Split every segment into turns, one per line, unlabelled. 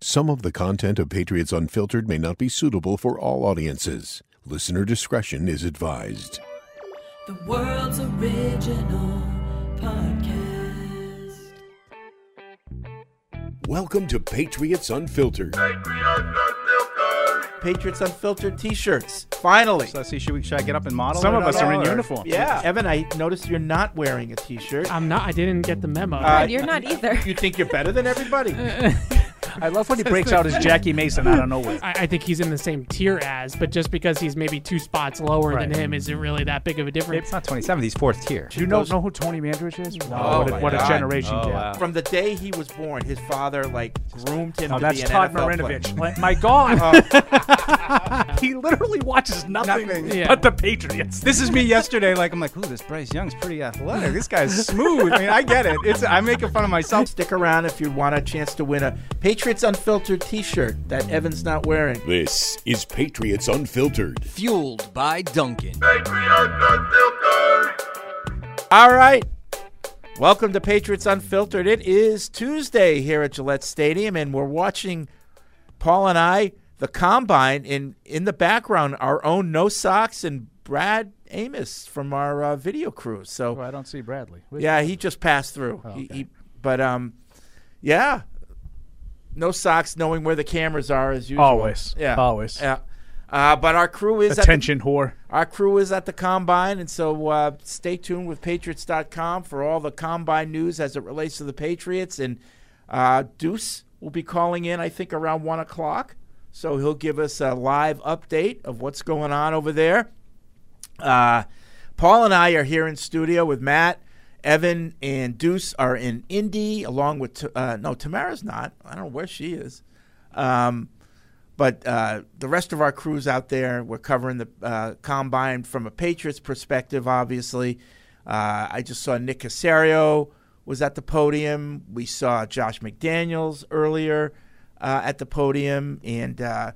Some of the content of Patriots Unfiltered may not be suitable for all audiences. Listener discretion is advised.
The world's original podcast.
Welcome to Patriots Unfiltered.
Patriots Unfiltered t-shirts. Finally.
So let's see, should we should I get up and model?
Some
it
of
at
us are
all,
in
or-
uniform.
Yeah. Evan, I noticed you're not wearing a t-shirt.
I'm not. I didn't get the memo.
Uh,
You're not either.
you think you're better than everybody?
I love when he breaks out his Jackie Mason out of nowhere.
I, I think he's in the same tier as, but just because he's maybe two spots lower than
Right.
him isn't really that big of a difference.
It's not 27th, he's fourth tier.
Do you know, know who Tony Mandrich is?
Oh,
what a,
my
what a
God.
generation
Oh,
gap.
wow.
From the day he was born, his father like groomed him
No,
Oh,
to
that's
be an
Todd
NFL player. Oh.
Marinovich. Like, my God.
He literally watches nothing,
Yeah.
but the Patriots.
This is me yesterday. Like I'm like, ooh, this Bryce Young's pretty athletic. This guy's smooth. I mean, I get it. It's I'm making fun of myself.
Stick around if you want a chance to win a Patriots Unfiltered t-shirt that Evan's not wearing.
This is Patriots Unfiltered.
Fueled by Duncan.
All right. Welcome to Patriots Unfiltered. It is Tuesday here at Gillette Stadium, and we're watching Paul and I the combine. In in the background, our own No Socks and Brad Amos from our uh, video crew. So
I don't see Bradley. Oh,
yeah, he just passed through. He, he, but um, yeah, No Socks, knowing where the cameras are as usual.
Always.
Yeah.
Always.
Yeah. Uh, but our crew is at the
Attention whore.
our crew is at the combine, and so uh, stay tuned with Patriots.com for all the combine news as it relates to the Patriots. And uh, Deuce will be calling in, I think, around one o'clock, so he'll give us a live update of what's going on over there. Uh, Paul and I are here in studio with Matt. Evan and Deuce are in Indy, along with Ta- uh, no Tamara's not. I don't know where she is. Um, but uh, the rest of our crews out there, we're covering the uh, combine from a Patriots perspective, obviously. Uh, I just saw Nick Casario was at the podium. We saw Josh McDaniels earlier uh, at the podium. And, uh,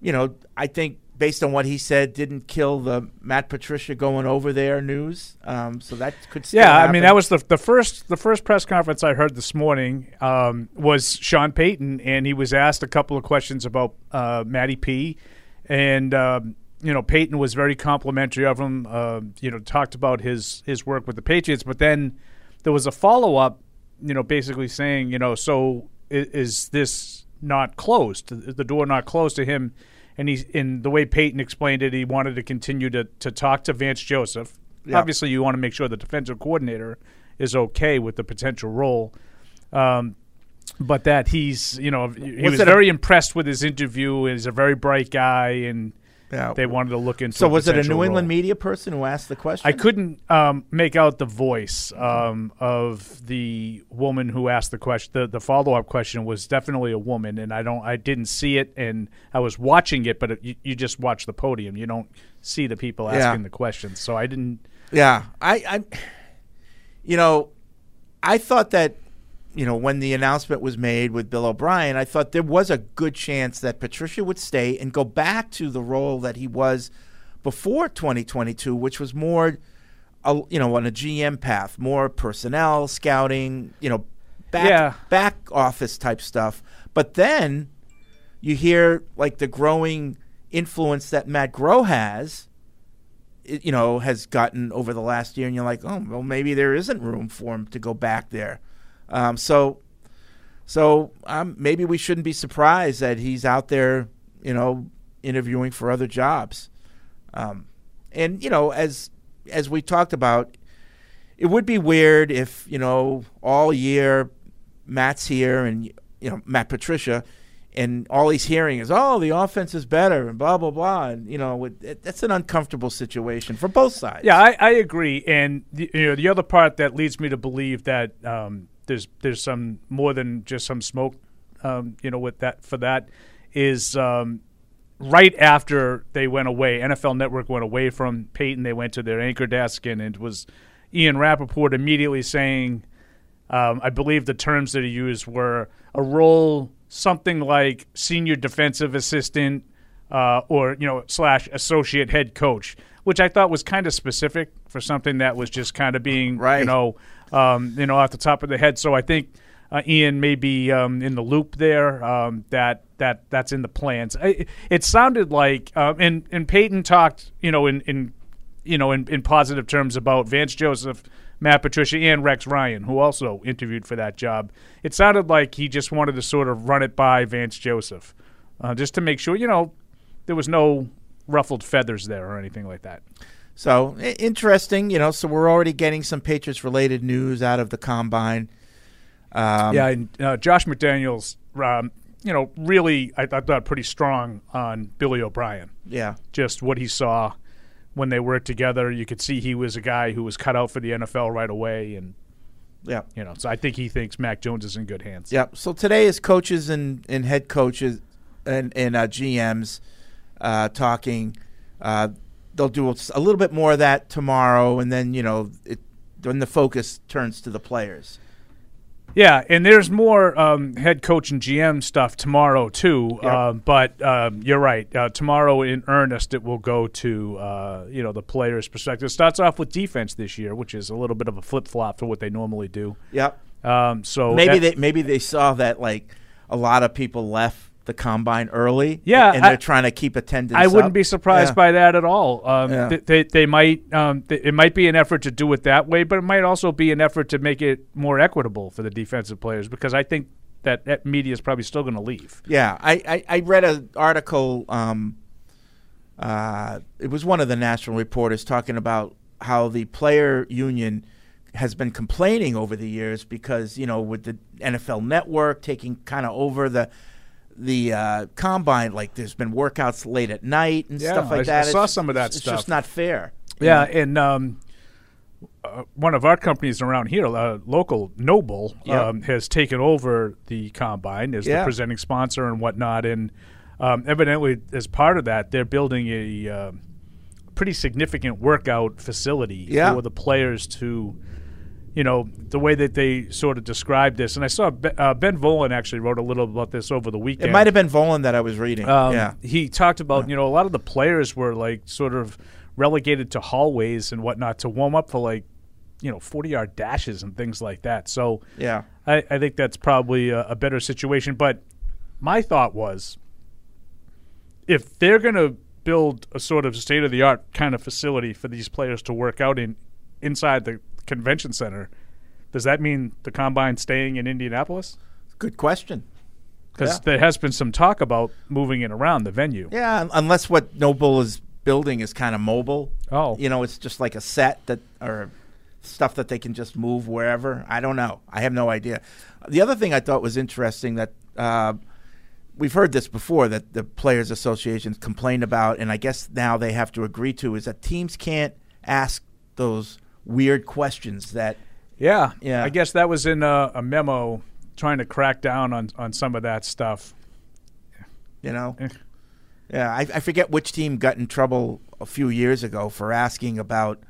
you know, I think based on what he said, didn't kill the Matt Patricia going over there news. Um, so that could still
Yeah, I mean
happen.
that was the the first the first press conference I heard this morning um, was Sean Payton, and he was asked a couple of questions about uh, Matty P, and um, you know Payton was very complimentary of him. Uh, you know, talked about his his work with the Patriots, but then there was a follow up. You know, basically saying, you know, so is, is this not closed? Is the door not closed to him? And he, in the way Peyton explained it, he wanted to continue to, to talk to Vance Joseph. Obviously, you want to make sure the defensive coordinator is okay with the potential role, um, but that he's you know he was,
it a-
very impressed with his interview. He's a very bright guy, and
Yeah.
they wanted to look into.
so was it a New
potential
England
role.
media person who asked the question?
I couldn't um, make out the voice um, of the woman who asked the question. The, the follow up question was definitely a woman, and I don't, I didn't see it, and I was watching it, but it, you, you just watch the podium. You don't see the people
Yeah.
asking the questions, so I didn't.
Yeah, I, I, you know, I thought that, you know, when the announcement was made with Bill O'Brien, I thought there was a good chance that Patricia would stay and go back to the role that he was before 2022, which was more, a, you know, on a GM path, more personnel scouting, you know, back
Yeah.
back office type stuff. But then you hear like the growing influence that Matt Groh has it- you know, has gotten over the last year, and you're like, oh, well, maybe there isn't room for him to go back there. Um, so, so um, maybe we shouldn't be surprised that he's out there, you know, interviewing for other jobs. Um, and you know, as as we talked about, it would be weird if you know all year Matt's here and you know Matt Patricia, and all he's hearing is oh the offense is better and blah blah blah and you know it, it, that's an uncomfortable situation for both sides.
Yeah, I, I agree, and the, you know the other part that leads me to believe that um, there's there's some more than just some smoke, um, you know, with that for that is um, right after they went away, NFL Network went away from Peyton. They went to their anchor desk, and it was Ian Rappaport immediately saying, um, I believe the terms that he used were a role something like senior defensive assistant uh, or you know slash associate head coach, which I thought was kind of specific for something that was just kind of being
Right.
you know um, you know off the top of the head. So I think uh, Ian may be um, in the loop there. Um, that that that's in the plans. I, it sounded like, um, and and Peyton talked, you know, in in you know, in, in positive terms about Vance Joseph, Matt Patricia, and Rex Ryan, who also interviewed for that job. It sounded like he just wanted to sort of run it by Vance Joseph, uh, just to make sure, you know, there was no ruffled feathers there or anything like that.
So i- interesting, you know. So we're already getting some Patriots related news out of the combine. Um,
yeah, and uh, Josh McDaniels, um, you know, really, I, I thought pretty strong on Billy O'Brien.
Yeah.
just what he saw when they worked together. You could see he was a guy who was cut out for the NFL right away, and
yeah,
you know, so I think he thinks Mac Jones is in good hands.
Yep. So today is coaches and, and head coaches and, and uh, GMs uh, talking. Uh, they'll do a s- a little bit more of that tomorrow, and then you know, it, then the focus turns to the players.
Yeah, and there's more um, head coach and GM stuff tomorrow too. Um, but um, you're right. Uh, tomorrow in earnest, it will go to uh, you know the players' perspective. It starts off with defense this year, which is a little bit of a flip flop to what they normally do.
Yep.
Um, so
maybe
that-
they maybe they saw that like a lot of people left the combine early.
Yeah,
and they're
I-
trying to keep attendance.
I wouldn't
up.
be surprised
Yeah.
by that at all. Um,
Yeah.
th- they, they might um, th- it might be an effort to do it that way, but it might also be an effort to make it more equitable for the defensive players because I think that, that media is probably still going to leave.
Yeah, I, I, I read an article. Um, uh, it was one of the national reporters talking about how the player union has been complaining over the years because you know with the NFL Network taking kind of over the the uh, combine, like there's been workouts late at night and
Yeah,
stuff
I-
like
I
that.
saw some of that
it's
stuff.
just not fair.
Yeah, and um, uh, one of our companies around here, uh, local Noble,
Yeah.
um, has taken over the combine as
Yeah.
the presenting sponsor and whatnot. And um, evidently, as part of that, they're building a um pretty significant workout facility
Yeah.
for the players to. You know the way that they sort of describe this, and I saw Be- uh, Ben Volen actually wrote a little about this over the
It
weekend.
might have been Volan that I was reading.
Um,
yeah,
He talked about, you know, a lot of the players were like sort of relegated to hallways and whatnot to warm up for like, you know, 40 yard dashes and things like that. So
yeah,
I, I think that's probably a, a better situation. But my thought was if they're going to build a sort of state of the art kind of facility for these players to work out in inside the convention center, does that mean the combine staying in Indianapolis?
good question.
Because
Yeah.
there has been some talk about moving it around the venue.
Yeah, un- unless what Noble is building is kind of mobile.
Oh.
you know, it's just like a set that or stuff that they can just move wherever. I don't know. I have no idea. The other thing I thought was interesting that uh, we've heard this before that the players' associations complained about, and I guess now they have to agree to is that teams can't ask those weird questions that.
Yeah,
Yeah.
I guess that was in a, a memo trying to crack down on, on some of that stuff.
You know,
Eh.
yeah, I, I forget which team got in trouble a few years ago for asking about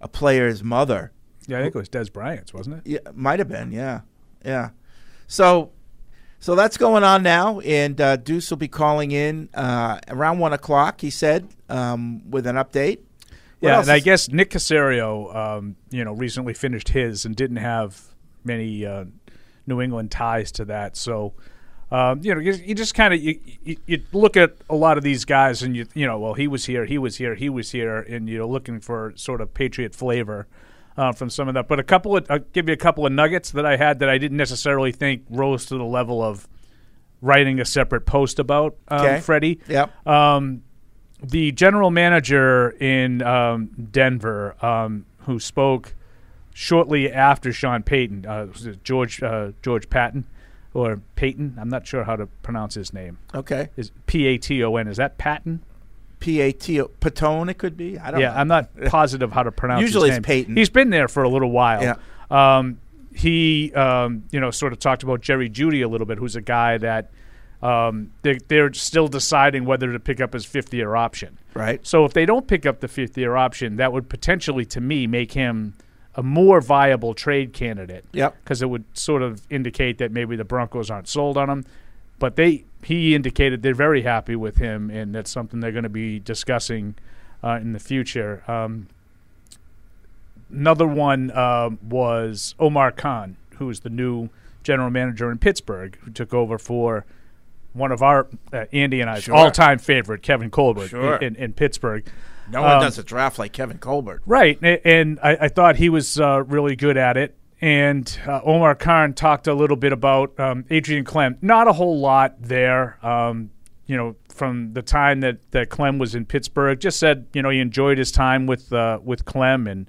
a player's mother.
Yeah, I think it was Des Bryant's, wasn't it?
Yeah, might have been. Yeah, yeah. So, so that's going on now, and uh, Deuce will be calling in uh, around one o'clock. He said um, with an update. What
yeah,
else
and I
is-
guess Nick Casario, um, you know, recently finished his and didn't have many uh, New England ties to that. So, um, you know, you, you just kind of you, you, you look at a lot of these guys and you you know, well, he was here, he was here, he was here, and you're looking for sort of Patriot flavor. Uh, from some of that, but a couple of I'll give you a couple of nuggets that I had that I didn't necessarily think rose to the level of writing a separate post about um,
Okay.
Freddie
Yep.
um, the general manager in um, Denver, um, who spoke shortly after Sean Payton, uh, was it George uh, George Patton or Payton, I'm not sure how to pronounce his name.
okay.
Is P A T O N? Is that Patton?
P A T Patone. It could be. I don't.
yeah,
know.
I'm not positive how to pronounce.
Usually
his
it's
name.
Peyton.
He's been there for a little while. Um, he, um, you know, sort of talked about Jerry Judy a little bit, who's a guy that um, they, they're still deciding whether to pick up his fifth year option.
right.
So if they don't pick up the fifth year option, that would potentially, to me, make him a more viable trade candidate.
Yep.
Because it would sort of indicate that maybe the Broncos aren't sold on him. But they he indicated they're very happy with him, and that's something they're going to be discussing uh, in the future. Um, uh, another one um was Omar Khan, who is the new general manager in Pittsburgh, who took over for one of our uh, Andy and I's
Sure.
all-time favorite, Kevin Colbert,
Sure.
in, in Pittsburgh.
No one
Um,
does a draft like Kevin Colbert.
Right, a- and I, I thought he was uh, really good at it. And uh, Omar Khan talked a little bit about um, Adrian Clem. Not a whole lot there. Um, you know, from the time that, that Clem was in Pittsburgh, just said you know he enjoyed his time with uh, with Clem and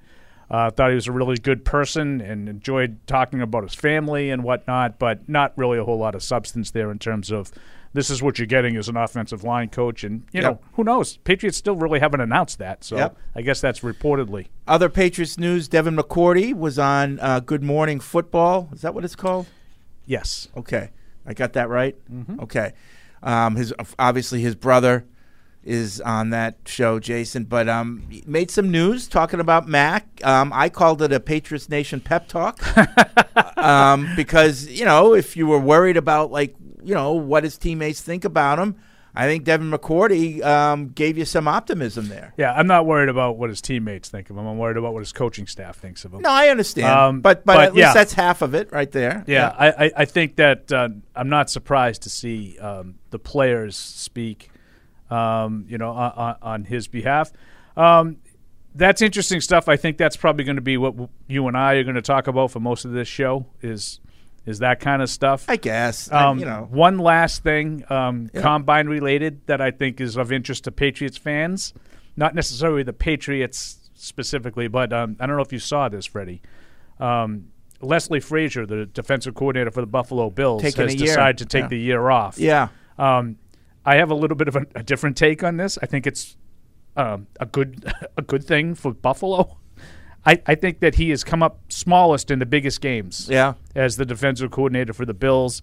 uh, thought he was a really good person and enjoyed talking about his family and whatnot. But not really a whole lot of substance there in terms of this is what you're getting as an offensive line coach. And you know
Yep.
who knows? Patriots still really haven't announced that. So
Yep.
I guess that's reportedly.
Other Patriots news: Devin McCourty was on uh, Good Morning Football. Is that what it's called?
Yes.
Okay, I got that right. Okay, um, his obviously his brother is on that show, Jason. But um, he made some news talking about Mac. Um, I called it a Patriots Nation pep talk um, because you know if you were worried about like you know what his teammates think about him, I think Devin McCourty um, gave you some optimism there.
Yeah, I'm not worried about what his teammates think of him. I'm worried about what his coaching staff thinks of him.
No, I understand,
Oh. Um,
but, but
but
at least
yeah.
that's half of it right there.
Yeah, I, I, I think that uh, I'm not surprised to see um, the players speak, um, you know, on, on his behalf. Um, that's interesting stuff. I think that's probably going to be what w- you and I are going to talk about for most of this show is is that kind of stuff.
I guess I-
Um,
you know.
One last thing, um, combine related, that I think is of interest to Patriots fans. Not necessarily the Patriots specifically, but um, I don't know if you saw this, Freddie. Um, Leslie Frazier, the defensive coordinator for the Buffalo Bills,
Taking
has
a year.
decided to take
Yeah.
the year off.
Yeah.
Um, I have a little bit of a, a different take on this. I think it's um, a good a good thing for Buffalo. I, I think that he has come up smallest in the biggest games
Yeah.
as the defensive coordinator for the Bills.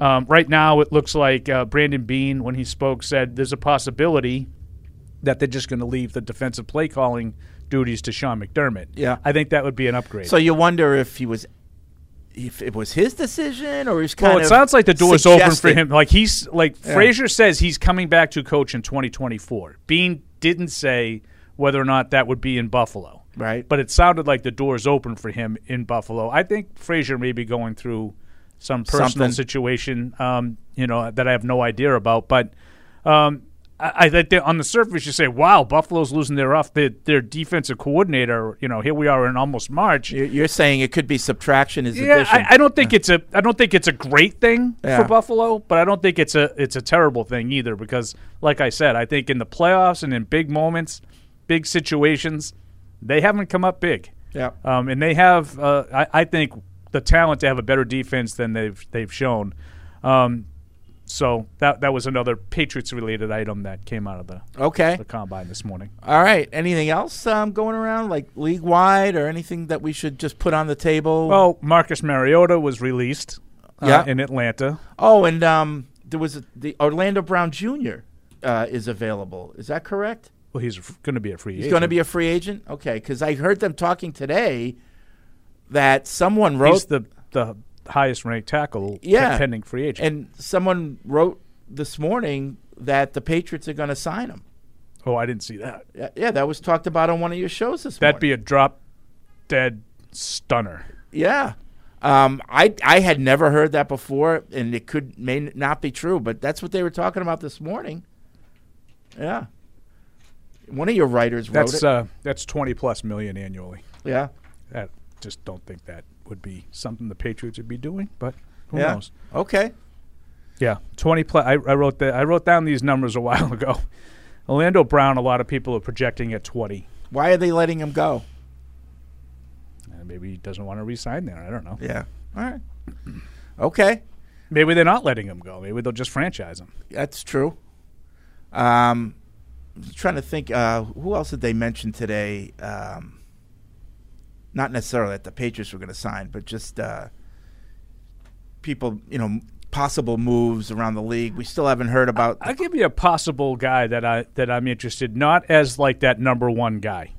Um, right now, it looks like uh, Brandon Bean, when he spoke, said there's a possibility that they're just going to leave the defensive play calling duties to Sean McDermott.
Yeah.
I think that would be an upgrade.
So you wonder if he was, if it was his decision or he's kind
well,
of.
it sounds like the door's open for
suggested-
him. Like he's like Frazier says he's coming back to coach in 2024. Bean didn't say whether or not that would be in Buffalo.
Right.
But it sounded like the door's open for him in Buffalo. I think Frazier may be going through some personal
Something.
situation, um, you know, that I have no idea about. But um, I, I think that on the surface you say, "Wow, Buffalo's losing their off their, their defensive coordinator." You know, here we are in almost March.
You're you're saying it could be subtraction is
Yeah,
addition.
I, I don't think it's a I don't think it's a great thing
Yeah.
for Buffalo, but I don't think it's a it's a terrible thing either because, like I said, I think in the playoffs and in big moments, big situations, they haven't come up big.
Yeah.
um, and they have uh, I, I think the talent to have a better defense than they've they've shown. Um, so that that was another Patriots related item that came out of the
okay.
the combine this morning.
All right. Anything else um, going around like league wide or anything that we should just put on the table?
Well, Marcus Mariota was released. uh,
Yeah.
in Atlanta.
oh, and um, there was a, the Orlando Brown Jr. Uh, is available. Is that correct?
Well, he's going to be a free
He's
agent.
going to be a free agent. Okay, because I heard them talking today that someone wrote
He's the the highest ranked tackle
Yeah.
pending free agent.
and someone wrote this morning that the Patriots are going to sign him.
oh, I didn't see that.
Yeah, yeah, that was talked about on one of your shows this
That'd
morning.
be a drop dead stunner.
yeah. Um, I I had never heard that before, and it could may n- not be true, but that's what they were talking about this morning. Yeah, one of your writers wrote
That's
it.
uh, that's twenty plus million annually.
yeah,
I just don't think that would be something the Patriots would be doing. But who
yeah.
knows?
Okay,
Yeah, twenty plus. I, I wrote that. I wrote down these numbers a while ago. Orlando Brown. A lot of people are projecting at twenty.
why are they letting him go?
Uh, Maybe he doesn't want to resign there. I don't know.
Yeah, all right, okay.
Maybe they're not letting him go. Maybe they'll just franchise him.
That's true. Um, I'm just trying to think, uh, who else did they mention today? Um, not necessarily that the Patriots were going to sign, but just uh, people, you know, possible moves around the league. We still haven't heard about.
I'll give you a possible guy that I that I'm interested not as like that number one guy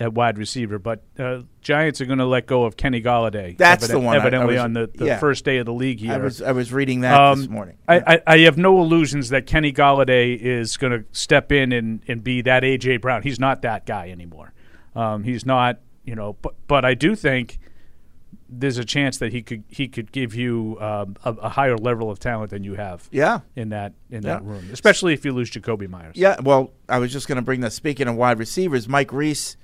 at wide receiver, but uh, Giants are going to let go of Kenny Galladay.
That's the one I- I
Evidently
was-
on the, the
yeah.
first day of the league here.
I was I was reading that
Um,
this morning.
I, I, I have no illusions that Kenny Galladay is going to step in and, and be that AJ Brown. He's not that guy anymore. Um, he's not, you know. But but I do think there's a chance that he could he could give you um, a, a higher level of talent than you have.
Yeah.
in that in that
Yeah.
room, especially if you lose Jacoby Myers.
Yeah, well, I was just going to bring that. Speaking of wide receivers, Mike Reese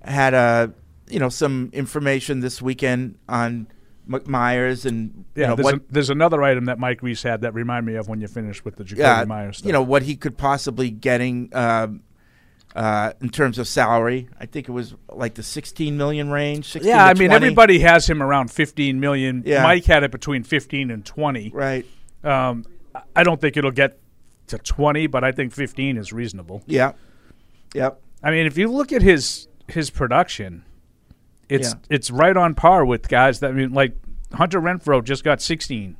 had uh, you know some information this weekend on M- Myers and you
Yeah,
know,
there's,
what
a, there's another item that Mike Reese had that remind me of when you finished with the Jacoby
yeah,
Myers stuff.
you know what he could possibly getting um, uh, in terms of salary. I think it was like the 16 million range. 16
yeah,
to
I mean
20.
everybody has him around 15 million.
Yeah.
Mike had it between 15 and 20.
Right.
Um, I- I don't think it'll get to 20, but I think 15 is reasonable.
Yeah. Yep.
I mean, if you look at his his production, it's
Yeah.
it's right on par with guys that I mean, like Hunter Renfro just got 16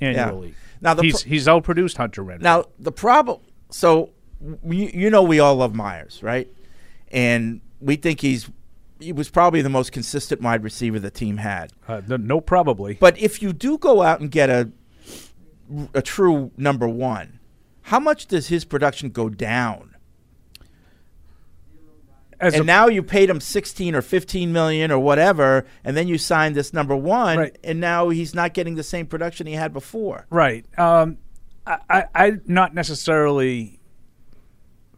annually.
Now the
he's
pro-
he's outproduced Hunter Renfro.
Now the problem. So you, you know we all love Myers, right? And we think he's he was probably the most consistent wide receiver the team had.
uh, no, no, probably.
But if you do go out and get a a true number one, how much does his production go down?
As
and
a-
now you paid him sixteen or fifteen million or whatever, and then you signed this number one,
Right.
and now he's not getting the same production he had before.
Right. Um, I, I, I not necessarily.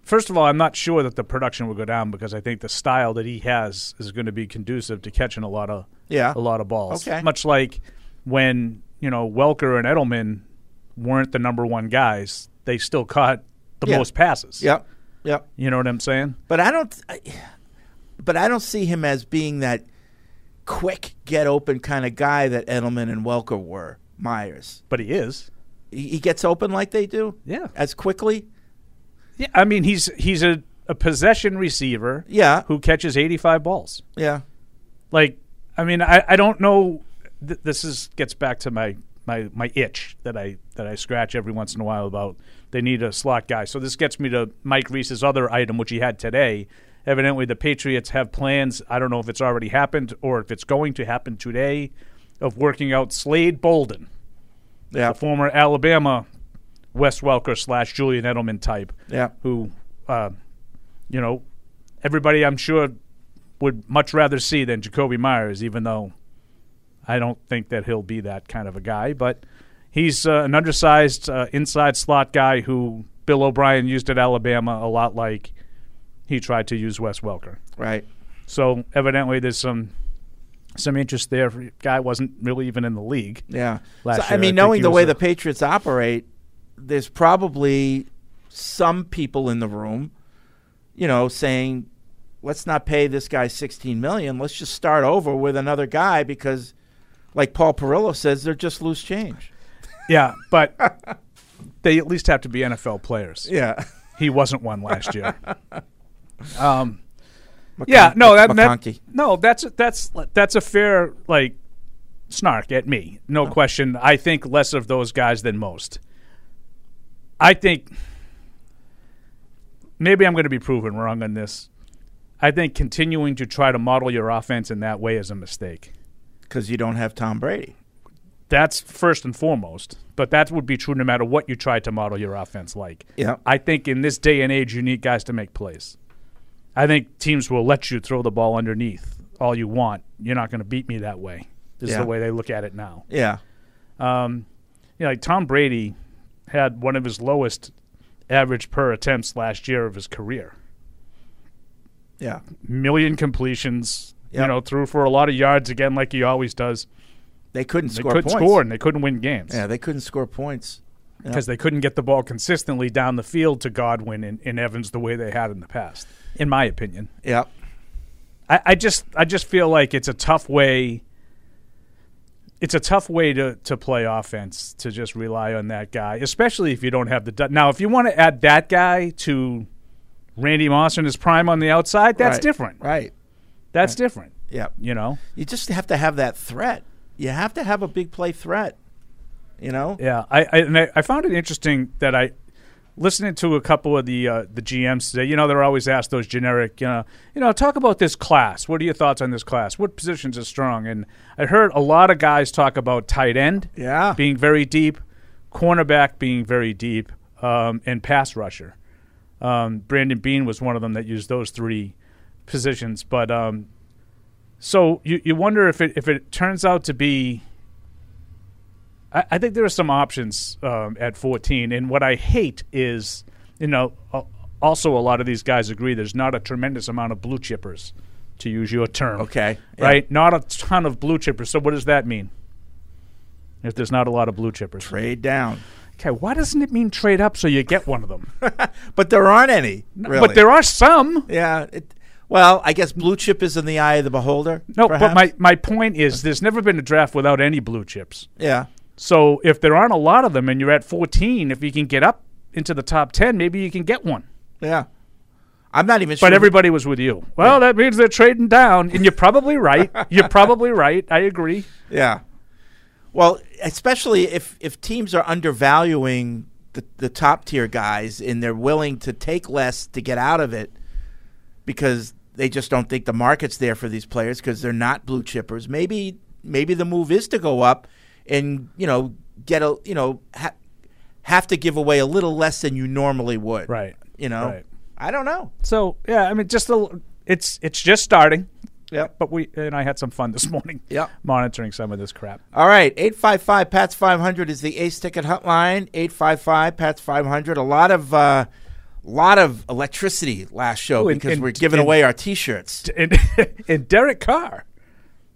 First of all, I'm not sure that the production will go down because I think the style that he has is going to be conducive to catching a lot of
Yeah.
a lot of balls.
Okay.
Much like when you know Welker and Edelman weren't the number one guys, they still caught the
Yeah.
most passes.
Yep, yep.
You know what I'm saying?
But I don't, I, but I don't see him as being that quick get open kind of guy that Edelman and Welker were. Myers,
But he is.
he, he gets open like they do.
Yeah.
as quickly.
Yeah. I mean, he's he's a, a possession receiver.
Yeah.
Who catches 85 balls.
Yeah,
like i mean i, I don't know th- this is gets back to my, my my itch that i that i scratch every once in a while about they need a slot guy so this gets me to mike reese's other item which he had today evidently the patriots have plans i don't know if it's already happened or if it's going to happen today of working out slade bolden
yeah,
the former alabama wes welker slash julian edelman type
yeah,
who, uh, you know, everybody I'm sure would much rather see than Jacoby Myers, even though I don't think that he'll be that kind of a guy. But he's uh, an undersized uh, inside slot guy who Bill O'Brien used at Alabama a lot like he tried to use Wes Welker.
right.
So evidently there's some some interest there. Guy wasn't really even in the league.
Yeah.
last
so,
year.
I
I
mean,
think
knowing
he
the
was
way
a-
the Patriots operate, there's probably some people in the room, you know, saying, "Let's not pay this guy 16 million. Let's just start over with another guy because, like Paul Perillo says, they're just loose change."
Yeah, but they at least have to be NFL players.
Yeah.
He wasn't one last year. um, yeah, no, that, that
McConkey.
no, that's that's that's a fair like snark at me. No
Oh.
question. I think less of those guys than most. I think maybe I'm going to be proven wrong on this. I think continuing to try to model your offense in that way is a mistake.
Because you don't have Tom Brady.
That's first and foremost, but that would be true no matter what you try to model your offense like.
Yeah.
I think in this day and age, you need guys to make plays. I think teams will let you throw the ball underneath all you want. You're not going to beat me that way. Is
Yeah.
the way they look at it now. Um,
Yeah.
You know, like Tom Brady had one of his lowest average per attempts last year of his career.
Yeah.
Million completions.
Yeah.
You know, threw for a lot of yards again, like he always does.
They couldn't
They
score
couldn't
points.
score and they couldn't win games.
Yeah, they couldn't score points.
because they couldn't get the ball consistently down the field to Godwin and, and Evans the way they had in the past, in my opinion.
Yeah.
I, I just I just feel like it's a tough way it's a tough way to, to play offense to just rely on that guy, especially if you don't have the du- now if you want to add that guy to Randy Moss and his prime on the outside, that's
Right.
different.
Right.
That's different.
Yeah.
You know?
You just have to have that threat. You have to have a big play threat. You know?
Yeah, I I, and I I found it interesting that I listening to a couple of the uh, the GMs today. You know, they're always asked those generic, you know, you know, talk about this class. What are your thoughts on this class? What positions are strong? And I heard a lot of guys talk about tight end,
Yeah.
being very deep, cornerback being very deep, um, and pass rusher. Um, Brandon Bean was one of them that used those three positions, but um, So you, you wonder if it if it turns out to be. I, I think there are some options um, at 14, and what I hate is, you know, uh, also a lot of these guys agree there's not a tremendous amount of blue chippers, to use your term.
Okay, yeah.
Right. Not a ton of blue chippers. So what does that mean? If there's not a lot of blue chippers,
Trade down.
okay. Why doesn't it mean trade up so you get one of them?
But there aren't any. Really.
But there are some.
Yeah. It, well, I guess blue chip is in the eye of the beholder.
No,
perhaps.
but my, my point is there's never been a draft without any blue chips.
yeah.
So if there aren't a lot of them and you're at 14, if you can get up into the top 10, maybe you can get one.
Yeah. I'm not even sure.
But everybody was with you. Well, that means they're trading down, and you're probably right. You're probably right. I agree.
Yeah. Well, especially if, if teams are undervaluing the, the top tier guys and they're willing to take less to get out of it because they just don't think the market's there for these players because they're not blue chippers. Maybe maybe the move is to go up and you know get a you know ha- have to give away a little less than you normally would.
Right.
You know.
Right.
I don't know.
So yeah, I mean, just a, it's it's just starting.
Yep.
But we and I had some fun this morning.
Yep.
Monitoring some of this crap.
All right, 855 Pats 500 is the Ace Ticket Hotline. 855 Pats 500. A lot of uh, lot of electricity last show
Oh, and-
because
and-
we're giving
and-
away our T-shirts.
and, and Derek Carr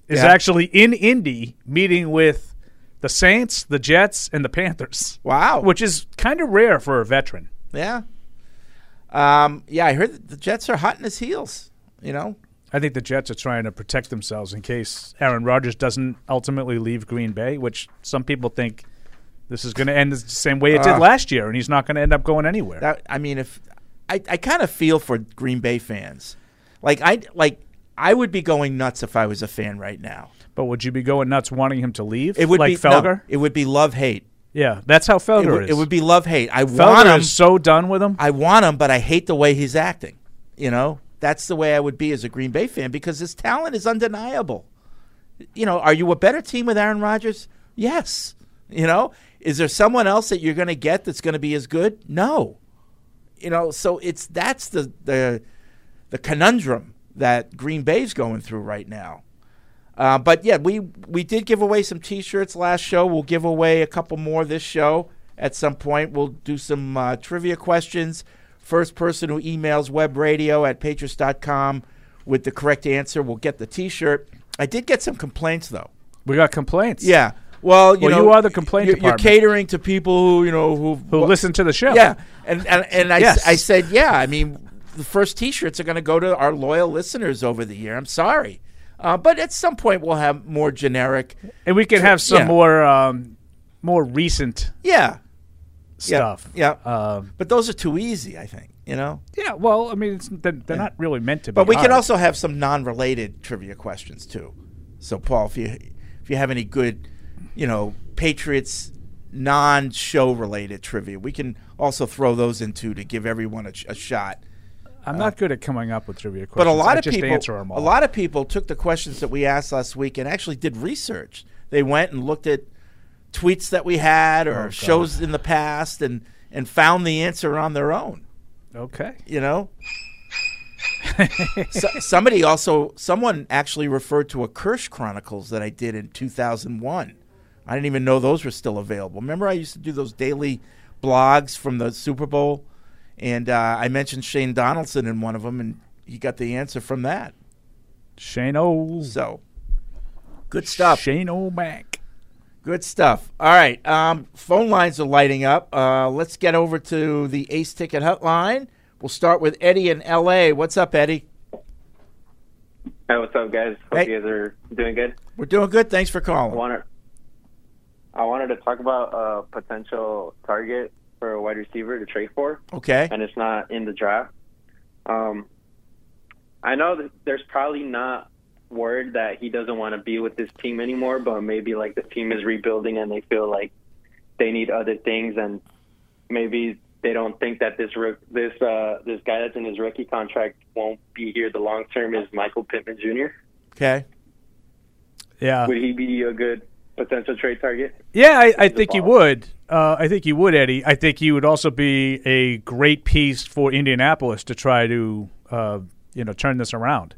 is
Yeah.
actually in Indy meeting with the Saints, the Jets, and the Panthers.
Wow.
Which is kind of rare for a veteran.
yeah, um, yeah. I heard that the Jets are hot in his heels. You know,
I think the Jets are trying to protect themselves in case Aaron Rodgers doesn't ultimately leave Green Bay, which some people think this is going to end the same way it
Uh,
did last year, and he's not going to end up going anywhere.
that I mean, if I, I kind of feel for Green Bay fans, like I like I would be going nuts if I was a fan right now.
but would you be going nuts wanting him to leave?
It would
like
be no,
Felger.
it would be love hate.
Yeah, that's how Felger
It would,
is.
it would be love hate. I want
Felger
him.
is so done with him.
I want him, but I hate the way he's acting. You know, that's the way I would be as a Green Bay fan because his talent is undeniable. You know, are you a better team with Aaron Rodgers? Yes. You know, is there someone else that you're going to get that's going to be as good? No. You know, so it's that's the the the conundrum that Green Bay's going through right now. Uh, but yeah, we we did give away some T-shirts last show. We'll give away a couple more this show at some point. We'll do some uh, trivia questions. First person who emails webradio at patriots.com with the correct answer will get the T-shirt. I did get some complaints though.
we got complaints.
Yeah. Well, you
Well,
know,
you are the complaint
you're, you're
department.
catering to people who you know who
Who listen to the show?
Yeah, and and, and I, s-
Yes.
I said, yeah. I mean, the first T-shirts are going to go to our loyal listeners over the year. I'm sorry, uh, but at some point we'll have more generic.
and we can have some
yeah.
more um, more recent
Yeah, yeah,
stuff.
Yeah,
Um,
but those are too easy. I think you know.
yeah. Well, I mean, it's, they're, they're not really meant to be.
But we
hard.
can also have some non-related trivia questions too. So, Paul, if you if you have any good, you know, Patriots non-show related trivia, we can also throw those in too to give everyone a, sh- a shot.
I'm not good at coming up with trivia questions.
But a lot
I
of
just
people,
answer 'em all.
a lot of people took the questions that we asked last week and actually did research. They went and looked at tweets that we had or shows in the past and and found the answer on their own.
Okay.
you know so, somebody also someone actually referred to a kirsch chronicles that i did in 2001 i didn't even know those were still available remember i used to do those daily blogs from the super bowl and uh, i mentioned shane donaldson in one of them and he got the answer from that
Shane O.
so good stuff
Shane O. Mac.
Good stuff. All right. Um, phone lines are lighting up. Uh, let's get over to the Ace Ticket Hotline. We'll start with Eddie in L.A. What's up, Eddie?
Hey, what's up, guys? Hope
Hey. Oh.
you guys are doing good.
We're doing good. Thanks for
I
calling.
wanted, I wanted to talk about a potential target for a wide receiver to trade for,
Okay.
and it's not in the draft. Um, I know that there's probably not word that he doesn't want to be with this team anymore, but maybe like the team is rebuilding and they feel like they need other things, and maybe they don't think that this rook- this uh, this guy that's in his rookie contract won't be here the long term. Is Michael Pittman Jr.
Okay.
Yeah.
Would he be a good potential trade target?
Yeah, I, I think he would. Uh, I think he would, Eddie. I think he would also be a great piece for Indianapolis to try to, uh, you know, turn this around.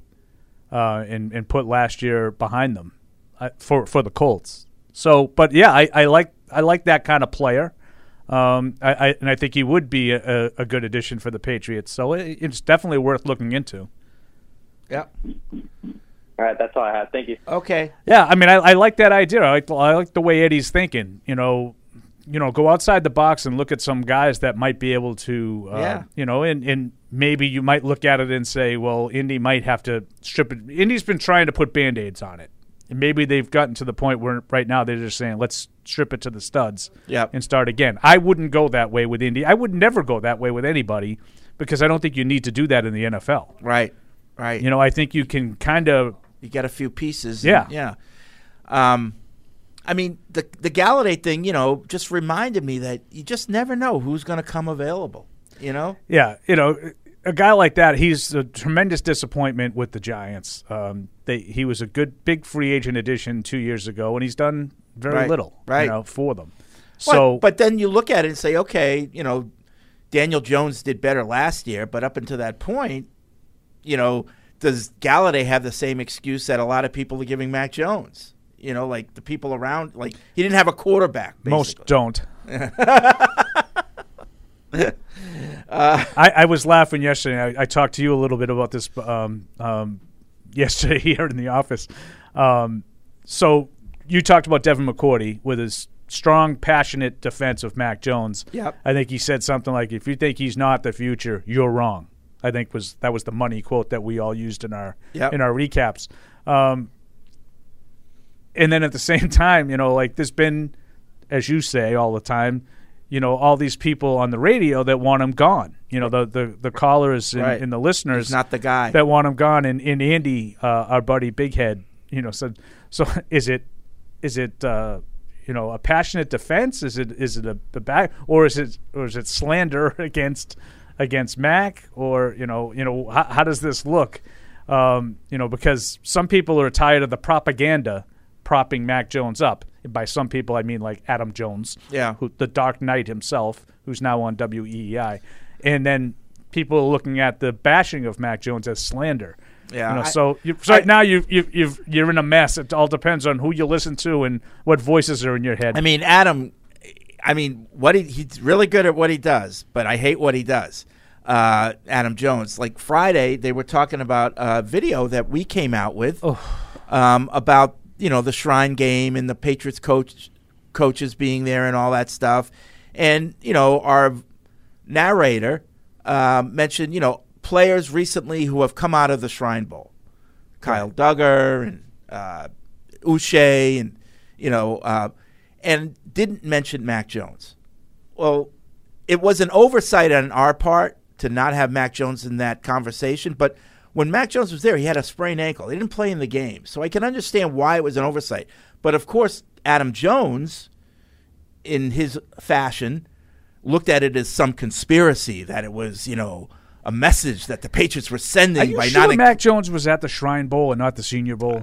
uh, and and put last year behind them uh, for for the Colts. So, but yeah, I, I like I like that kind of player, um, I, I and I think he would be a, a, a good addition for the Patriots. So it, it's definitely worth looking into.
Yeah.
All right, that's all I had. Thank you.
Okay.
Yeah, I mean, I, I like that idea. I like, I like the way Eddie's thinking. You know, you know, go outside the box and look at some guys that might be able to, uh,
Yeah.
you know, and, and maybe you might look at it and say, well, Indy might have to strip it. Indy's been trying to put band aids on it. And maybe they've gotten to the point where right now they're just saying, let's strip it to the studs
Yep.
and start again. I wouldn't go that way with Indy. I would never go that way with anybody because I don't think you need to do that in the NFL.
Right. Right.
You know, I think you can kind of
You get a few pieces.
Yeah.
and- yeah. Um, I mean, the the Galladay thing, you know, just reminded me that you just never know who's going to come available. You know.
Yeah, you know, a guy like that, he's a tremendous disappointment with the Giants. Um, they he was a good big free agent addition two years ago, and he's done very
Right,
little,
right.
you know, for them.
But-
So,
but, then you look at it and say, okay, you know, Daniel Jones did better last year, but up until that point, you know, does Galladay have the same excuse that a lot of people are giving Mac Jones? You know, like the people around, like he didn't have a quarterback.
most
basically.
don't.
Uh,
I, I was laughing yesterday. I, I talked to you a little bit about this um, um, yesterday here in the office. Um, so you talked about Devin McCourty with his strong, passionate defense of Mac Jones.
Yep.
I think he said something like, "If you think he's not the future, you're wrong." I think was that was the money quote that we all used in our
Yep.
in our recaps. Um, and then at the same time, you know, like there's been, as you say all the time, you know, all these people on the radio that want him gone. You know, the the, the callers and,
Right.
and the listeners
He's not the guy.
that want him gone. And, and Andy, uh, our buddy Big Head, you know, said, so is it, is it, uh, you know, a passionate defense? Is it, is it a, a back, or is it, or is it slander against, against Mac? Or you know, you know, how, how does this look? Um, you know, because some people are tired of the propaganda propping Mac Jones up. And by some people, I mean like Adam Jones,
Yeah.
who, the Dark Knight himself, who's now on WEEI, and then people are looking at the bashing of Mac Jones as slander.
Yeah,
you know,
I-
so you, so
I-
right now you you you've, you're in a mess. It all depends on who you listen to and what voices are in your head.
I mean, Adam. I mean, what he, he's really good at what he does, but I hate what he does. Uh, Adam Jones. Like Friday, they were talking about a video that we came out with um, about you know the Shrine Game and the Patriots coach coaches being there and all that stuff, and you know our narrator um, mentioned you know players recently who have come out of the Shrine Bowl. Kyle Duggar and uh, Uche and you know uh, and didn't mention Mac Jones. Well, it was an oversight on our part to not have Mac Jones in that conversation, but when Mac Jones was there, he had a sprained ankle. He didn't play in the game. So I can understand why it was an oversight. But of course, Adam Jones in his fashion, looked at it as some conspiracy that it was, you know, a message that the Patriots were sending
Are you
by
sure
not.
Mac Jones was at the Shrine Bowl and not the Senior Bowl?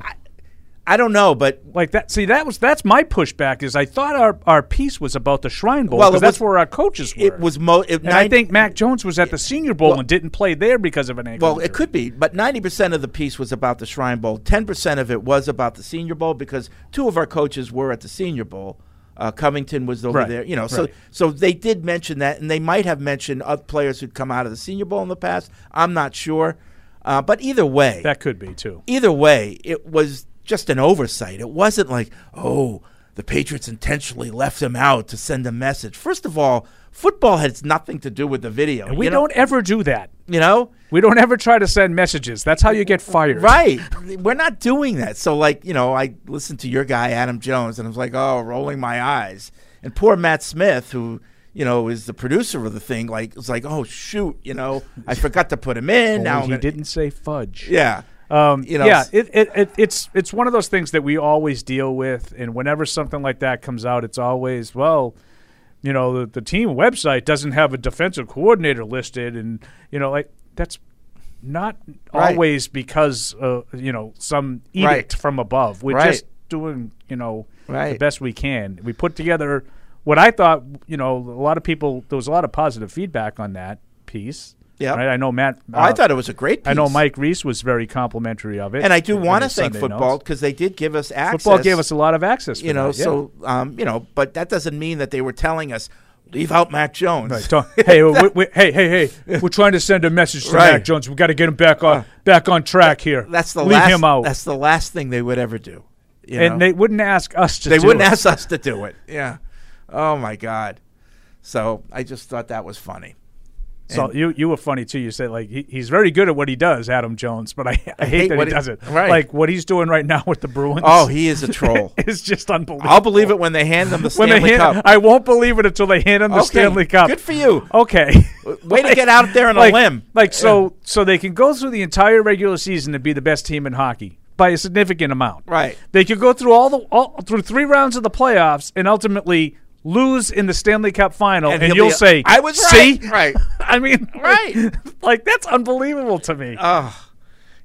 I don't know, but
like that. See, that was that's my pushback. Is I thought our, our piece was about the Shrine Bowl.
Well, it
'cause that's
was-
where our coaches were.
it was mo. It,
and I think Mac Jones was at the Senior Bowl
Well-
and didn't play there because of an ankle.
Well, it
injury.
could be, but 90% of the piece was about the Shrine Bowl. 10% of it was about the Senior Bowl because two of our coaches were at the Senior Bowl. Uh, Covington was over
Right,
there, you know. So,
right.
so they did mention that, and they might have mentioned other players who'd come out of the Senior Bowl in the past. I'm not sure, uh, but either way,
That could be too.
either way, it was just an oversight. It wasn't like, oh, the Patriots intentionally left him out to send a message. First of all, football has nothing to do with the video.
We
you know-
don't ever do that.
you know.
We don't ever try to send messages. That's how you get fired.
Right. We're not doing that. So, like, you know, I listened to your guy, Adam Jones, and I was like, oh, rolling my eyes. And poor Matt Smith, who, you know, is the producer of the thing, like, was like, oh, shoot, you know, I forgot to put him in.
Only
now I'm
he
gonna-
didn't say fudge.
Yeah.
Um,
You know,
yeah,
s-
it, it, it, it's it's one of those things that we always deal with, and whenever something like that comes out, it's always well, you know, the, the team website doesn't have a defensive coordinator listed, and you know, like that's not
Right.
always because uh, you know some
Right.
edict from above. We're
Right.
just doing you know the
Right.
best we can. We put together what I thought you know a lot of people. There was a lot of positive feedback on that piece.
Yep.
Right? I know Matt. uh,
Oh, I thought it was a great
I know
piece.
Mike Reese was very complimentary of it,
And I do
in
want to
his
thank
Sunday
football
notes.
because they did give us access.
Football gave us a lot of access. for
you know,
that, yeah.
so um, you know, but that doesn't mean that they were telling us leave out Mac Jones.
Right, Tom- hey, we, we, hey, hey, hey! We're trying to send a message to
Right. Uh,
Mac Jones. We got to get him back on back on track here.
That's the
leave
last.
him out.
That's the last thing they would ever do. you know?
and they wouldn't ask us to.
they
do
wouldn't
it.
ask us to do it. Yeah. Oh my God. So I just thought that was funny.
So you you were funny too. You said like he, he's very good at what he does, Adam Jones, but I, I hate, that
what
he
he-
does it.
right.
Like what he's doing right now with the Bruins.
Oh, he is a troll.
is just unbelievable.
I'll believe it when they hand them the
when
Stanley
they hand,
Cup.
I won't believe it until they hand him the
Okay,
Stanley Cup.
good for you.
Okay.
Way to get out there on
like,
a limb.
Like so so they can go through the entire regular season and be the best team in hockey by a significant amount.
Right.
They could go through all the all, through three rounds of the playoffs and ultimately lose in the Stanley Cup final
And
and,
he'll
you'll
be-
say
"I was
See?
right, right."
I mean
Right.
like that's unbelievable to me.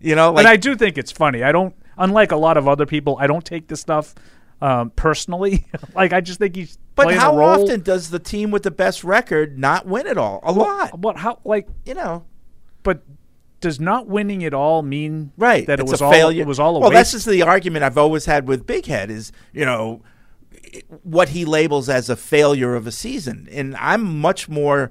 You know, like
and I do think it's funny. I don't unlike a lot of other people, I don't take this stuff um, personally. like I just think he's
But
playing
how
a role.
often does the team with the best record not win it all? A lot,
what how like
you know.
but does not winning it all mean
Right,
that it
it's
was
a
all
failure.
it was all a
well, that's
waste?
just the argument I've always had with Big Head is you know what he labels as a failure of a season, and I'm much more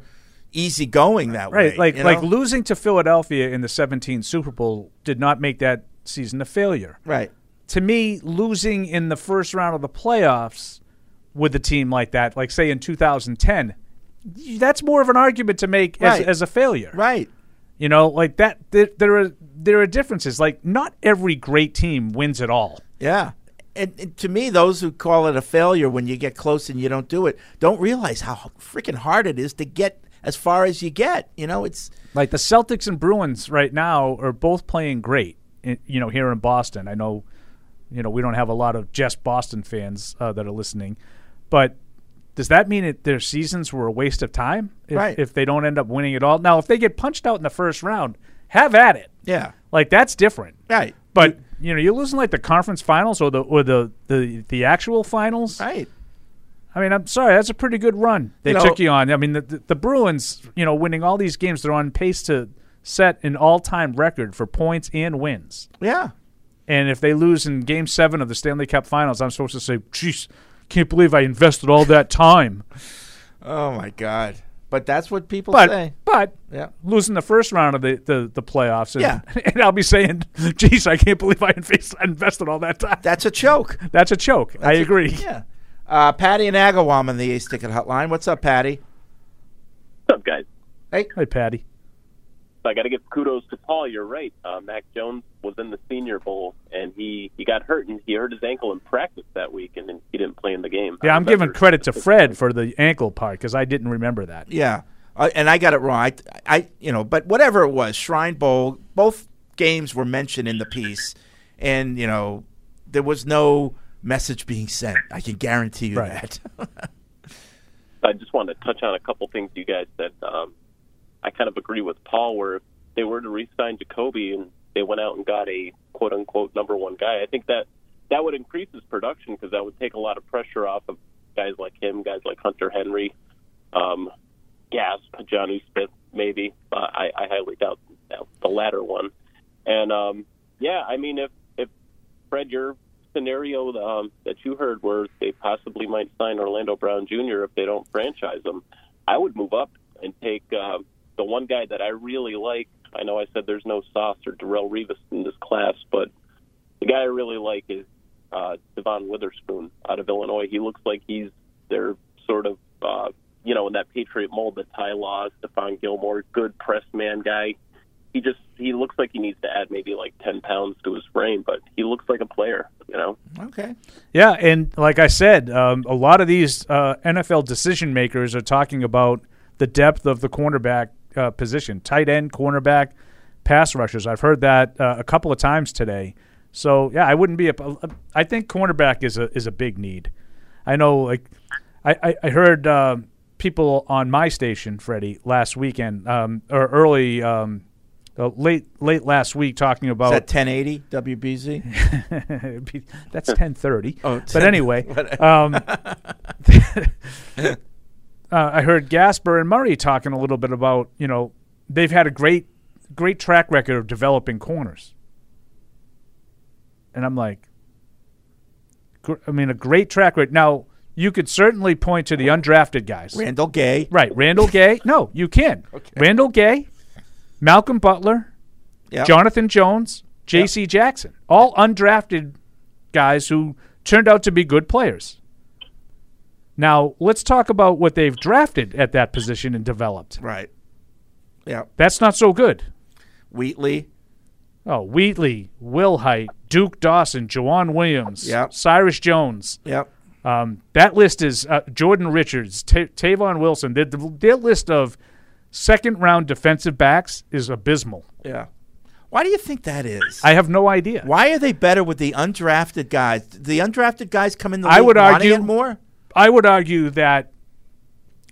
easygoing that way.
right, like
you
like
know?
losing to Philadelphia in the 17 Super Bowl did not make that season a failure.
right,
To me, losing in the first round of the playoffs with a team like that, like say in 2010, y- that's more of an argument to make
Right.
as, as a failure.
right.
You know, like that there, there are there are differences. Like not every great team wins it all.
Yeah. And, and to me, those who call it a failure when you get close and you don't do it don't realize how freaking hard it is to get as far as you get. You know, it's
Like the Celtics and Bruins right now are both playing great. i- You know, here in Boston, I know, you know, we don't have a lot of just Boston fans uh, that are listening, but does that mean that their seasons were a waste of time if,
Right.
if they don't end up winning at all? Now, if they get punched out in the first round, have at it.
yeah,
Like that's different.
right,
But you know, you're losing like the conference finals or the or the the, the actual finals.
right.
I mean, I'm sorry, that's a pretty good run they
You know-
took you on. I mean, the, the, the Bruins, you know, winning all these games, they're on pace to set an all time record for points and wins.
Yeah,
And if they lose in Game Seven of the Stanley Cup Finals, I'm supposed to say, "Jeez, can't believe I invested all that time."
Oh my God! But that's what people
But
say.
but
Yeah.
losing the first round of the the, the playoffs, and,
Yeah.
and I'll be saying, "Jeez, I can't believe I invest- invested all that time."
That's a choke.
That's a choke. I agree.
Yeah. Uh, Patty and Agawam on the Ace Ticket Hotline. What's up, Patty?
What's up, guys?
Hey, Patty.
So I got to give kudos to Paul. You're right. Uh, Mac Jones was in the Senior Bowl, and he he got hurt and he hurt his ankle in practice that week, and then he didn't play in the game.
Yeah,
I
I'm giving
remember-
credit to Fred for the ankle part because I didn't remember that.
Yeah. Uh, and I got it wrong. I, I, you know, but whatever it was, Shrine Bowl. Both games were mentioned in the piece, and you know, there was no message being sent. I can guarantee you
Right.
that.
I just wanted to touch on a couple things you guys said. Um, I kind of agree with Paul where if they were to re-sign Jacoby and they went out and got a quote unquote number one guy. I think that that would increase his production because that would take a lot of pressure off of guys like him, guys like Hunter Henry, um, Gasp, Johnny Smith, maybe. But I, I highly doubt that, the latter one. And um, yeah, I mean, if if Fred, your scenario um, that you heard where they possibly might sign Orlando Brown Jr. if they don't franchise him, I would move up and take uh, the one guy that I really like. I know I said there's no Sauce or Darrell Revis in this class, but the guy I really like is uh, Devon Witherspoon out of Illinois. He looks like he's their sort of, uh, you know, in that Patriot mold, the Ty Law, Stephon Gilmore, good press man guy. He just he looks like he needs to add maybe like ten pounds to his frame, but he looks like a player, you know.
okay.
Yeah, and like I said, um, a lot of these uh, NFL decision makers are talking about the depth of the cornerback uh, position, tight end, cornerback, pass rushers. I've heard that uh, a couple of times today. So yeah, I wouldn't be. A, I think cornerback is a is a big need. I know, like I I, I heard uh, people on my station, Freddie, last weekend um, or early. Um, uh, late, late last week, talking about
Is that 1080 WBZ?
It'd be- that's ten thirty.
Oh,
but
10.
anyway, um, uh, I heard Gasper and Murray talking a little bit about you know they've had a great great track record of developing corners. And I'm like, gr- I mean, a great track record. Now you could certainly point to the undrafted guys,
Randall Gay,
right? Randall Gay. No, you can. Randall Gay, Malcolm Butler,
Yep.
Jonathan Jones, J.C. Jackson, all undrafted guys who turned out to be good players. Now let's talk about what they've drafted at that position and developed.
Right. Yeah.
That's not so good.
Wheatley.
Oh, Wheatley, Will Height, Duke Dawson, Jawan Williams,
Yep.
Cyrus Jones.
Yep.
Um, that list is uh, Jordan Richards, Ta Tavon Wilson. Their, their list of second round defensive backs is abysmal.
Yeah. Why do you think that is?
I have no idea.
Why are they better with the undrafted guys? The undrafted guys come in the
I
league
would
wanting
argue-
it more.
I would argue that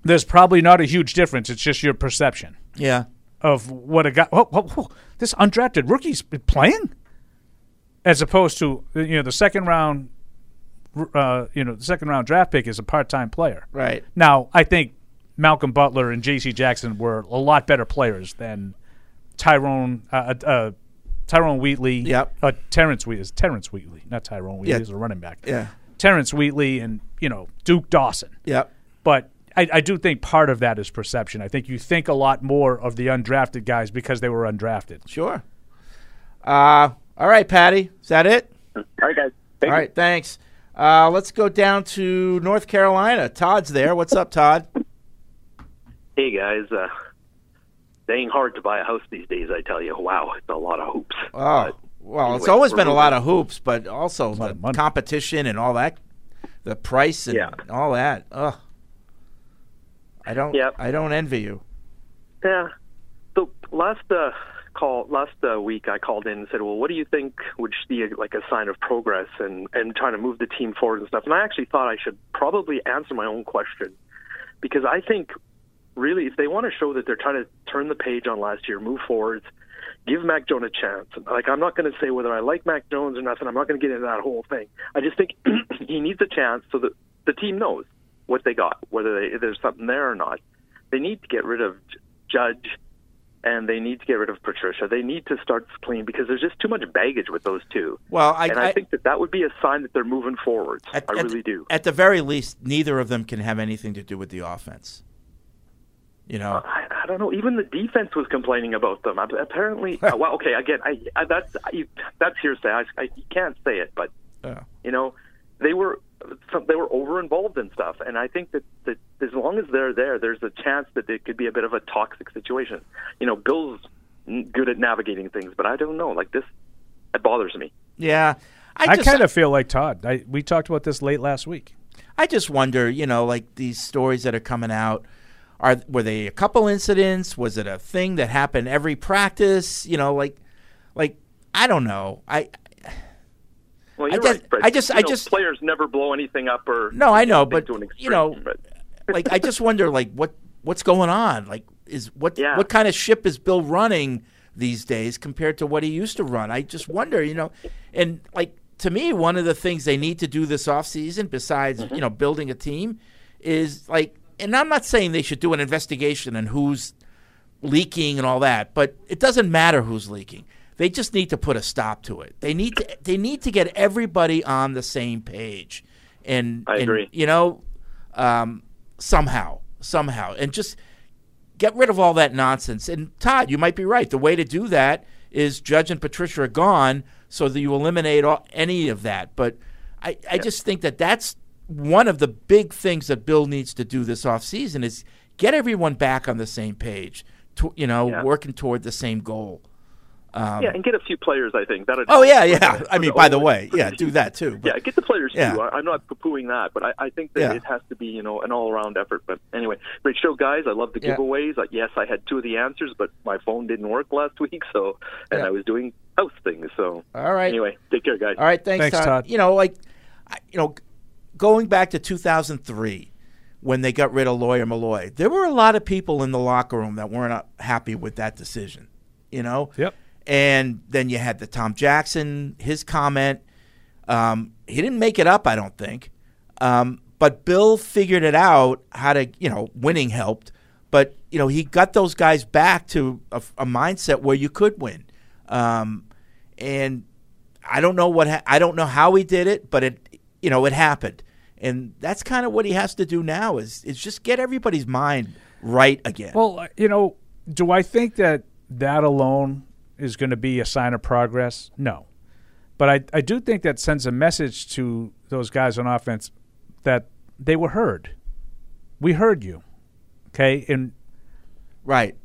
there's probably not a huge difference. It's just your perception
Yeah.
of what a guy. Oh, oh, oh, this undrafted rookie's playing, as opposed to you know the second round. Uh, you know, the second round draft pick is a part time player.
Right.
Now, I think Malcolm Butler and J.C. Jackson were a lot better players than Tyrone uh, uh, Tyrone Wheatley.
Yep.
Uh, Terrence Wheatley. Terrence Wheatley, not Tyrone Wheatley.
Yeah.
He's a running back.
Yeah.
Terrence Wheatley and you know Duke Dawson.
Yep.
But I, I do think part of that is perception. I think you think a lot more of the undrafted guys because they were undrafted.
Sure. Uh, all right, Patty. Is that it?
All right, guys. Thank
All
you.
right. Thanks. Uh, let's go down to North Carolina. Todd's there. What's up, Todd?
Hey guys, uh, dang hard to buy a house these days. I tell you, wow, it's a lot of hoops.
Oh, well, it's
anyway,
always been a
we're
lot of hoops, but also
lot
the
of money.
competition and all that, the price and
Yeah.
all that. Ugh. I don't.
Yep.
I don't envy you.
Yeah. The last uh, call, last uh, week, I called in and said, "Well, what do you think would be like a sign of progress and and trying to move the team forward and stuff?" And I actually thought I should probably answer my own question because I think really, if they want to show that they're trying to turn the page on last year, move forwards, give Mac Jones a chance. Like I'm not going to say whether I like Mac Jones or nothing. I'm not going to get into that whole thing. I just think he needs a chance so that the team knows what they got, whether they, there's something there or not. They need to get rid of J- Judge, and they need to get rid of Patricia. They need to start clean because there's just too much baggage with those two.
Well, I,
and I, think that that would be a sign that they're moving forwards.
at-
I
at-
really do.
At the very least, neither of them can have anything to do with the offense. You know.
I, I don't know. Even the defense was complaining about them. Ap- Apparently, uh, well, okay. Again, I, I that's I, that's hearsay. I, I you can't say it, but
Uh,
Yeah.
you know, they were some, they were over involved in stuff, and I think that, that as long as they're there, there's a chance that it could be a bit of a toxic situation. You know, Bill's n- good at navigating things, but I don't know. Like this, it bothers me.
yeah.
I,
just-
kind of feel like Todd. I, we talked about this late last week.
I just wonder, you know, like these stories that are coming out. Are were they a couple incidents? Was it a thing that happened every practice? You know, like, like I don't know. I
Well,
I
you're
just-
right, Fred.
I just-
You
I
know,
just-
players never blow anything up or
no, I know,
take
but
to an
you
extreme,
know,
but-
like I just wonder, like what what's going on? Like, is what
Yeah.
what kind of ship is Bill running these days compared to what he used to run? I just wonder, you know, and like to me, one of the things they need to do this offseason, besides
Mm-hmm.
you know building a team, is like, and I'm not saying they should do an investigation and who's leaking and all that, but it doesn't matter who's leaking. They just need to put a stop to it. They need to they need to get everybody on the same page, and
I
and,
agree.
You know, um, somehow, somehow, and just get rid of all that nonsense. And Todd, you might be right. The way to do that is Judge and Patricia are gone, so that you eliminate all, any of that. But I, I just think that that's one of the big things that Bill needs to do this offseason is get everyone back on the same page, to, you know,
Yeah.
working toward the same goal.
yeah, and get a few players. I think that.
um, Oh yeah, yeah. I mean, by the way, yeah, do that too. But
Yeah, get the players
Yeah.
too. I- I'm not poo-pooing that, but I, I think that
Yeah.
it has to be, you know, an all-around effort. But anyway, great show, guys. I love the
Yeah.
giveaways. Uh, yes, I had two of the answers, but my phone didn't work last week, so and
Yeah.
I was doing house things. So
All right.
anyway, take care, guys.
All right, thanks,
Thanks,
Todd.
Todd.
You know, like, I- you know, g- going back to 2003 when they got rid of Lawyer Malloy, there were a lot of people in the locker room that weren't uh, happy with that decision. You know.
Yep.
And then you had the Tom Jackson, his comment. Um, he didn't make it up, I don't think. Um, but Bill figured it out how to, you know, winning helped. But you know, he got those guys back to a, a mindset where you could win. Um, and I don't know what ha- I don't know how he did it, but it you know it happened, and that's kind of what he has to do now is is just get everybody's mind right again.
Well, you know, do I think that that alone is going to be a sign of progress? No. But I, I do think that sends a message to those guys on offense that they were heard. We heard you. Okay? And
Right.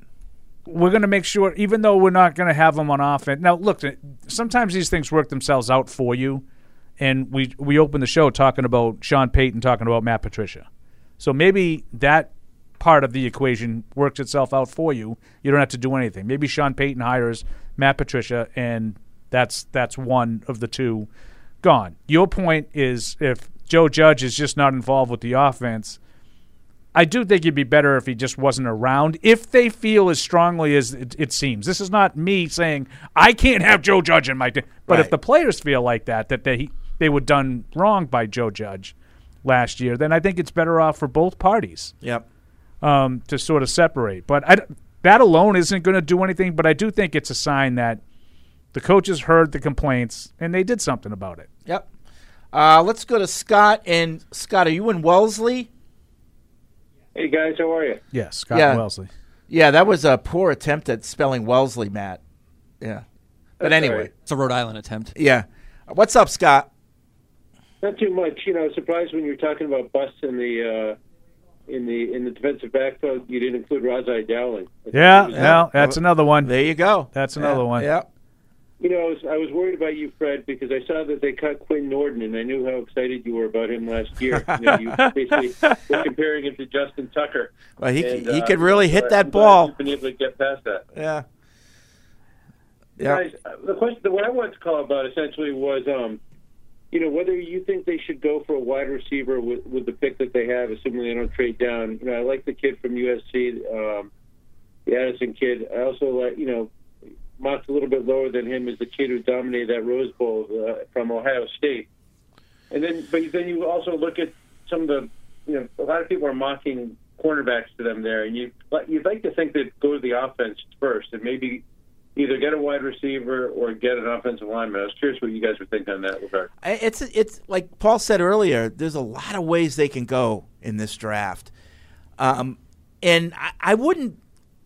We're going to make sure even though we're not going to have them on offense. Now, look, sometimes these things work themselves out for you. And we we opened the show talking about Sean Payton talking about Matt Patricia. So maybe that part of the equation works itself out for you. You don't have to do anything. Maybe Sean Payton hires Matt Patricia, and that's that's one of the two gone. Your point is if Joe Judge is just not involved with the offense, I do think it'd be better if he just wasn't around. If they feel as strongly as it, it seems, this is not me saying I can't have Joe Judge in my. T-. But if
Right.
the players feel like that, that they they were done wrong by Joe Judge last year, then I think it's better off for both parties
Yep.
um, to sort of separate. But I d that alone isn't going to do anything. But I do think it's a sign that the coaches heard the complaints and they did something about it.
Yep. Uh, let's go to Scott. And Scott, are you in Wellesley?
Hey guys, how are you?
Yes, Scott
Yeah.
Wellesley.
Yeah, that was a poor attempt at spelling Wellesley, Matt. Yeah. But
That's all
anyway.
right.
It's a Rhode Island attempt.
Yeah. What's up, Scott?
Not too much. You know, I was surprised when you were talking about busts in the uh, in the in the defensive backfield. You didn't include Razai Dowling.
Yeah, no, that's another one. There
you go.
That's another one.
You know, I was, I was worried about you, Fred, because I saw that they cut Quinn Norton, and I knew how excited you were about him last year. You know, you basically were comparing him to Justin Tucker.
Well, he-
And, uh,
he could really hit
I'm
that
glad
ball.
You've been able to get past that.
Yeah.
Guys, uh, the question, the- what I wanted to call about essentially was, um, you know, whether you think they should go for a wide receiver with, with the pick that they have, assuming they don't trade down. You know, I like the kid from USC, um, the Addison kid. I also like, you know, mocked a little bit lower than him is the kid who dominated that Rose Bowl uh, from Ohio State. And then, but then you also look at some of the, you know, a lot of people are mocking cornerbacks to them there, and you you'd like to think they'd go to the offense first, and maybe either get a wide receiver or get an offensive lineman. I was curious what you guys were thinking on that regard.
I- It's it's like Paul said earlier. There's a lot of ways they can go in this draft, um, and I, I wouldn't.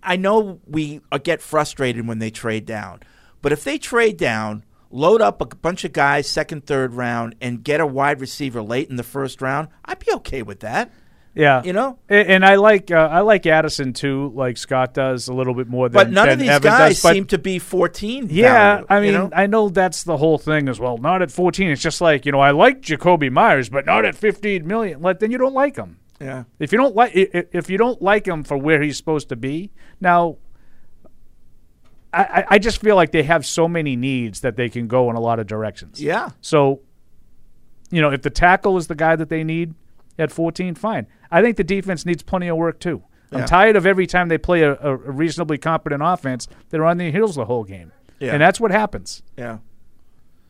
I know we uh, get frustrated when they trade down, but if they trade down, load up a bunch of guys second, third round, and get a wide receiver late in the first round, I'd be okay with that.
Yeah,
You know?
A- and, I like uh, I like Addison too, like Scott does a little bit more than.
But none
than
of these
Evan
guys
does, but-
seem to be 14.
Yeah,
value,
I
you
mean,
know?
I know that's the whole thing as well. Not at fourteen, it's just like you know, I like Jacoby Myers, but not at fifteen million. Like then you don't like him.
Yeah.
If you don't like i- i- if you don't like him for where he's supposed to be now, I, I- I just feel like they have so many needs that they can go in a lot of directions.
Yeah.
So, you know, if the tackle is the guy that they need at 14, fine. I think the defense needs plenty of work too.
Yeah.
I'm tired of every time they play a, a reasonably competent offense, they're on their heels the whole game,
Yeah.
and that's what happens.
Yeah.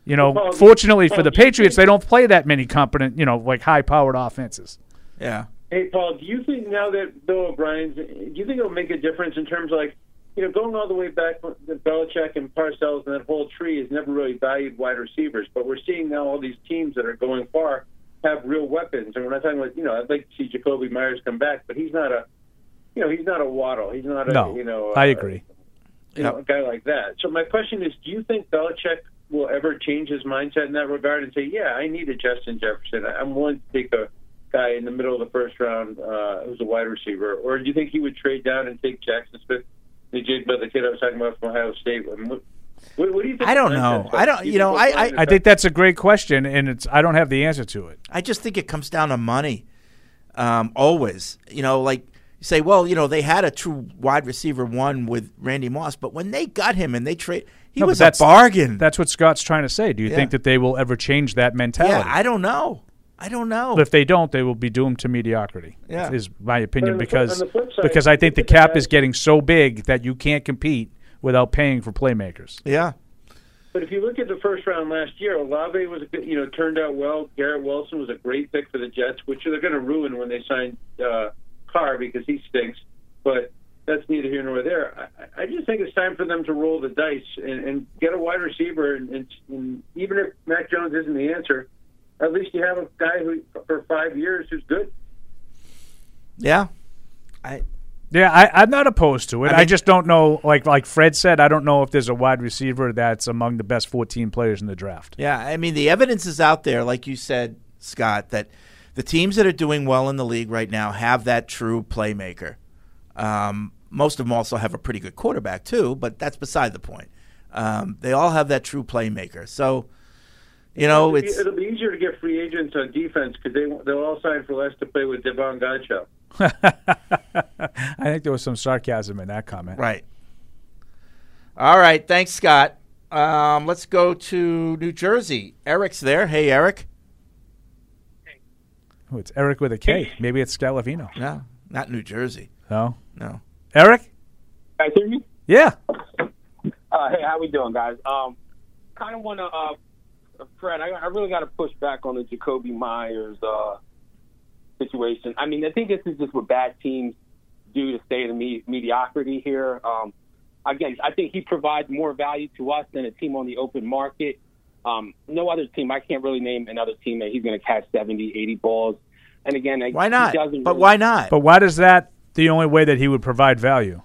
You know,
Well,
fortunately for
well,
the
do you
Patriots, they don't play that many competent, you know, like high-powered offenses.
Yeah.
Hey, Paul, do you think now that Bill O'Brien's, do you think it'll make a difference in terms of like, you know, going all the way back to Belichick and Parcells and that whole tree has never really valued wide receivers, but we're seeing now all these teams that are going far have real weapons, and we're not talking about, you know, I'd like to see Jacoby Myers come back, but he's not a, you know, he's not a Waddle, he's not a,
no,
you know,
I
a-
agree.
you know, a guy like that. So my question is, do you think Belichick will ever change his mindset in that regard and say, "Yeah, I need a Justin Jefferson. I- I'm willing to take a guy in the middle of the first round uh, who's a wide receiver," or do you think he would trade down and take Jackson Smith, the jig, but the kid I was talking about from Ohio State? I mean, What, what, what do you think?
I don't know. I don't. You know, I I,
I think that's a great question, and it's I don't have the answer to it.
I just think it comes down to money. Um, always, you know, like you say, well, you know, they had a true wide receiver one with Randy Moss, but when they got him and they trade, he
No, but
was a
that's-
bargain.
That's what Scott's trying to say. Do you
Yeah.
think that they will ever change that mentality?
Yeah, I don't know. I don't know.
If they don't, they will be doomed to mediocrity.
Yeah.
is my opinion
on the flip-
because
on the flip side,
because I
you
think the
look at
cap
that-
is getting so big that you can't compete without paying for playmakers.
Yeah,
But if you look at the first round last year, Olave was a good- you know turned out well. Garrett Wilson was a great pick for the Jets, which they're going to ruin when they sign uh, Carr because he stinks. But that's neither here nor there. I, I just think it's time for them to roll the dice and, and get a wide receiver. And, and, and even if Mac Jones isn't the answer, at least you have a guy who for five years who's good.
Yeah. I
Yeah, I, I'm not opposed to it. I,
I mean-
just don't know, like like Fred said, I don't know if there's a wide receiver that's among the best 14 players in the draft.
Yeah, I mean the evidence is out there, like you said, Scott, that the teams that are doing well in the league right now have that true playmaker. Um, most of them also have a pretty good quarterback too, but that's beside the point. Um, they all have that true playmaker. So, you know,
it'll be,
it's
it'll be easier to get free agents on defense because they won't- they'll all sign for less to play with Devon Godchild.
I think there was some sarcasm in that comment.
Right. all right. Thanks, Scott. Um, let's go to New Jersey. Eric's there. Hey, Eric.
Oh, it's Eric with a K. Maybe it's Scalavino.
No, not New Jersey.
No.
No.
Eric?
Guys, hear me?
Yeah.
Uh, hey, how we doing, guys? Um, kind of want to, uh, Fred. I, I really got to push back on the Jacoby Myers uh, situation. I mean, I think this is just what bad teams do to stay in the me- mediocrity here. Um, again, I think he provides more value to us than a team on the open market. Um, no other team. I can't really name another team that he's going to catch 70, 80 balls. And again,
Why not?
He doesn't
But
really-
why not?
But why does that the only way that he would provide value?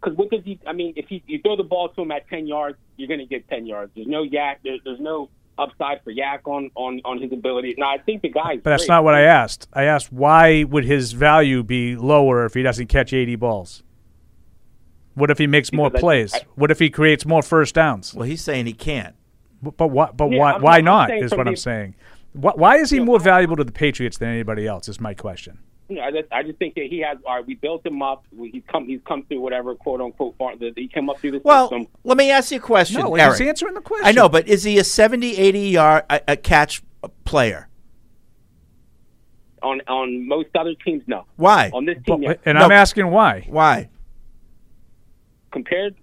Because what does he? I mean, if he you throw the ball to him at ten yards, you're going to get ten yards. There's no yak. There, there's no upside for yak on on on his ability. Now I think the guy's.
But that's
great.
not what I asked. I asked why would his value be lower if he doesn't catch 80 balls? What if he makes more
Because I-
plays?
I-
what if he creates more first downs?
Well, he's saying he can't.
But, but why? But
Yeah,
why?
I'm-
why
I'm
not?
saying
Is
from
what
the-
I'm saying. Why, why is he more valuable to the Patriots than anybody else? Is my question.
You know, I just I just think that he has. All right, we built him up. We, he's come. He's come through whatever quote unquote. Farm, that he came up through the
Well,
system.
let me ask you a question.
No, he's
Eric.
answering the question.
I know, but is he a 70, 80 yard a, a catch player?
On on most other teams, no.
Why?
On this team, yes.
And I'm asking why.
Why?
compared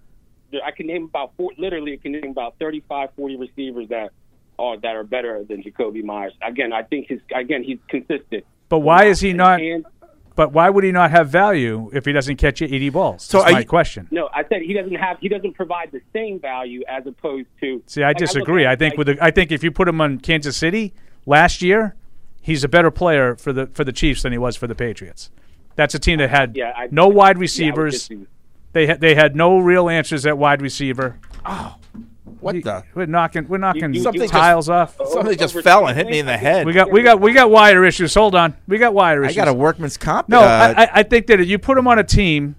I can name about four, literally I can name about 35 40 receivers that are that are better than Jacoby Myers. Again, I think his again he's consistent.
But why is he not?
And
But why would he not have value if he doesn't catch 80 balls?
So
That's
are
my
you-
question.
no, I said he doesn't have he doesn't provide the same value as opposed to
See, I
like, look
disagree.
at
I,
it
think
like-
with the, I think if you put him on Kansas City last year, he's a better player for the for the Chiefs than he was for the Patriots. That's a team that had
Yeah, I-
no wide
just
receivers.
see-
they had they had no real answers at wide receiver. Oh,
what the?
We're knocking we're knocking
you- Something
tiles
just-
off.
something just fell and hit me in the head.
We got we got we got wider issues. Hold on, we got wider
I
issues.
got a workman's comp.
No,
uh,
I, I- I think that if you put him on a team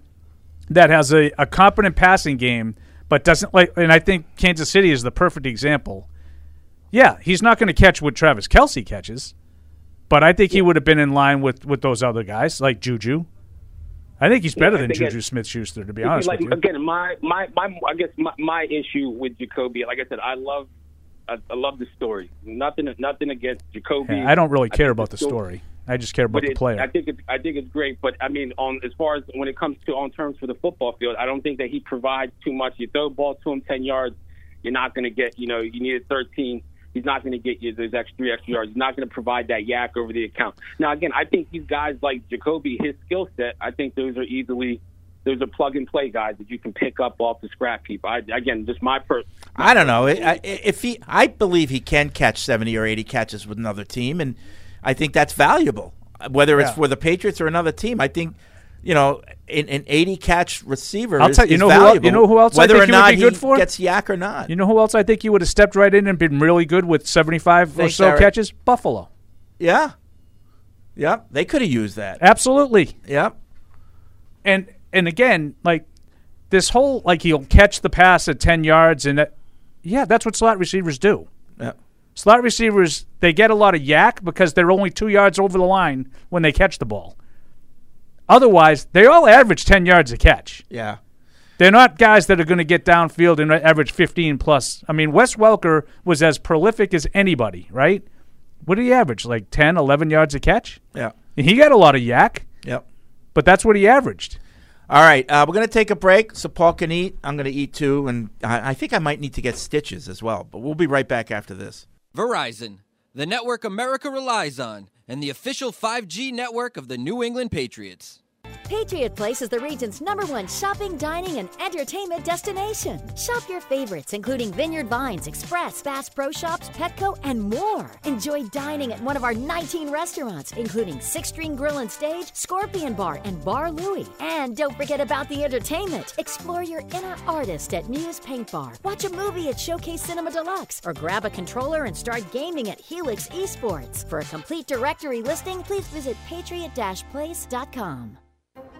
that has a, a competent passing game, but doesn't like, and I think Kansas City is the perfect example. Yeah, he's not going to catch what Travis Kelsey catches, but I think he would have been in line with, with those other guys like Juju. I think he's
Yeah,
better
I
than
think
Juju
it's-
Smith Schuster, to be
If you
honest
like,
with you.
Again, my, my, my, I guess my, my issue with Jacoby, like I said, I love, I, I love the story. Nothing, nothing against Jacoby.
Yeah, I don't really care
think
about the story. I just care about
but
the
it-
player.
I think it's, I think it's great, but I mean, on as far as when it comes to on terms for the football field, I don't think that he provides too much. You throw a ball to him ten yards, you're not going to get. You know, you needed thirteen. He's not going to get you those extra three extra yards. He's not going to provide that yak over the account. Now, again, I think these guys like Jacoby, his skill set, I think those are easily. Those are plug and play guys that you can pick up off the scrap heap. I, again, just my per-
I don't know. I- I- If he, I believe he can catch seventy or eighty catches with another team, and I think that's valuable. Whether it's
Yeah.
for the Patriots or another team, I think you know an, an eighty catch receiver.
I'll
is-
tell you,
is
know who el-
valuable.
you know who else I
Whether
think
or
he would
not
be good
he
for?
gets yak or not.
you know who else I think he would have stepped right in and been really good with 75 or
Thanks,
so
Eric.
catches? Buffalo.
Yeah, yep. They could have used that.
Absolutely.
Yep.
And and again, like this whole like he'll catch the pass at ten yards and that, yeah, that's what slot receivers do.
Yep.
Slot receivers they get a lot of yak because they're only two yards over the line when they catch the ball. Otherwise, they all average ten yards a catch.
Yeah.
They're not guys that are going to get downfield and average 15 plus. I mean, Wes Welker was as prolific as anybody, right? What did he average? Like 10, 11 yards a catch?
Yeah.
And he got a lot of yak.
Yep.
But that's what he averaged.
All right, uh, we're going to take a break so Paul can eat. I'm going to eat too, and I, I think I might need to get stitches as well. But we'll be right back after this.
Verizon, the network America relies on, and the official 5G network of the New England Patriots.
Patriot Place is the region's number one shopping, dining, and entertainment destination. Shop your favorites, including Vineyard Vines, Express, Bass Pro Shops, Petco, and more. Enjoy dining at one of our 19 restaurants, including Six String Grill and Stage, Scorpion Bar, and Bar Louie. And don't forget about the entertainment. Explore your inner artist at Muse Paint Bar. Watch a movie at Showcase Cinema Deluxe, or grab a controller and start gaming at Helix Esports. For a complete directory listing, please visit patriot-place.com.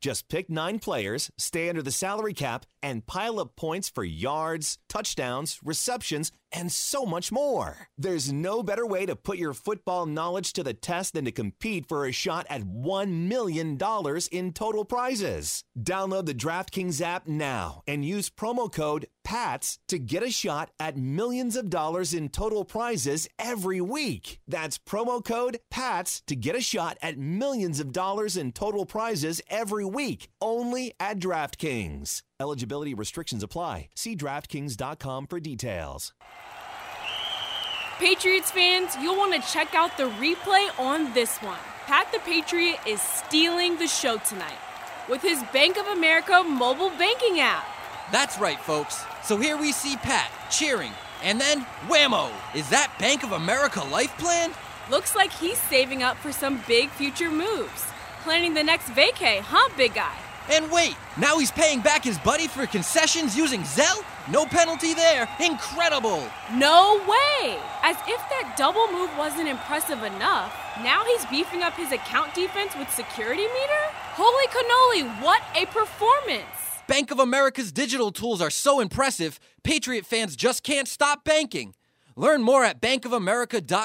Just pick nine players, stay under the salary cap, and pile up points for yards, touchdowns, receptions, and so much more. There's no better way to put your football knowledge to the test than to compete for a shot at $1 million in total prizes. Download the DraftKings app now and use promo code PATS to get a shot at millions of dollars in total prizes every week. That's promo code PATS to get a shot at millions of dollars in total prizes every week, only at DraftKings. Eligibility restrictions apply. See DraftKings.com for details.
Patriots fans, you'll want to check out the replay on this one. Pat the Patriot is stealing the show tonight with his Bank of America mobile banking app.
That's right, folks. So here we see Pat cheering, and then whammo! Is that Bank of America life plan?
Looks like he's saving up for some big future moves. Planning the next vacay, huh, big guy?
And wait, now he's paying back his buddy for concessions using Zelle? No penalty there. Incredible.
No way! As if that double move wasn't impressive enough, now he's beefing up his account defense with security meter? Holy cannoli, what a performance!
Bank of America's digital tools are so impressive, Patriot fans just can't stop banking. Learn more at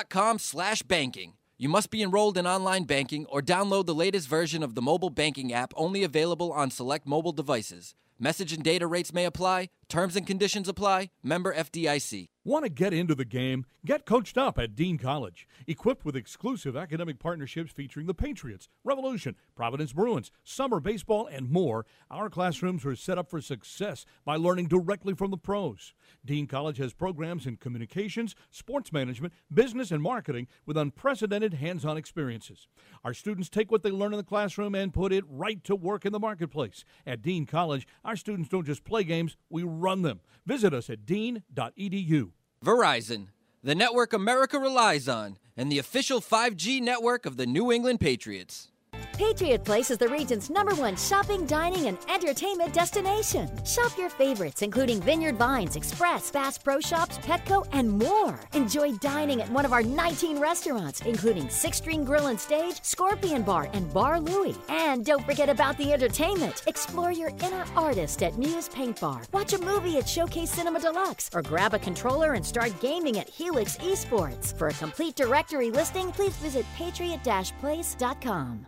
bankofamerica.com/banking. You must be enrolled in online banking or download the latest version of the mobile banking app only available on select mobile devices. Message and data rates may apply. Terms and conditions apply. Member FDIC.
Want to get into the game? Get coached up at Dean College. Equipped with exclusive academic partnerships featuring the Patriots, Revolution, Providence Bruins, summer baseball, and more, our classrooms are set up for success by learning directly from the pros. Dean College has programs in communications, sports management, business, and marketing with unprecedented hands on experiences. Our students take what they learn in the classroom and put it right to work in the marketplace. At Dean College, our students don't just play games, we run them. Visit us at E dean.edu.
Verizon, the network America relies on, and the official 5G network of the New England Patriots.
Patriot Place is the region's number one shopping, dining, and entertainment destination. Shop your favorites, including Vineyard Vines, Express, Bass Pro Shops, Petco, and more. Enjoy dining at one of our 19 restaurants, including Six String Grill and Stage, Scorpion Bar, and Bar Louie. And don't forget about the entertainment. Explore your inner artist at Muse Paint Bar. Watch a movie at Showcase Cinema Deluxe, or grab a controller and start gaming at Helix Esports. For a complete directory listing, please visit patriot-place.com.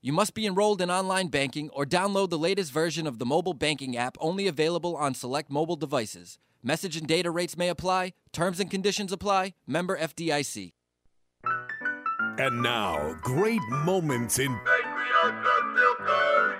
You must be enrolled in online banking or download the latest version of the mobile banking app only available on select mobile devices. Message and data rates may apply. Terms and conditions apply. Member FDIC.
And now, great moments in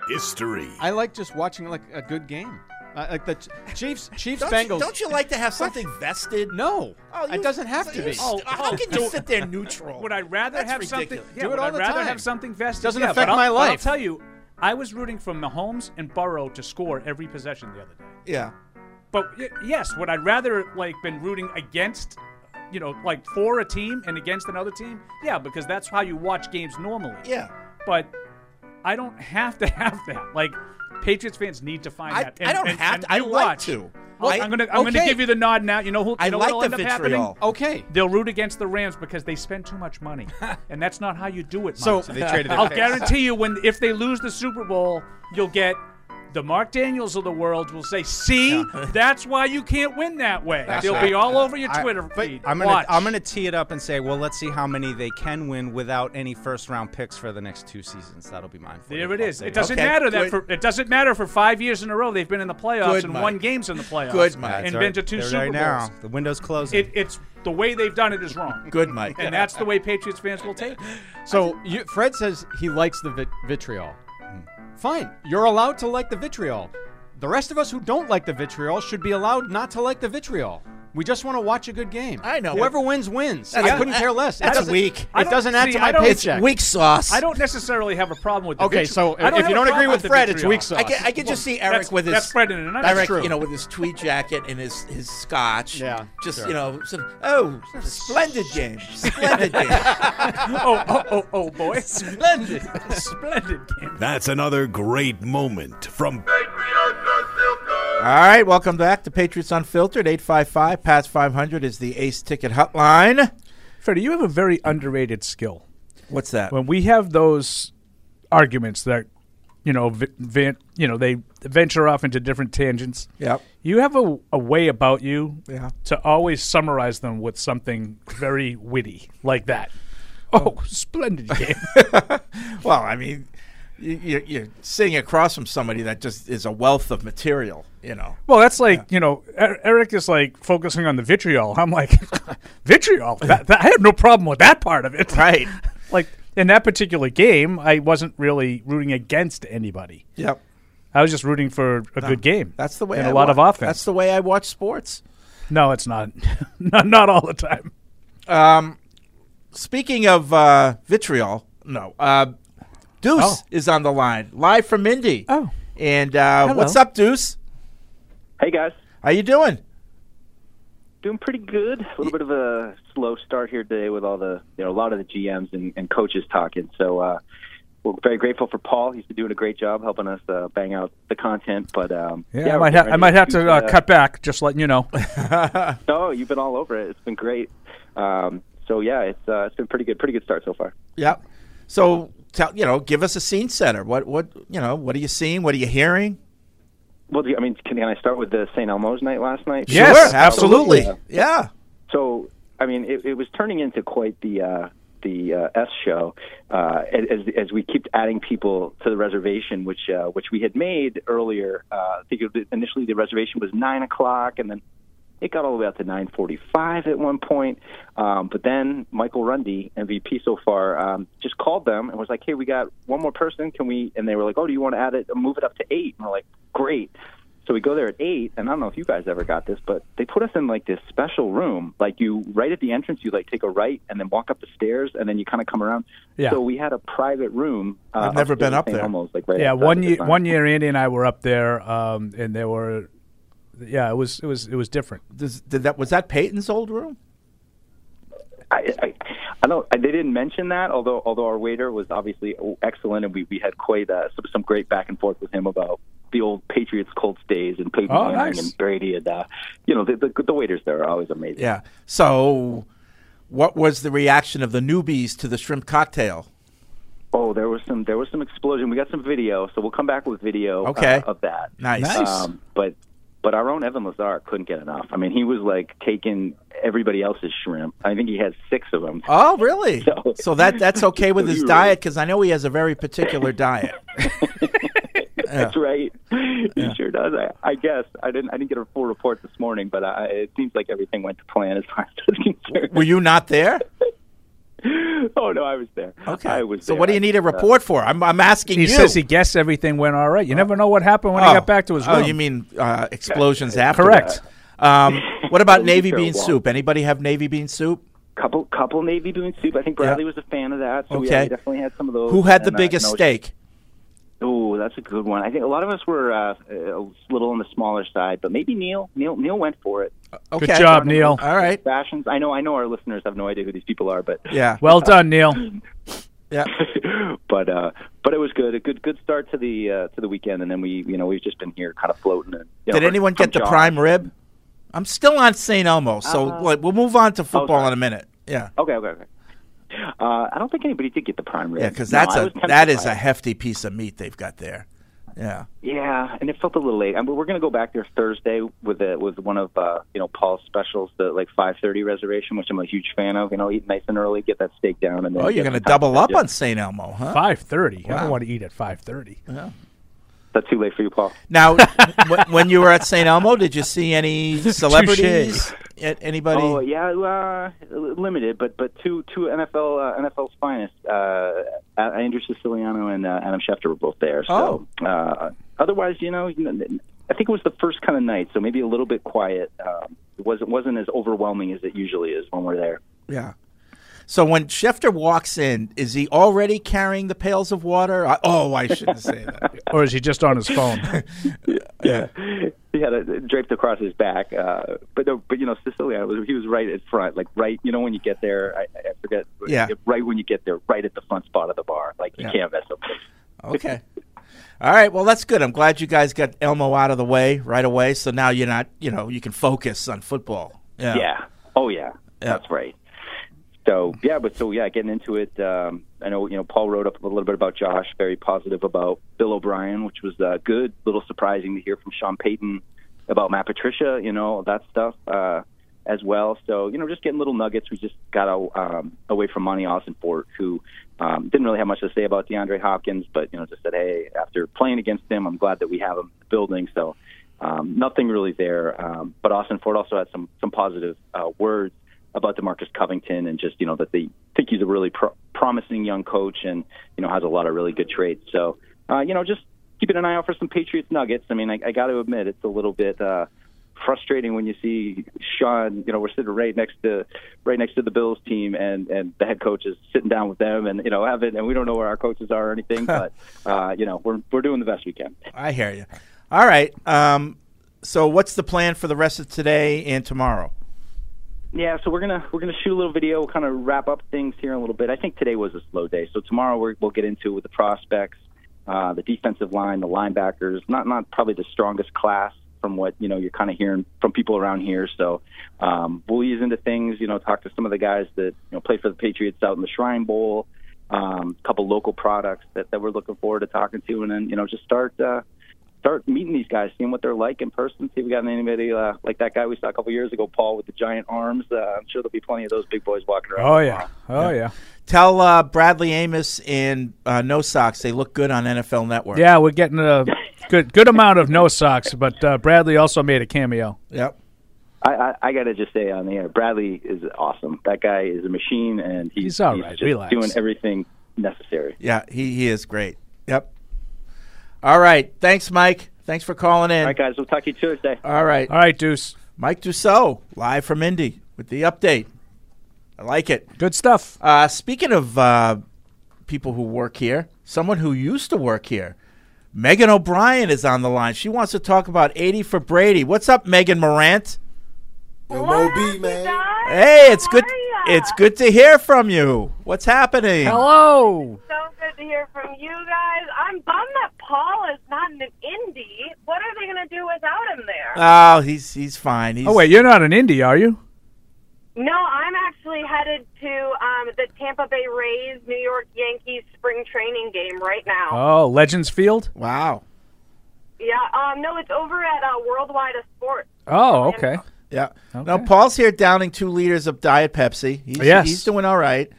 history.
I like just watching like a good game. Uh, like the Ch- Chiefs, Chiefs,
Don't you-
Bengals.
don't you like to have something vested?
No,
Oh, you-
it doesn't have to
you
be.
st- how can you sit there neutral?
Oh, Would I rather
That's
have
ridiculous.
something? Yeah, would I rather have something vested?
Doesn't
Yeah,
affect
but I'll-
my
but I'll
life.
tell you, I was rooting for Mahomes and Burrow to score every possession the other day.
Yeah.
But y- yes, would I rather like been rooting against, you know, like for a team and against another team? Yeah, because that's how you watch games normally.
Yeah.
But I don't have to have that. Like Patriots fans need to find
I,
that.
I don't have to. I
you
like
watch.
to.
I, am gonna I'm gonna
okay.
give you the nod now. You know who? you
I
know
like
what'll end
the
up happening? Oh,
vitriol. Okay.
They'll root against the Rams because they spend too much money, and that's not how you do it.
So-
Mike.
So they traded their
I'll
picks.
guarantee you, when if they lose the Super Bowl, you'll get. The Mark Daniels of the world will say, "See, that's why you can't win that way."
That's
They'll
right.
be all over your
I-
Twitter
but
feed.
I'm gonna
Watch.
I'm gonna tee it up and say, well, let's see how many they can win without any first round picks for the next two seasons. That'll be mine. For you.
There it is.
There you
It
go.
doesn't
Okay.
matter
Good.
that for, it doesn't matter for five years in a row they've been in the playoffs
Good,
and
Mike.
won games in the playoffs.
Good, Mike.
And
That's
been
right.
to two
There they
Super
are
Bowls.
now. The window's closing.
It, it's the way they've done it is wrong.
Good, Mike.
And that's the way Patriots fans will take it.
So you, Fred says he likes the vit- vitriol. Fine, you're allowed to like the vitriol. The rest of us who don't like the vitriol should be allowed not to like the vitriol. We just want to watch a good game. I know. Whoever wins wins.
That's-
I couldn't care less. It
that's
doesn't-
weak. I
It
don't-
doesn't add
see,
to
I
my
don't-
paycheck.
Weak sauce.
I
I
don't.
don't necessarily have a problem with the
Okay,
vitri- I
so if
have
you
a
don't agree
problem
with
the
Fred, it's
vitriol.
weak sauce.
I can, I can just see Eric
That's-
with his
that's Fred in a nutshell.
direct, you know, with his tweed jacket and his his scotch.
Yeah,
just
sure.
you know, sort of, oh, splendid game, splendid game.
oh, oh, oh, oh, boy,
splendid,
splendid game.
That's another great moment from
All right, welcome back to Patriots Unfiltered. 855 Pats 500 is the ace ticket hotline.
Freddie, you have a very underrated skill.
What's that?
When we have those arguments that you know, v- vent, you know, they venture off into different tangents.
Yep.
You have a, a way about you
Yeah.
to always summarize them with something very witty like that. Oh, splendid game.
well, I mean, you, you're, you're sitting across from somebody that just is a wealth of material. You know,
Well, that's like you know, E- Eric is like focusing on the vitriol. I'm like, vitriol. That, that, I have no problem with that part of it.
Right.
like in that particular game, I wasn't really rooting against anybody.
Yep.
I was just rooting for a
No,
good game.
That's the way.
and
I
a lot
wa-
of offense.
That's the way I watch sports.
no, it's not. not not all the time.
Um, speaking of uh, vitriol, no. Uh, Deuce
Oh.
is on the line, live from Indy.
Oh,
and uh,
Hello.
what's up, Deuce?
Hey guys,
How you doing?
doing pretty good. A little bit of a slow start here today with all the, you know, a lot of the GMs and, and coaches talking. So uh, we're very grateful for Paul. He's been doing a great job helping us uh, bang out the content. But um,
Yeah, I
we're
might
getting
have. I
ready
might have
shoot
to uh,
the-
cut back. Just letting you know.
No, Oh, you've been all over it. It's been great. Um, so yeah, it's uh, it's been pretty good. Pretty good start so far.
Yep. So tell you know, give us a scene setter. What what you know? What are you seeing? What are you hearing?
Well, do you- I mean, can, can I start with the St. Elmo's night last night?
Yes, Sure, absolutely. absolutely. Yeah.
So, I mean, it, it was turning into quite the uh, the uh, S show uh, as as we kept adding people to the reservation, which uh, which we had made earlier. Uh, I think it, initially the reservation was nine o'clock, and then it got all the way out to 9:45 at one point. Um, but then Michael Rundy, MVP so far, um, just called them and was like, "Hey, we got one more person. Can we?" And they were like, "Oh, do you want to add it? Move it up to eight? And we're like, "Great." So we go there at eight, and I don't know if you guys ever got this, but they put us in like this special room. Like you, right at the entrance, you like take a right and then walk up the stairs, and then you kind of come around.
Yeah.
So we had a private room. Uh,
I've never been
upstairs
up
in St.
there.
Elmo's, like right
yeah,
outside
one
the
year.
design.
One year, Andy and I were up there, um, and there were, yeah, it was it was it was different.
Does, did that was that Peyton's old room?
I, I, I don't. I, they didn't mention that, although although our waiter was obviously excellent, and we, we had quite uh, some, some great back and forth with him about the old Patriots Colts days and Peyton
Oh,
Manning
nice.
and Brady and uh, you know the, the the waiters there are always amazing.
Yeah. So, what was the reaction of the newbies to the shrimp cocktail?
Oh, there was some there was some explosion. We got some video, so we'll come back with video uh,
Okay.
of that. Um,
Nice. Nice.
but but our own Evan Lazar couldn't get enough. I mean, he was like taking everybody else's shrimp. I think he had six of them.
Oh, really? So, that that's okay with
So
his
you
diet because I know he has a very particular diet.
That's right. He sure does. I, I guess I didn't. I didn't get a full report this morning, but I, it seems like everything went to plan as far as I was concerned.
Were you not there?
Oh no, I was there. Okay. I was.
So
there.
what do you
I
need a
was, uh,
report for? I'm I'm asking
He
you.
says he guessed everything went all right. You never know what happened when he
Oh.
got back to his
Oh,
room.
you mean uh, explosions after?
Correct.
Um, what about
Those
navy
are
bean
wild.
soup? Anybody have navy bean soup?
Couple couple navy bean soup. I think Bradley was a fan of that, so we-
Okay.
we definitely had some of those.
Who had the
And, uh,
biggest
you know,
steak?
Oh, that's a good one. I think a lot of us were uh, a little on the smaller side, but maybe Neil. Neil Neil went for it.
Good Uh, okay. job, Neil. All right.
Fashions. I know. I know our listeners have no idea who these people are, but
Yeah.
Well done, Neil.
Yeah.
but uh, but it was good. A good good start to the uh, to the weekend, and then we you know we've just been here kind of floating. And, you know,
Did anyone
from
get the
John.
prime rib? I'm still on St. Elmo, so
Uh,
like, we'll move on to football in a minute. Yeah.
Okay, okay, okay. Uh, I don't think anybody did get the prime rib.
Yeah, because
No,
that's
I
a
was tempted
that is
by
a
it.
hefty piece of meat they've got there. Yeah.
Yeah, and it felt a little late. I mean, we're going to go back there Thursday with a, with one of uh, you know Paul's specials, the like five thirty reservation, which I'm a huge fan of. You know, eat nice and early, get that steak down, and then
Oh, you're
get
going to
some time
double up
digest.
on St. Elmo, huh?
Five thirty. I
Wow.
don't want to eat at five thirty.
Yeah.
That's too late for you, Paul.
Now, w- when you were at St. Elmo, did you see any celebrities? A- Anybody?
Oh yeah, uh, limited, but but two two NFL uh, NFL's finest. Uh, Andrew Siciliano and uh, Adam Schefter were both there. So,
Oh.
uh, otherwise, you know, I think it was the first kind of night, so maybe a little bit quiet. Um, it wasn't wasn't as overwhelming as it usually is when we're there.
Yeah. So when Schefter walks in, is he already carrying the pails of water? I, oh, I shouldn't say that.
or is he just on his phone?
yeah, he had it draped across his back. Uh, but no, but you know, Siciliano was he was right at front, like right. You know, when you get there, I, I forget.
Yeah.
right when you get there, right at the front spot of the bar. Like you
Yeah.
can't mess up.
Okay. All right. Well, that's good. I'm glad you guys got Elmo out of the way right away. So now you're not, you know, you can focus on football. Yeah.
Oh yeah. That's right. So yeah, but so yeah, getting into it. Um, I know you know Paul wrote up a little bit about Josh, very positive about Bill O'Brien, which was uh, good. Little surprising to hear from Sean Payton about Matt Patricia, you know that stuff uh, as well. So you know, just getting little nuggets. We just got a, um, away from Monty Austin Fort, who um, didn't really have much to say about DeAndre Hopkins, but you know, just said, hey, after playing against him, I'm glad that we have him in the building. So um, nothing really there. Um, but Austin Ford also had some some positive uh, words about Demarcus Covington and just you know that they think he's a really pro- promising young coach and you know has a lot of really good traits. So uh, you know just keeping an eye out for some Patriots nuggets. I mean I, I got to admit it's a little bit uh, frustrating when you see Sean. You know we're sitting right next to right next to the Bills team and and the head coach is sitting down with them and you know having and we don't know where our coaches are or anything, but uh, you know we're we're doing the best we can.
I hear you. All right. Um, so what's the plan for the rest of today and tomorrow?
Yeah, so we're gonna we're gonna shoot a little video, we'll kind of wrap up things here in a little bit. I think today was a slow day, so tomorrow we're, we'll get into with the prospects, uh, the defensive line, the linebackers. Not not probably the strongest class from what you know you're kind of hearing from people around here. So um, we'll ease into things. You know, talk to some of the guys that you know play for the Patriots out in the Shrine Bowl. Um, a couple local products that, that we're looking forward to talking to, and then you know just start uh, start meeting these guys, seeing what they're like in person. See if we got anybody uh, like that guy we saw a couple years ago, Paul, with the giant arms. Uh, I'm sure there'll be plenty of those big boys walking around.
Oh yeah. Oh yeah.
Tell uh, Bradley Amos and uh, No Socks they look good on NFL Network.
Yeah, we're getting a good good amount of no socks, but uh, Bradley also made a cameo.
Yep.
I, I, I got to just say on the air, Bradley is awesome. That guy is a machine, and he's,
He's all right.
just
Relax.
doing everything necessary.
Yeah, he, he is great. Yep. All right. Thanks, Mike. Thanks for calling in. All right,
guys. We'll talk to you Tuesday.
All right. All
right, Deuce.
Mike Dussault, live from Indy with the update. I like it.
Good stuff.
Uh, speaking of uh, people who work here, someone who used to work here, Megan O'Brien is on the line. She wants to talk about 80 for Brady. What's up, Megan Morant?
Moby, man.
Hey, it's good. It's good to hear from you. What's happening?
Hello. So good to hear from you guys. I'm bummed that Paul is not in Indy. What are they going to do without him there?
Oh, he's he's fine. He's,
Oh wait, you're not an indie, are you?
No, I'm actually headed to um, the Tampa Bay Rays New York Yankees spring training game right now.
Oh, Legends Field.
Wow.
Yeah, um, no, it's over at uh, Worldwide of Sports.
Oh, okay.
Yeah. Now Paul's here downing two liters of Diet Pepsi. He's,
Yes.
he's doing all right.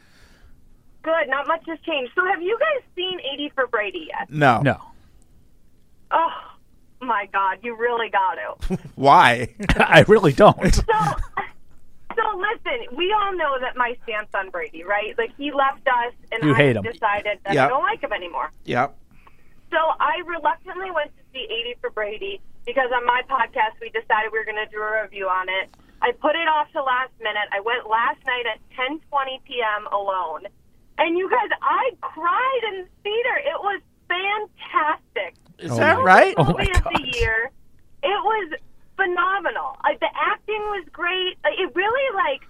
Good, not much has changed. So, have you guys seen 80 for Brady yet?
No. No.
Oh, my God, you really got to.
Why?
I really don't.
So listen, we all know that my stance on Brady, right? Like he left us, and
You
I
hate him.
decided that
Yeah.
I don't like him anymore.
Yep.
So I reluctantly went to see 80 for Brady because on my podcast we decided we were going to do a review on it. I put it off to last minute. I went last night at 10:20 p.m. alone, and you guys, I cried in the theater. It was fantastic.
Is that right?
Movie
Oh my
of the year. It was phenomenal. Uh, Like the acting was great. Like, It really like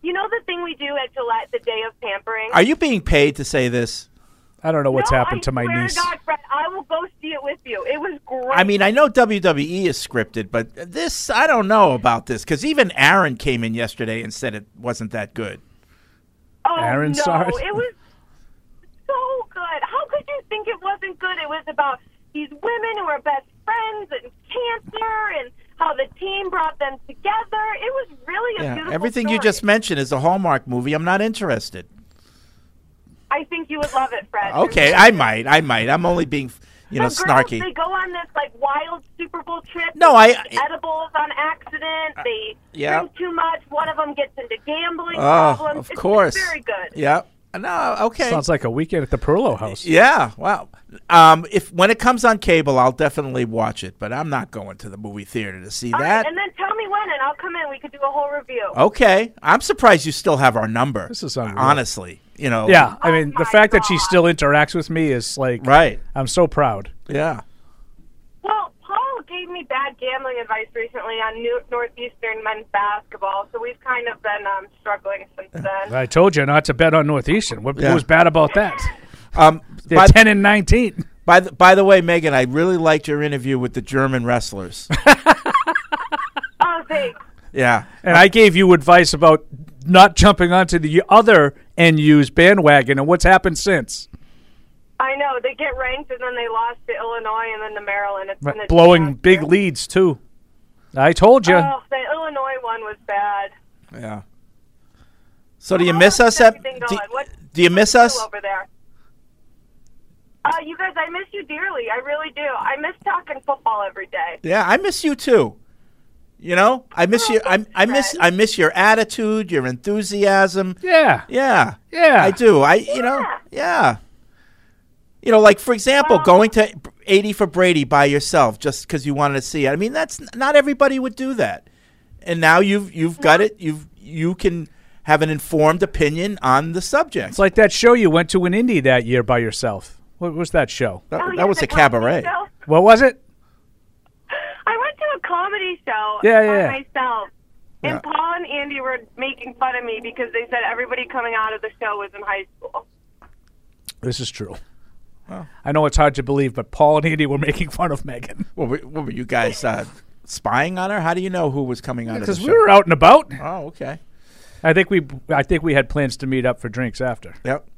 You know the thing we do at Gillette the day of pampering?
Are you being paid to say this?
I don't know what's
No,
happened
I
to my
swear to
niece.
God, Fred, I will go see it with you. It was great.
I mean, I know WWE is scripted, but this, I don't know about this because even Aaron came in yesterday and said it wasn't that good.
oh,
Aaron
no,
Sars-
it was so good. How could you think it wasn't good? It was about these women who are best friends and cancer and how the team brought them together. It was really a
Yeah,
beautiful
everything you
story.
just mentioned is a Hallmark movie. I'm not interested.
I think you would love it, Fred.
Okay, I might, I might. I'm only being, you know,
But girls,
snarky.
They go on this like wild Super Bowl trip.
No,
They
I-
eat edibles on accident. They
yeah.
drink too much. One of them gets into gambling
Oh,
problems.
of
It's-
course.
it's very good.
Yeah. No, okay.
Sounds like a weekend at the Perlo House.
Yeah. Wow. Um, if when it comes on cable, I'll definitely watch it, but I'm not going to the movie theater to see
All right,
that.
and then tell me when, and I'll come in. We could do a whole review.
Okay, I'm surprised you still have our number. This
is
honestly, you know.
Yeah, I mean the fact that she still interacts with me is like
right.
I'm so proud.
Yeah.
Well, Paul gave me bad gambling advice recently on New- Northeastern men's basketball, so we've kind of been um, struggling since then.
I told you not to bet on Northeastern. What
Yeah.
was bad about that?
Um,
They're ten and nineteen.
By the, by the way, Megan, I really liked your interview with the German wrestlers.
Oh, thanks.
yeah.
And I gave you advice about not jumping onto the other NU's bandwagon, and what's happened since?
I know they get ranked, and then they lost to Illinois, and then to Maryland. It's been a
Blowing big leads too. I told you.
Oh, the Illinois one was bad.
Yeah. So do you miss us? At,
Everything
Uh, do,
going. What-
do you miss
what's
us?
new over there? Uh, you guys, I miss you dearly. I really do. I miss talking football every day.
Yeah, I miss you too. You know, I miss you. I, I miss I miss your attitude, your enthusiasm.
Yeah,
yeah,
yeah.
I do. I you know, yeah. You know, like for example, going to eighty for Brady by yourself just because you wanted to see it. I mean, that's not everybody would do that. And now you've you've got it. You've you can have an informed opinion on the subject.
It's like that show you went to in Indy that year by yourself. What was that show?
That,
Oh,
that was a cabaret.
show?
What was it?
I went to a comedy show
Yeah,
by
yeah, yeah.
myself,
Yeah.
and Paul and Andy were making fun of me because they said everybody coming out of the show was in high school.
This is true.
Oh.
Wow.
I know it's hard to believe, but Paul and Andy were making fun of Megan.
What were, what were you guys uh, spying on her? How do you know who was coming out? of the
Because we
show?
were out and about.
Oh, okay.
I think we I think we had plans to meet up for drinks after.
Yep.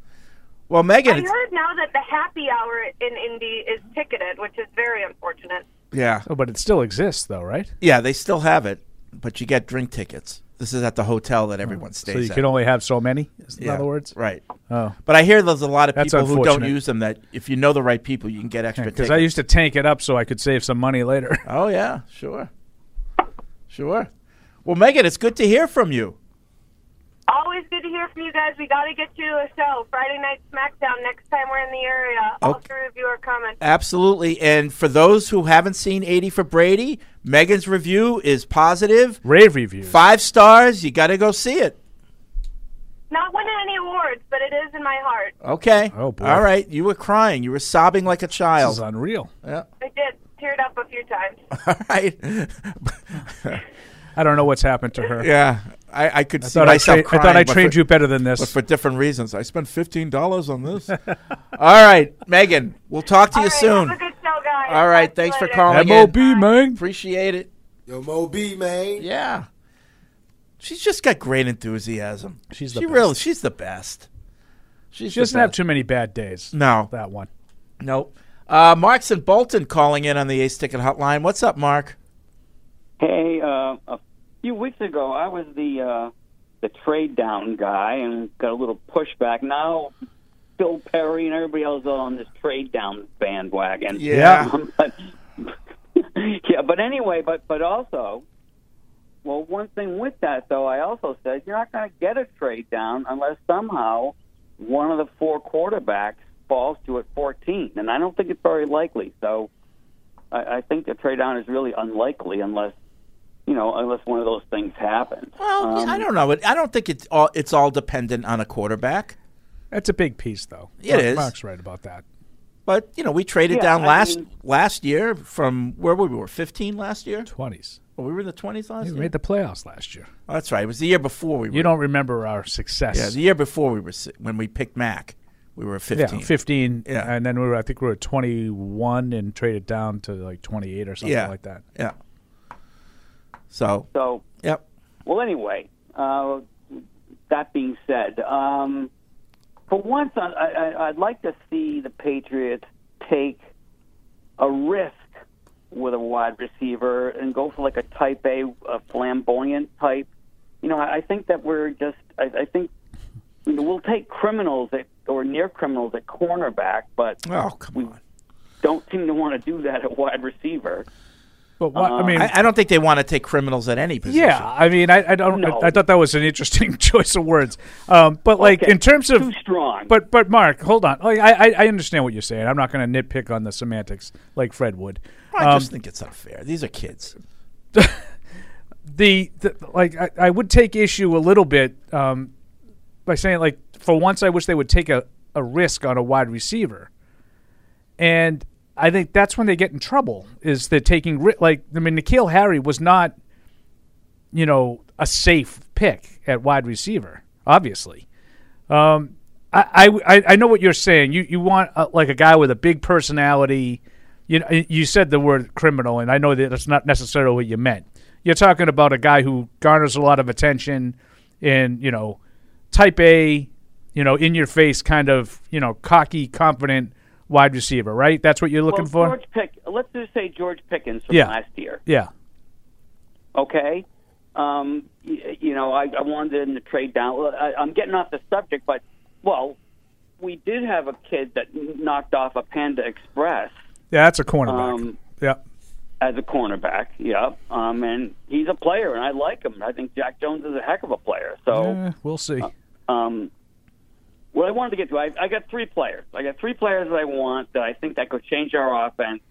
Well, Megan,
I heard now that the happy hour in Indy is ticketed, which is very unfortunate.
Yeah.
Oh, but it still exists, though, right?
Yeah, they still have it, but you get drink tickets. This is at the hotel that everyone stays
Oh. So you
at.
can only have so many. is- In
Yeah,
other words,
right?
Oh,
But I hear there's a lot of
That's
people who don't
unfortunate.
use them. That if you know the right people, you can get extra
because
tickets.
I used to tank it up so I could save some money later.
oh yeah, sure, sure. Well, Megan, it's good to hear from you.
Always good to hear from you guys. We got to get you to a show. Friday night SmackDown next time we're in the area.
Oh.
All
Okay.
three of Oh, you are coming.
Absolutely. And for those who haven't seen 80 for Brady, Megan's review is positive.
Rave review.
Five stars. You got to go see it.
Not winning any awards, but it is in my heart.
Okay.
Oh, boy.
All right. You were crying. You were sobbing like a child.
This is unreal.
Yeah.
I did. Teared up a few times.
All right.
I don't know what's happened to her.
Yeah, I, I could
I
see
thought I
myself.
tra- I thought
crying,
I
but
trained
for-
you better than this.
but for different reasons. I spent fifteen dollars on this. All right, Megan, we'll talk to you soon. All right, thanks for calling.
MOB,
in.
man.
Appreciate it.
Yo, Mo B, man.
Yeah. She's just got great enthusiasm.
She's the
she
best.
really she's the best. She's
She
the
doesn't have
best.
too many bad days.
No.
that one.
Nope. Uh, Mark's and Bolton calling in on the Ace Ticket Hotline. What's up, Mark?
Hey, uh, a few weeks ago, I was the uh, the trade down guy and got a little pushback. Now, Bill Perry and everybody else are on this trade down bandwagon.
Yeah.
but, yeah, but anyway, but but also, well, one thing with that though, I also said you're not going to get a trade down unless somehow one of the four quarterbacks falls to at 14, and I don't think it's very likely. So. I, I think the trade down is really unlikely unless you know unless one of those things happens.
Um,
Well, I don't know. It- I don't think it's all it's all dependent on a quarterback.
That's a big piece, though.
It is.
Mark's right about that.
But you know, we traded
Yeah,
down
I
last
mean-
last year from where were we? were fifteen last year.
Twenties.
Well, we were in the twenties last
We
year.
made the playoffs last year.
Oh, that's right. It was the year before we. were.
You don't remember our success.
Yeah, the year before we were si- when we picked Mac, we were fifteen.
Yeah, 15.
Yeah.
And then we were, I think we were 21 and traded down to like 28 or something
Yeah.
like that.
Yeah. So
So,
Yep.
well, anyway, uh, that being said, um, for once, I, I, I'd like to see the Patriots take a risk with a wide receiver and go for like a type A, a flamboyant type. You know, I, I think that we're just, I, I think you know, we'll take criminals at, or near criminals at cornerback, but
oh, come
we don't seem to want to do that at wide receiver.
But what,
Uh,
I mean,
I, I don't think they want to take criminals at any position.
yeah, I mean, I, I don't.
No.
I, I thought that was an interesting choice of words. Um, but like
Okay,
in terms of
too
strong.
But but Mark, hold on. Like, I, I I understand what you're saying. I'm not going to nitpick on the semantics like Fred would.
I
Um,
just think it's unfair. These are kids.
the, the like I, I would take issue a little bit um, by saying like for once I wish they would take a, a risk on a wide receiver, and I think that's when they get in trouble is they're taking ri- like I mean Nikhil Harry was not you know a safe pick at wide receiver obviously. Um, I, I- I I know what you're saying. You you want uh like a guy with a big personality. You know, you said the word criminal, and I know that that's not necessarily what you meant. You're talking about a guy who garners a lot of attention, and you know, type A, you know, in your face kind of you know cocky, confident wide receiver, right? That's what you're looking
well,
for.
George Pick. Let's just say George Pickens from
Yeah.
last year.
Yeah,
Okay, um, y- you know, I, I wanted him to trade down. Well, I, I'm getting off the subject, but well, we did have a kid that knocked off a Panda Express
yeah, that's a cornerback.
Um,
yeah,
as a cornerback. Yeah, um, and he's a player, and I like him. I think Jack Jones is a heck of a player. So.
Eh, we'll see.
Um, what I wanted to get to, I, I got three players. I got three players that I want that I think that could change our offense,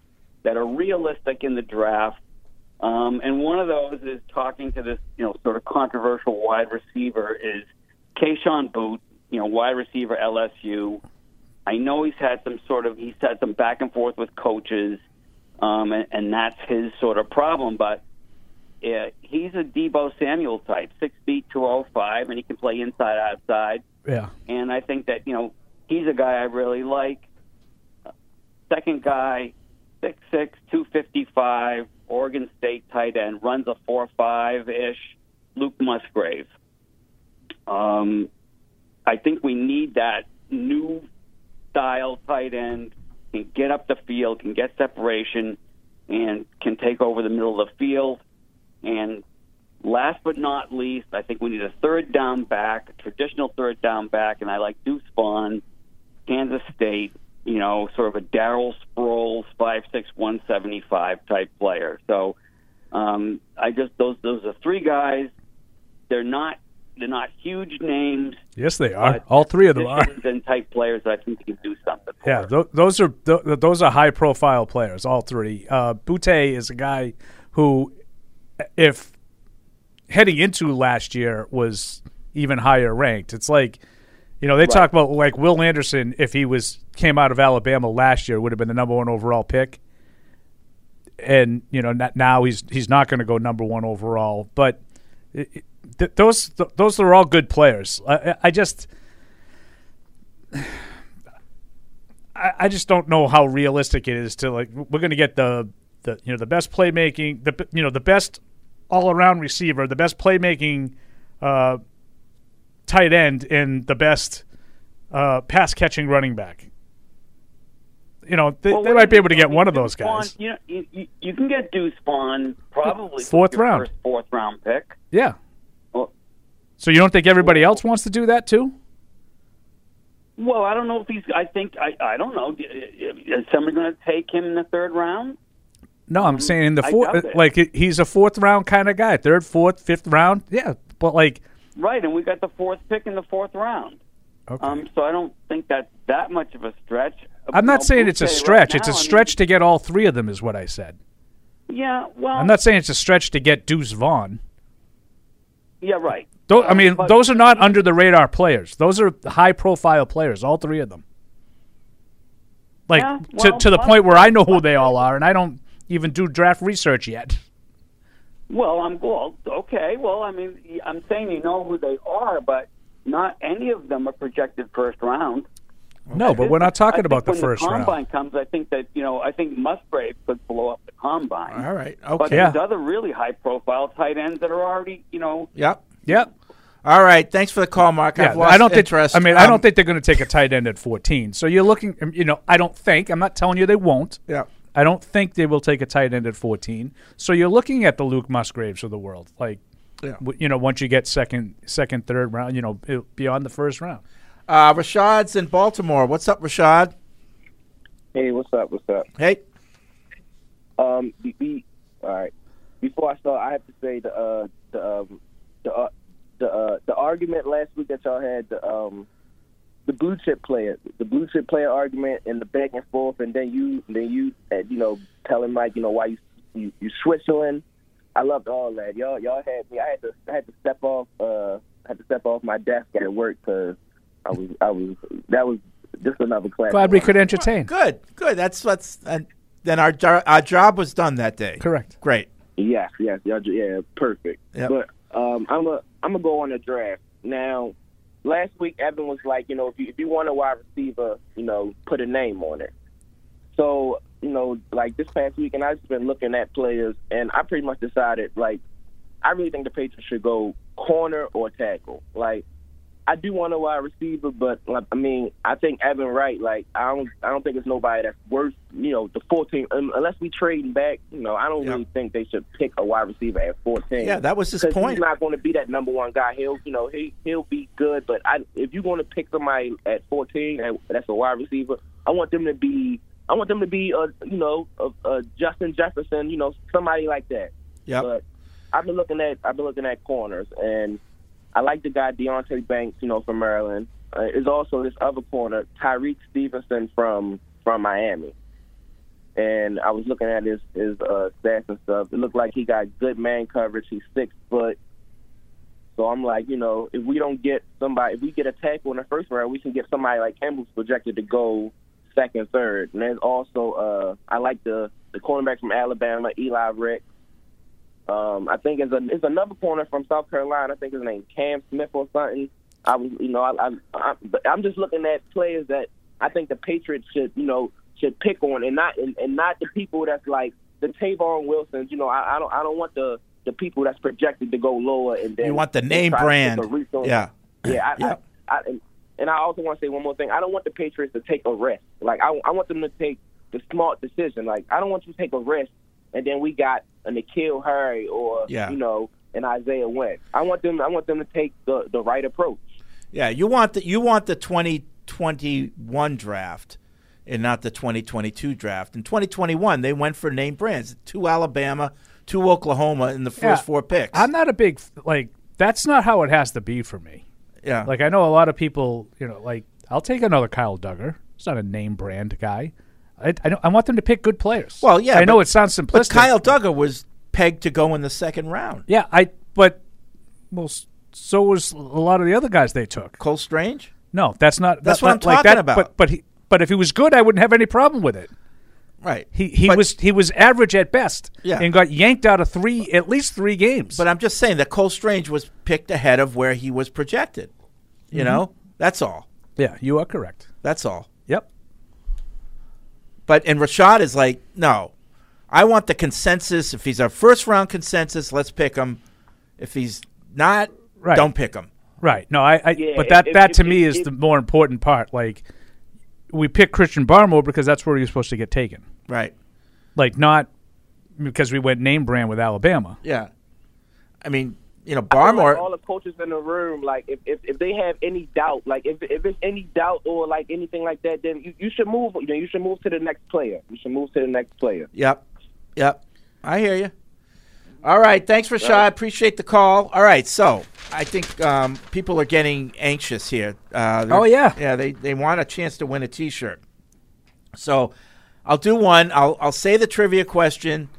that are realistic in the draft. Um, and one of those is talking to this, you know, sort of controversial wide receiver is Kayshawn Boot, you know, wide receiver LSU. I know he's had some sort of he's had some back and forth with coaches, um, and, and that's his sort of problem. But uh, he's a Debo Samuel type, six feet, two oh five, and he can play inside outside.
yeah.
And I think that you know he's a guy I really like. Second guy, six six, two fifty five, Oregon State tight end, runs a four five ish. Luke Musgrave. Um, I think we need that new style tight end can get up the field, can get separation, and can take over the middle of the field. And last but not least, I think we need a third down back, a traditional third down back, and I like Deuce Vaughn, Kansas State, you know, sort of a Daryl Sproles, five six one seventy five type player. So um, I just those those are three guys. They're not they're not huge names.
Yes, they are.
but
All three of them are.
positions And type players that I think can do something.
Yeah, th- those are th- those are high profile players. All three. Uh, Butte is a guy who, if heading into last year, was even higher ranked. It's like, you know, they
Right.
talk about like Will Anderson if he was came out of Alabama last year would have been the number one overall pick, and you know not, now he's he's not going to go number one overall. But it, it- th- those th- those are all good players. I, I- I just. I, I just don't know how realistic it is to like we're going to get the the you know the best playmaking the you know the best all around receiver the best playmaking uh, tight end and the best uh, pass catching running back. You know they, they might be able to get one of those guys.
Vaughn, you know, you, you, you can get Deuce Vaughn probably
Fourth
with your
round.
first fourth round pick.
Yeah.
Well-
So you don't think everybody else wants to do that too?
Well, I don't know if he's. I think I. I don't know. uh, Is somebody going to take him in the third round?
No, I'm saying in the
Mm, I doubt
fourth,
it.
like he- he's a fourth round kind of guy, third, fourth, fifth round. Yeah, but like
Right, and we got the fourth pick in the fourth round.
Okay.
Um, so I don't think that's that much of a stretch.
I'm not
Now,
saying it's a
Butte right
stretch. it's
now,
a
I mean,
stretch to get all three of them, is what I said.
yeah. Well,
I'm not saying it's a stretch to get Deuce Vaughn.
Yeah. Right. Um,
Tho- I mean,
But-
those are not under the radar players. Those are high profile players, all three of them. Like
Yeah,
to
well,
to the
well-
point where I know who they all are, and I don't even do draft research yet.
Well, I'm well, okay. Well, I mean, I'm saying you know who they are, but not any of them are projected first round.
No, but we're not talking about the
when
first
the
round.
combine comes, I think that you know, I think Musgrave could blow up the combine.
All right,
But
okay.
there's other really high-profile tight ends that are already, you know,
Yep.
Yep.
All right. Thanks for the call, Mark. I've lost
I don't think.
interest.
I mean, I
Um,
don't think they're going to take a tight end at 14. So you're looking. um, You know, I don't think. I'm not telling you they won't.
Yeah.
I don't think they will take a tight end at 14. So you're looking at the Luke Musgraves of the world, like,
Yeah.
w- you know, once you get second, second, third round, you know, b- beyond the first round.
Uh, Rashad's in Baltimore. What's up, Rashad?
Hey, what's up? What's up?
Hey.
Um, be, be, all right. Before I start, I have to say the uh, the um, the uh, the uh, the argument last week that y'all had the um the blue chip player, the blue chip player argument, and the back and forth, and then you then you uh, you know telling Mike you know why you you, you Switzerland. I loved all that. Y'all y'all had me. I had to I had to step off uh I had to step off my desk at work because I was I was that was just another class.
Glad we could entertain.
Good. Good. That's what's. And then our jo- our job was done that day.
Correct.
Great.
Yes, yes, y'all, ju- yeah, perfect.
Yep.
But um, I'm a, I'm gonna go on the draft now. Last week, Evan was like, you know, if you if you want a wide receiver, you know, put a name on it. So you know, like this past week, and I've just been looking at players, and I pretty much decided like, I really think the Patriots should go corner or tackle. Like, I do want a wide receiver, but like, I mean, I think Evan Wright. Like, I don't, I don't think it's nobody that's worth, you know, the 14. Um, unless we trading back, you know, I don't really think they should pick a wide receiver at 14.
Yeah, that was his
'Cause
point.
He's not going to be that number one guy. He'll, you know, he he'll be good, but I, if you're going to pick somebody at 14, and that's a wide receiver, I want them to be, I want them to be, uh, you know, a, a Justin Jefferson, you know, somebody like that.
Yep.
But I've been looking at, I've been looking at corners and. I like the guy Deontay Banks, you know, from Maryland. Uh, is also this other corner, Tyreek Stevenson from from Miami. And I was looking at his his uh, stats and stuff. It looked like he got good man coverage. He's six foot. So I'm like, you know, if we don't get somebody, if we get a tackle in the first round, we can get somebody like him who's projected to go second, third. And there's also, uh, I like the the cornerback from Alabama, Eli Rex. Um, I think it's, a, it's another corner from South Carolina. I think his name Cam Smith or something. I was, you know, I, I, I, but I'm just looking at players that I think the Patriots should, you know, should pick on, and not and, and not the people that's like the Tavon Wilsons. You know, I, I don't I don't want the the people that's projected to go lower and then
You want the name
try to
brand.
take a resource.
Yeah.
yeah. I,
Yeah.
I, I, and, and I also want to say one more thing. I don't want the Patriots to take a risk. Like I, I want them to take the smart decision. Like I don't want you to take a risk, and then we got a Nikhil Harry or
Yeah.
you know an Isaiah Wentz. I want them. I want them to take the the right approach.
Yeah. You want the you want the 2021 draft, and not the 2022 draft. In 2021, they went for name brands: two Alabama, two Oklahoma in the first
Yeah.
four picks.
I'm not a big like. That's not how it has to be for me.
Yeah.
Like I know a lot of people. You know, like I'll take another Kyle Duggar. He's not a name brand guy. I I, don't, I want them to pick good players.
Well, yeah.
I know it
but-
sounds simplistic.
But Kyle Duggar was pegged to go in the second round.
Yeah, I. But well, s- so was a lot of the other guys they took.
Cole Strange.
No, that's not.
That's
that-
what I'm
that- like
talking
that,
about.
But but he but if he was good, I wouldn't have any problem with it.
Right.
He he was he was average at best.
Yeah.
And got yanked out of three at least three games.
But I'm just saying that Cole Strange was picked ahead of where he was projected. You
Mhm.
know, that's all.
Yeah, you are correct.
That's all.
Yep.
But and Rashad is like, no, I want the consensus. If he's our first round consensus, let's pick him. If he's not,
Right.
don't pick him.
Right. No, I. I
Yeah,
but that
if-
that
if-
to me
if-
is
if-
the more important part. Like, we picked Christian Barmore because that's where he was supposed to get taken.
Right.
Like not because we went name brand with Alabama.
Yeah. I mean, you know,
I feel like
Barmore.
all the coaches in the room, like if, if, if they have any doubt, like if if it's any doubt or like anything like that, then you, you should move. You know, you should move to the next player. You should move to the next player.
Yep. Yep. I hear you. All right. Thanks, Rashad. Appreciate the call. All right. So I think um, people are getting anxious here. Uh, they're-
Oh, yeah.
Yeah. They, they want a chance to win a t shirt. So I'll do one. I'll, I'll say the trivia question.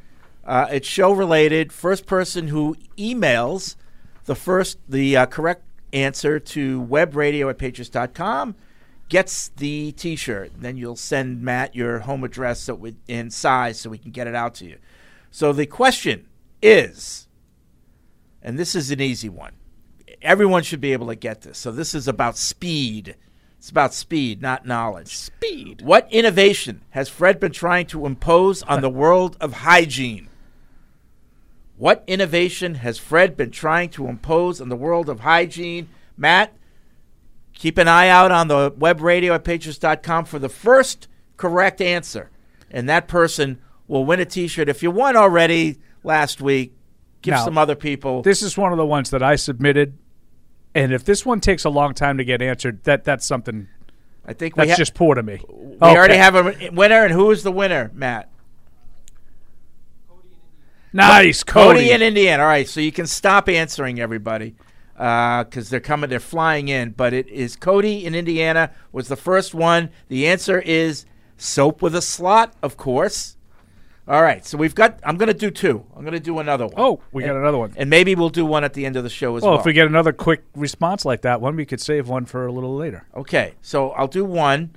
Uh, it's show related. First person who emails the first the uh, correct answer to webradio at patriots.com gets the T-shirt. Then you'll send Matt your home address so we, in size so we can get it out to you. So the question is, and this is an easy one. Everyone should be able to get this. So this is about speed. It's about speed, not knowledge. Speed. What innovation has Fred been trying to impose on the world of hygiene? What innovation has Fred been trying to impose on the world of hygiene? Matt, keep an eye out on the web radio at patriots.com for the first correct answer. And that person will win a t shirt. If you won already last week, give
Now,
some other people.
This is one of the ones that I submitted, and if this one takes a long time to get answered, that that's something.
I think we
that's
ha-
just poor to me.
we already have a winner, and who is the winner, Matt?
nice
Cody.
Cody.
in Indiana. All right, so you can stop answering everybody because they're coming, they're flying in. But it is Cody in Indiana was the first one. The answer is soap with a slot, of course. All right, so we've got. I'm going to do two. I'm going to do another one.
Oh, we got
And-
another one.
and maybe we'll do one at the end of the show as
well,
well.
if we get another quick response like that one, we could save one for a little later.
Okay, so I'll do one.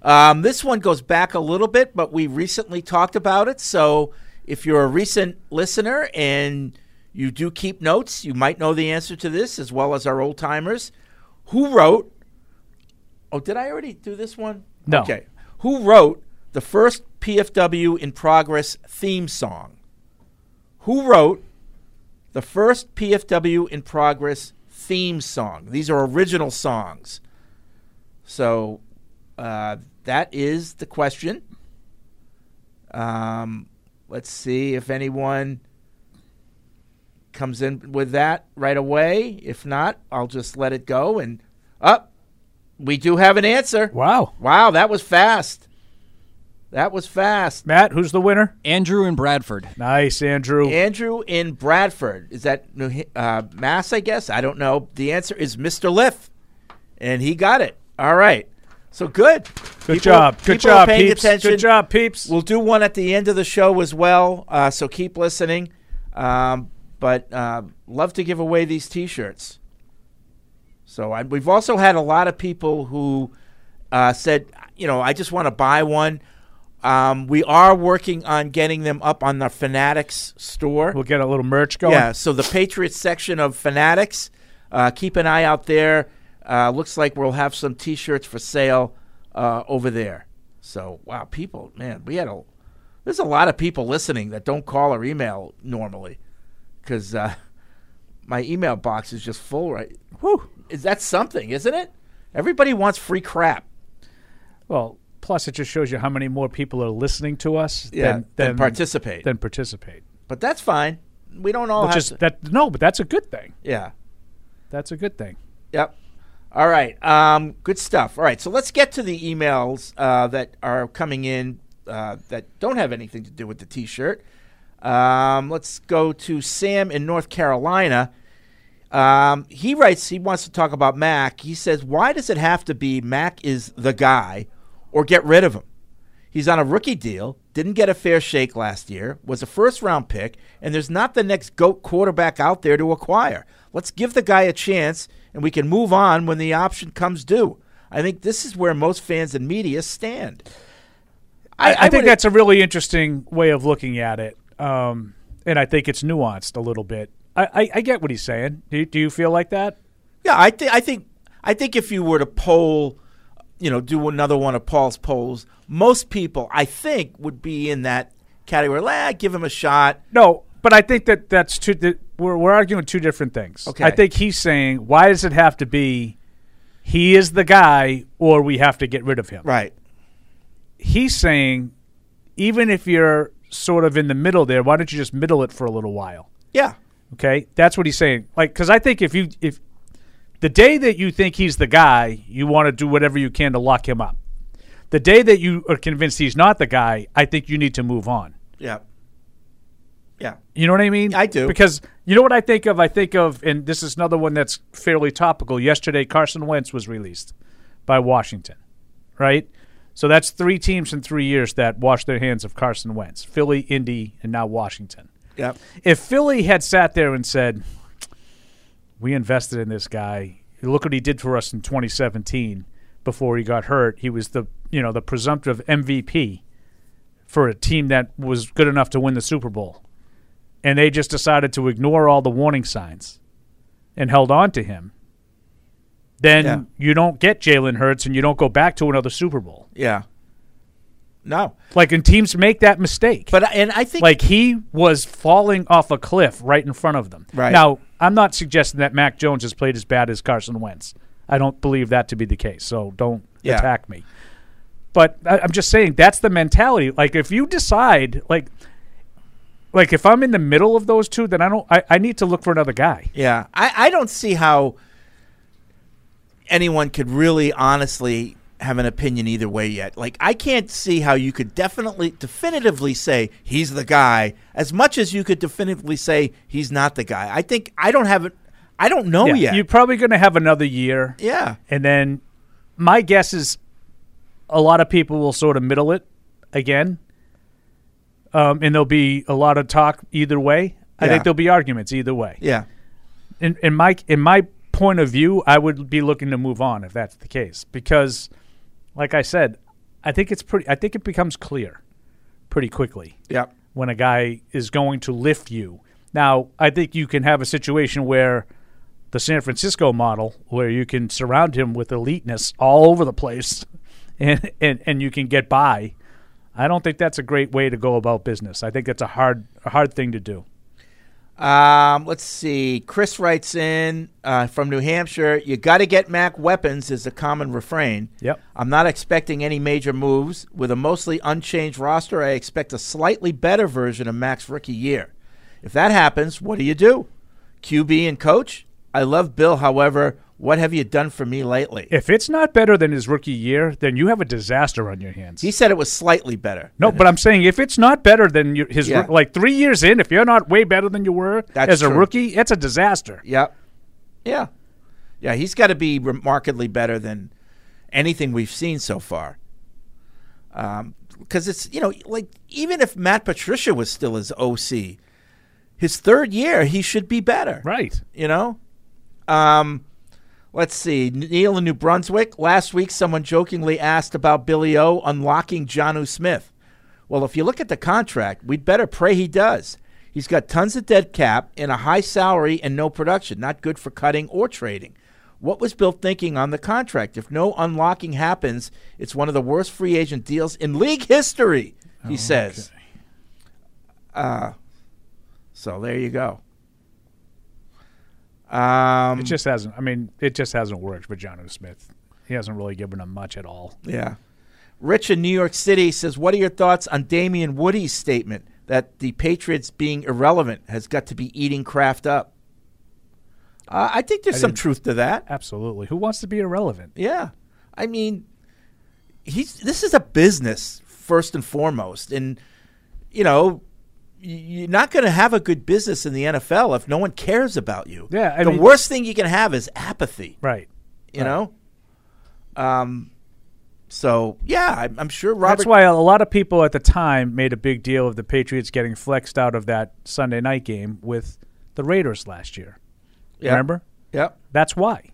Um, this one goes back a little bit, but we recently talked about it. So if you're a recent listener and you do keep notes, you might know the answer to this as well as our old timers. Who wrote? Oh, did I already do this one?
No.
Okay. Who wrote the first PFW in Progress theme song? Who wrote the first PFW in Progress theme song? These are original songs. So uh, that is the question. Um, let's see if anyone comes in with that right away. If not, I'll just let it go. And up, we do have an answer.
Wow!
Wow! That was fast. That was fast.
Matt, who's the winner?
Andrew in Bradford.
Nice, Andrew.
Andrew in Bradford. Is that New Hi- uh, Mass? I guess I don't know. The answer is Mr. Liff, and he got it. All right. So good.
Good
People-
job. Good
people are
job,
paying
peeps.
attention.
Good job, peeps.
We'll do one at the end of the show as well. Uh, so keep listening. Um, but uh, love to give away these T-shirts. So I, we've also had a lot of people who uh, said, you know, I just want to buy one. Um, we are working on getting them up on the Fanatics store.
We'll get a little merch going.
Yeah, so the Patriots section of Fanatics. Uh, keep an eye out there. Uh, looks like we'll have some T-shirts for sale uh, over there. So wow, people, man, we had a there's a lot of people listening that don't call or email normally because uh, my email box is just full. Right? Whew, is that something? Isn't it? Everybody wants free crap.
Well, plus it just shows you how many more people are listening to us
Yeah,
than,
than participate.
Than participate.
But that's fine. We don't all
Which
have
is-
to-
that no, but that's a good thing.
Yeah.
That's a good thing.
Yep. All right. Um, good stuff. All right. So let's get to the emails uh, that are coming in uh, that don't have anything to do with the t shirt. Um, let's go to Sam in North Carolina. Um, he writes, he wants to talk about Mac. He says, Why does it have to be Mac is the guy or get rid of him? He's on a rookie deal, didn't get a fair shake last year, was a first round pick, and there's not the next GOAT quarterback out there to acquire. Let's give the guy a chance and we can move on when the option comes due. I think this is where most fans and media stand.
I, I, think
would-
that's a really interesting way of looking at it, um, and I think it's nuanced a little bit. I, I, I get what he's saying. Do, do you feel like that?
Yeah, I think I think I think if you were to poll, you know, do another one of Paul's polls, most people I think would be in that category. Lah, give him a shot.
No, but I think that that's two. That we're we're arguing two different things.
Okay.
I think he's saying, why does it have to be he is the guy, or we have to get rid of him?
Right.
He's saying, even if you're sort of in the middle there, why don't you just middle it for a little while?
Yeah.
Okay, that's what he's saying. Like, because I think if you if the day that you think he's the guy, you want to do whatever you can to lock him up. The day that you are convinced he's not the guy, I think you need to move on.
Yeah. Yeah.
You know what I mean? I do. Because you know what I think of? I think of, and this is another one that's fairly topical. Yesterday, Carson Wentz was released by Washington, right? So that's three teams in three years that washed their hands of Carson Wentz Philly, Indy, and now Washington.
Yep.
If Philly had sat there and said, We invested in this guy, look what he did for us in 2017, before he got hurt. He was the you know the presumptive MVP for a team that was good enough to win the Super Bowl, and they just decided to ignore all the warning signs and held on to him. Then
Yeah.
you don't get Jalen Hurts and you don't go back to another Super Bowl.
Yeah. No.
Like, and teams make that mistake.
But and I think
like he was falling off a cliff right in front of them.
Right.
now, I'm not suggesting that Mac Jones has played as bad as Carson Wentz. I don't believe that to be the case. So don't
Yeah.
attack me. But I, I'm just saying that's the mentality. Like if you decide, like, like if I'm in the middle of those two, then I don't. I, I need to look for another guy.
Yeah, I, I don't see how anyone could really honestly have an opinion either way yet. Like, I can't see how you could definitely, definitively say he's the guy as much as you could definitively say he's not the guy. I think I don't have it. I don't know
Yeah,
yet.
You're probably going to have another year.
Yeah.
And then my guess is a lot of people will sort of middle it again. Um, and there'll be a lot of talk either way. I
Yeah.
think there'll be arguments either way.
Yeah.
In, in my in my point of view, I would be looking to move on if that's the case because like I said, I think it's pretty I think it becomes clear pretty quickly.
Yeah.
When a guy is going to lift you. Now, I think you can have a situation where the San Francisco model where you can surround him with eliteness all over the place and, and, and you can get by. I don't think that's a great way to go about business. I think that's a hard a hard thing to do.
Um, let's see. Chris writes in uh, from New Hampshire. You got to get Mac weapons is a common refrain.
Yep.
I'm not expecting any major moves with a mostly unchanged roster. I expect a slightly better version of Mac's rookie year. If that happens, what do you do? QB and coach. I love Bill. However, what have you done for me lately?
If it's not better than his rookie year, then you have a disaster on your hands.
He said it was slightly better.
No, but I'm saying if it's not better than your, his
Yeah.
roo- like three years in, if you're not way better than you were
That's
as a
true.
rookie, it's a disaster.
Yep. Yeah. Yeah, he's got to be remarkably better than anything we've seen so far. Because it's, you know, like even if Matt Patricia was still his OC, his third year, he should be better.
Right.
You know? Um, let's see. Neil in New Brunswick. Last week, someone jokingly asked about Billy O unlocking Johnu Smith. Well, if you look at the contract, we'd better pray he does. He's got tons of dead cap and a high salary and no production. Not good for cutting or trading. What was Bill thinking on the contract? If no unlocking happens, it's one of the worst free agent deals in league history, he says. Uh, so there you go. Um,
it just hasn't. I mean, it just hasn't worked for John O. Smith. He hasn't really given him much at all.
Yeah. Rich in New York City says, What are your thoughts on Damian Woody's statement that the Patriots being irrelevant has got to be eating Kraft up? Uh, I think there's
I
some
didn't-
truth to that.
Absolutely. Who wants to be irrelevant?
Yeah. I mean, he's this is a business first and foremost. And, you know, y- you're not going to have a good business in the NFL if no one cares about you.
Yeah, I
the
mean-
worst thing you can have is apathy.
Right.
You know? Um, so, yeah, I'm, I'm sure Robert.
That's why a lot of people at the time made a big deal of the Patriots getting flexed out of that Sunday night game with the Raiders last year.
Yep.
Remember?
Yep.
That's why.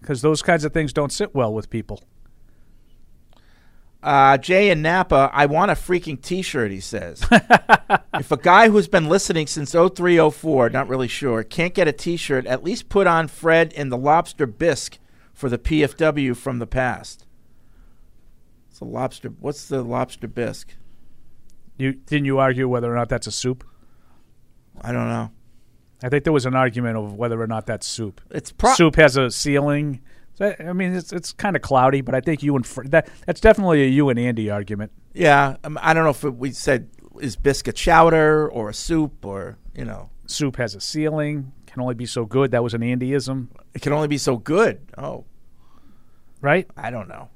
Because those kinds of things don't sit well with people.
Uh, Jay in Napa, I want a freaking T-shirt. He says, if a guy who's been listening since 0304, not really sure, can't get a T-shirt, at least put on Fred and the Lobster Bisque for the PFW from the past. It's a lobster. What's the lobster bisque?
You didn't you argue whether or not that's a soup?
I don't know.
I think there was an argument of whether or not that's soup.
It's pro-
soup has a ceiling. So, I I mean, it's it's kind of cloudy, but I think you and Fr- that that's definitely a you and Andy argument.
Yeah, um, I don't know if it, we said is bisque a chowder or a soup or you know
Soup has a ceiling, can only be so good. That was an Andyism.
it can only be so good. Oh,
right.
I don't know.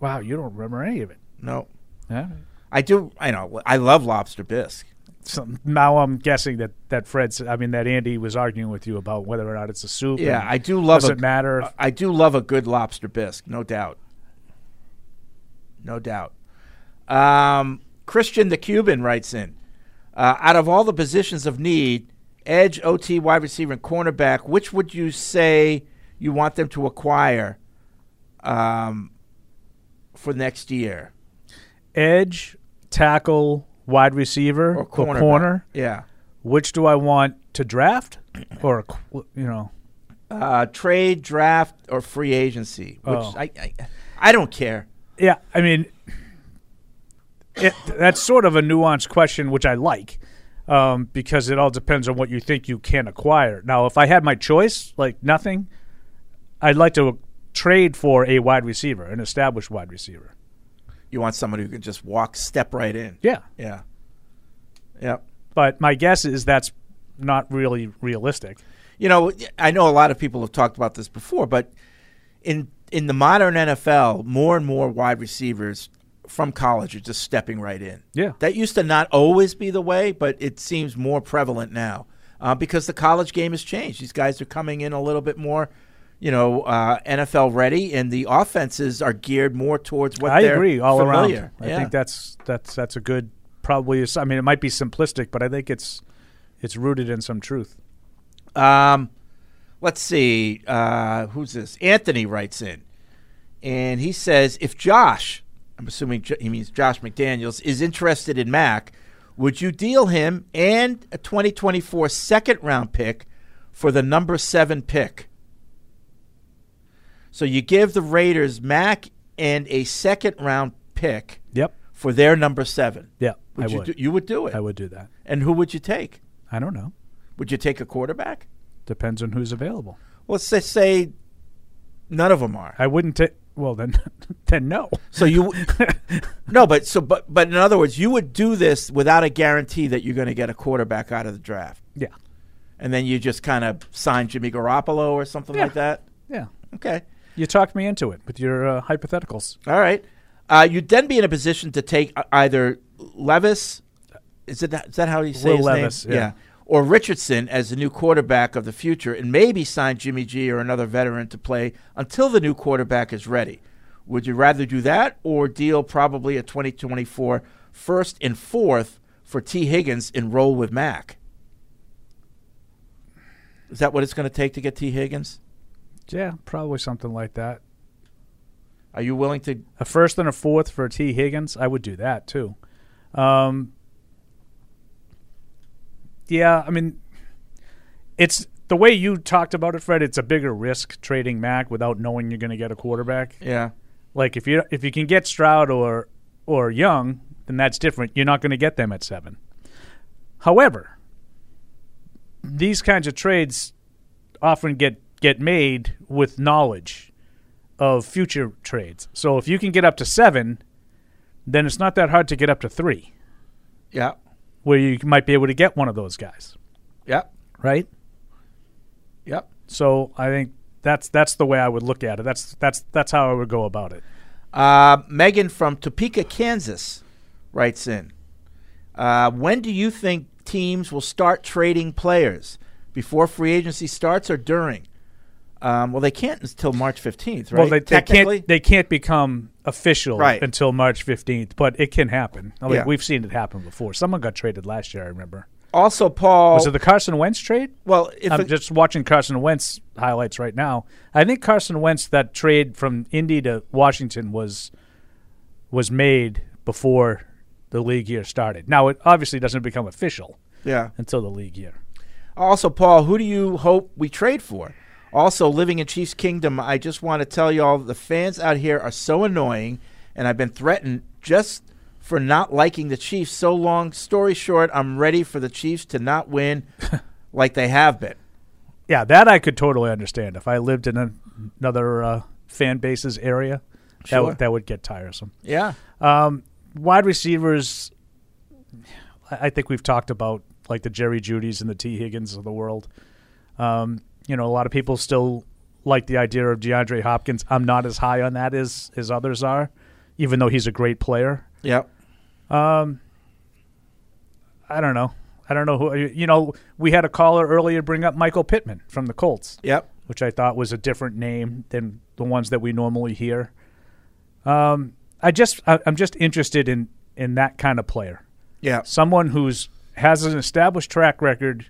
Wow, you don't remember any of it.
No.
Yeah.
I do. I know. I love lobster bisque.
So now I'm guessing that that Fred's, I mean, that Andy was arguing with you about whether or not it's a soup.
Yeah,
and
I do love.
Does
a-
it matter?
I do love a good lobster bisque, no doubt. No doubt. Um, Christian the Cuban writes in: uh, out of all the positions of need, edge, OT, wide receiver, and cornerback, which would you say you want them to acquire? um, for next year?
Edge, tackle, wide receiver, or
cornerback.
corner.
Yeah.
Which do I want to draft or qu- you know?
Uh, trade, draft, or free agency? Which
Oh.
I, I, I don't care.
Yeah, I mean, it, that's sort of a nuanced question, which I like um, because it all depends on what you think you can acquire. Now, if I had my choice, like nothing, I'd like to trade for a wide receiver, an established wide receiver.
You want someone who can just walk, step right in.
Yeah.
Yeah. Yep.
But my guess is that's not really realistic.
You know, I know a lot of people have talked about this before, but in in the modern NFL, more and more wide receivers from college are just stepping right in.
Yeah.
That used to not always be the way, but it seems more prevalent now uh, because the college game has changed. These guys are coming in a little bit more, you know, uh, NFL ready, and the offenses are geared more towards what
I
they're
agree all
familiar.
around. I
Yeah.
think that's that's that's a good probably. Is, I mean, it might be simplistic, but I think it's it's rooted in some truth.
Um, let's see. Uh, who's this? Anthony writes in, and he says, if Josh, I'm assuming Jo- he means Josh McDaniels, is interested in Mac, would you deal him and a 2024 second round pick for the number seven pick? So you give the Raiders Mac and a second round pick.
Yep.
For their number seven.
Yeah,
Would
I
you
would.
Do, you would do it.
I would do that.
And who would you take?
I don't know.
Would you take a quarterback?
Depends on who's available.
Well, let's just say none of them are.
I wouldn't take. Well, then, then no.
So you no, but so but but in other words, you would do this without a guarantee that you're going to get a quarterback out of the draft.
Yeah.
and then you just kind of sign Jimmy Garoppolo or something like that.
Yeah.
Okay.
You talked me into it with your uh, hypotheticals.
All right. Uh, you'd then be in a position to take e- either Levis. Is it that, is that how you say
Will
his
Levis,
name?
yeah.
Or Richardson as the new quarterback of the future, and maybe sign Jimmy G or another veteran to play until the new quarterback is ready. Would you rather do that or deal probably a 2024 first and fourth for T. Higgins and roll with Mac? Is that what it's going to take to get T. Higgins?
Yeah, probably something like that.
Are you willing to
a first and a fourth for T Higgins? I would do that too. Um, yeah, I mean, it's the way you talked about it, Fred. It's a bigger risk trading Mac without knowing you're going to get a quarterback.
Yeah.
like if you if you can get Stroud or or Young, then that's different. You're not going to get them at seven. However, these kinds of trades often get get made with knowledge of future trades. So if you can get up to seven, then it's not that hard to get up to three.
Yeah.
where you might be able to get one of those guys.
Yeah.
Right.
Yep.
So I think that's that's the way I would look at it. That's that's that's how I would go about it.
Uh, Megan from Topeka, Kansas, writes in. Uh, when do you think teams will start trading players before free agency starts or during? Um, well, they can't until March fifteenth, right?
Well, they, they
Technically?
can't they can't become official
Right.
until March fifteenth, but it can happen. I mean,
Yeah.
we've seen it happen before. Someone got traded last year, I remember.
Also, Paul.
Was it the Carson Wentz trade?
Well, if
I'm
it-
just watching Carson Wentz highlights right now. I think Carson Wentz that trade from Indy to Washington was was made before the league year started. Now it obviously doesn't become official
Yeah.
until the league year.
Also, Paul, who do you hope we trade for? Also, living in Chiefs Kingdom, I just want to tell y'all the fans out here are so annoying, and I've been threatened just for not liking the Chiefs so long. Story short, I'm ready for the Chiefs to not win like they have been.
Yeah, that I could totally understand. If I lived in a, another uh, fan base's area, that
Sure.
would that would get tiresome.
Yeah.
Um, wide receivers, I I think we've talked about like the Jerry Judys and the T Higgins of the world. Um, you know, a lot of people still like the idea of DeAndre Hopkins. I'm not as high on that as as others are, even though he's a great player.
Yep.
Um, I don't know. I don't know who. You know, we had a caller earlier bring up Michael Pittman from the Colts.
Yep.
Which I thought was a different name than the ones that we normally hear. Um, I just, I, I'm just interested in in that kind of player.
Yeah.
Someone who's has an established track record,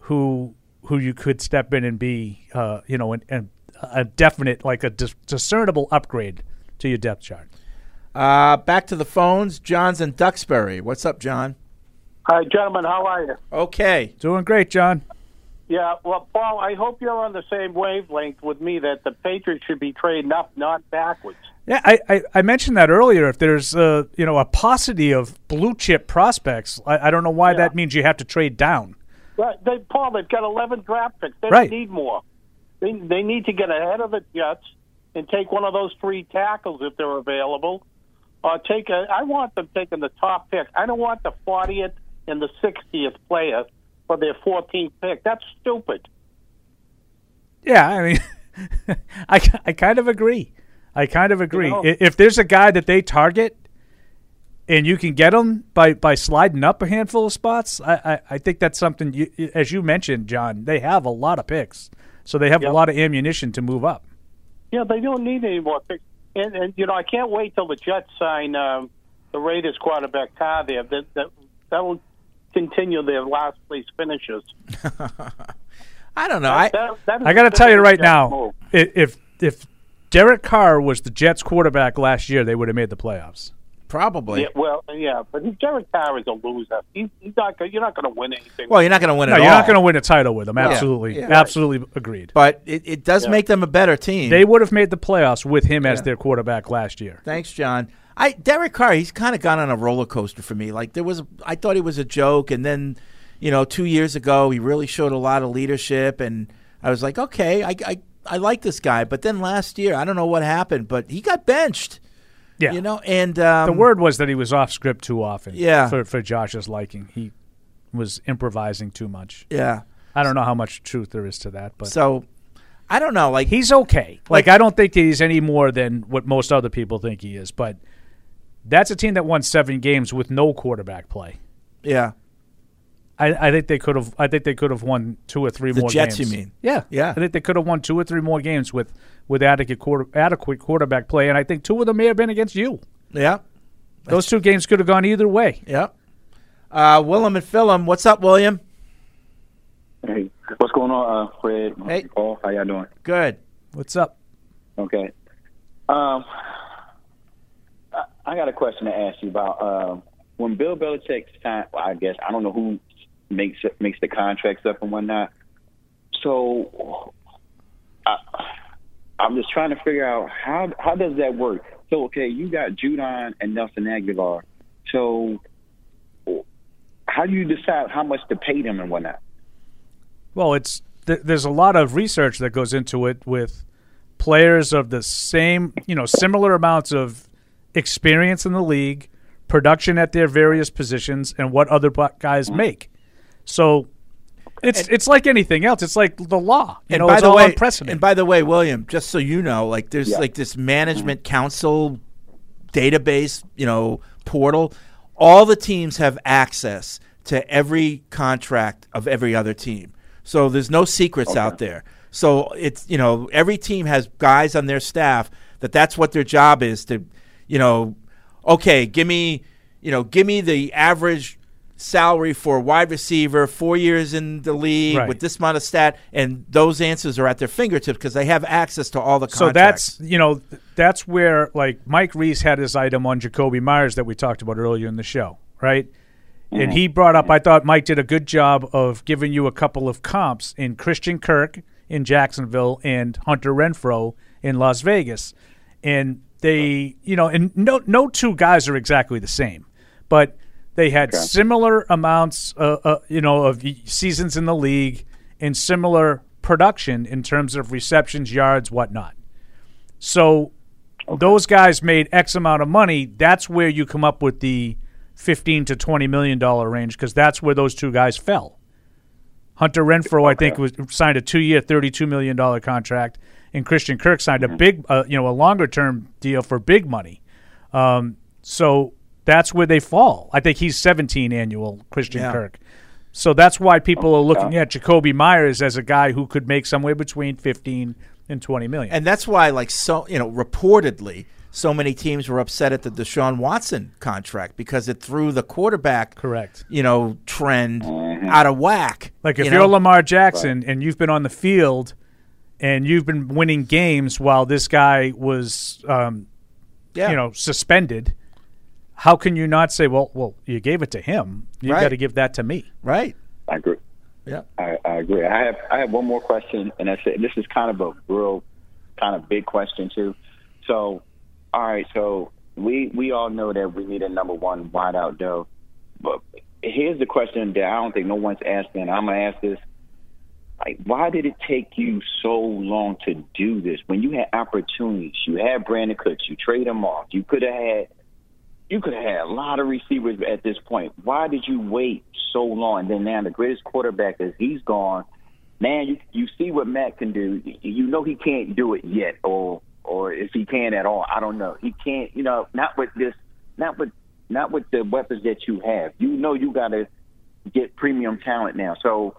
who who you could step in and be, uh, you know, an, an, a definite, like a dis- discernible upgrade to your depth chart.
Uh, back to the phones. John's in Duxbury. What's up, John?
Hi, gentlemen. How are you?
Okay.
Doing great, John.
Yeah, well, Paul, I hope you're on the same wavelength with me that the Patriots should be trading up, not backwards.
Yeah, I, I, I mentioned that earlier. If there's a you know a paucity of blue chip prospects, I, I don't know why that means you have to trade down.
Right, they, Paul, they've got 11 draft picks. They
Right.
need more. They, they need to get ahead of the Jets and take one of those three tackles if they're available. Or take a, I want them taking the top pick. I don't want the 40th and the 60th player for their 14th pick. That's stupid.
Yeah, I mean, I, ki- I kind of agree. I kind of agree.
know-
I- If there's a guy that they target and you can get him by, by sliding up a handful of spots, I, I, I think that's something, you, you- as you mentioned, John, they have a lot of picks. So they have a lot of ammunition to move up.
Yeah, they don't need any more picks. And, and you know, I can't wait till the Jets sign um, the Raiders quarterback Carr there. That that that will continue their last place finishes.
I don't know. I,
I got to tell you right now, i- if, if Derek Carr was the Jets quarterback last year, they would have made the playoffs.
Probably.
Yeah, well, yeah, but Derek Carr is a loser. He's, he's not. gonna- You're not going to win anything.
No, you're not going to win a title with them. Absolutely,
Yeah.
absolutely agreed.
But it, it does Yeah. make them a better team.
They would have made the playoffs with him as
Yeah.
their quarterback last year.
Thanks, John. I Derek Carr, he's kind of gone on a roller coaster for me. Like there was, I thought he was a joke, and then, you know, two years ago, he really showed a lot of leadership, and I was like, okay, I, I, I like this guy. But then last year, I don't know what happened, but he got benched.
Yeah,
you know, and um,
the word was that he was off script too often.
Yeah.
for for Josh's liking, he was improvising too much.
Yeah.
I don't know how much truth there is to that, but
So, I don't know. Like
he's okay. Like, I don't think that he's any more than what most other people think he is. But that's a team that won seven games with no quarterback play.
yeah,
I, I think they could have. I think they could have won two or three
The
more.
Jets,
games.
you mean?
Yeah,
Yeah.
I think they could have won two or three more games with with adequate quarter, adequate quarterback play, and I think two of them may have been against you.
yeah.
Those two games could have gone either way.
Yep. Uh, Willem and Philum, what's up, William?
Hey, what's going on, uh, Fred? Hey, Paul, how y'all doing?
Good.
What's up?
Okay. Um, I, I got a question to ask you about uh, when Bill Belichick signed. Well, I guess I don't know who makes makes the contracts up and whatnot. So, I, I'm just trying to figure out how how does that work. So, okay, you got Judon and Nelson Aguilar. So, how do you decide how much to pay them and whatnot?
Well, it's th- there's a lot of research that goes into it with players of the same, you know, similar amounts of experience in the league, production at their various positions, and what other bu- guys make. So it's it's like anything else. It's like the law. You know, it's all on
And by the way, William, just so you know, like there's
Yeah.
like this management council database, you know, portal. All the teams have access to every contract of every other team. So there's no secrets out there. So it's you know every team has guys on their staff that that's what their job is to, you know, okay, give me, you know, give me the average salary for a wide receiver, four years in the league
Right.
with this amount of stat, and those answers are at their fingertips because they have access to all the
So
contracts.
that's you know th- that's where like Mike Reese had his item on Jacoby Myers that we talked about earlier in the show, right? And he brought up I thought Mike did a good job of giving you a couple of comps in Christian Kirk in Jacksonville and Hunter Renfro in Las Vegas. And they, you know, and no no two guys are exactly the same, but they had
Okay.
similar amounts uh, uh, you know of y- seasons in the league and similar production in terms of receptions, yards, whatnot. So those guys made X amount of money. That's where you come up with the fifteen to twenty million dollar range because that's where those two guys fell. Hunter Renfro, I think, was signed a two-year, thirty-two million dollar contract, and Christian Kirk signed a big, uh, you know, a longer-term deal for big money. Um, so that's where they fall. I think he's seventeen annual, Christian
Yeah.
Kirk. So that's why people are looking at Jacoby Myers as a guy who could make somewhere between fifteen and twenty million.
and that's why, like, so you know, reportedly, so many teams were upset at the Deshaun Watson contract because it threw the quarterback
correct,
you know, trend out of whack.
Like if
you
you are
know?
Lamar Jackson and you've been on the field and you've been winning games while this guy was, um,
Yeah.
you know, suspended. How can you not say, well, well, you gave it to him. You
Right.
got to give that to me,
right?
I agree.
Yeah,
I, I agree. I have I have one more question, and that's it. This is kind of a real, kind of big question too. So, all right. So we we all know that we need a number one wideout, though. But here's the question that I don't think no one's asking. and I'm gonna ask this. Like, why did it take you so long to do this when you had opportunities? You had Brandon Cooks. You trade him off. You could have had you could have had a lot of receivers at this point. Why did you wait so long? And then now the greatest quarterback is he's gone. Now you you see what Matt can do. You know he can't do it yet, or or if he can at all, I don't know. He can't. You know, not with this, not with not with the weapons that you have. You know, you got to get premium talent now. So.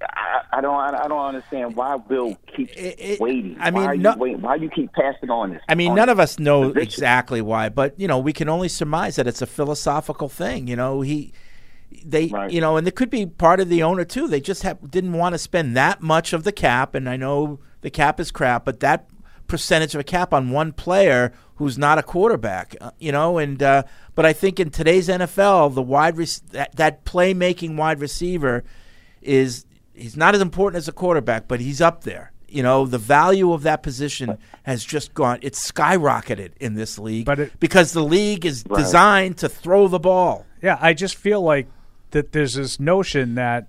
I, I don't. I don't understand why Bill keeps waiting.
I mean,
why are
no-
you waiting? Why you keep passing on this?
I mean,
on
none
this?
of us know
position.
exactly why, but you know, we can only surmise that it's a philosophical thing. You know, he, they, you know, and it could be part of the owner too. They just have, didn't want to spend that much of the cap, and I know the cap is crap, but that percentage of a cap on one player who's not a quarterback, uh, you know, and uh, but I think in today's NFL, the wide rec- that, that playmaking wide receiver is he's not as important as a quarterback, but he's up there. You know, the value of that position has just gone it's skyrocketed in this league because the league is
Right.
designed to throw the ball.
Yeah, I just feel like that there's this notion that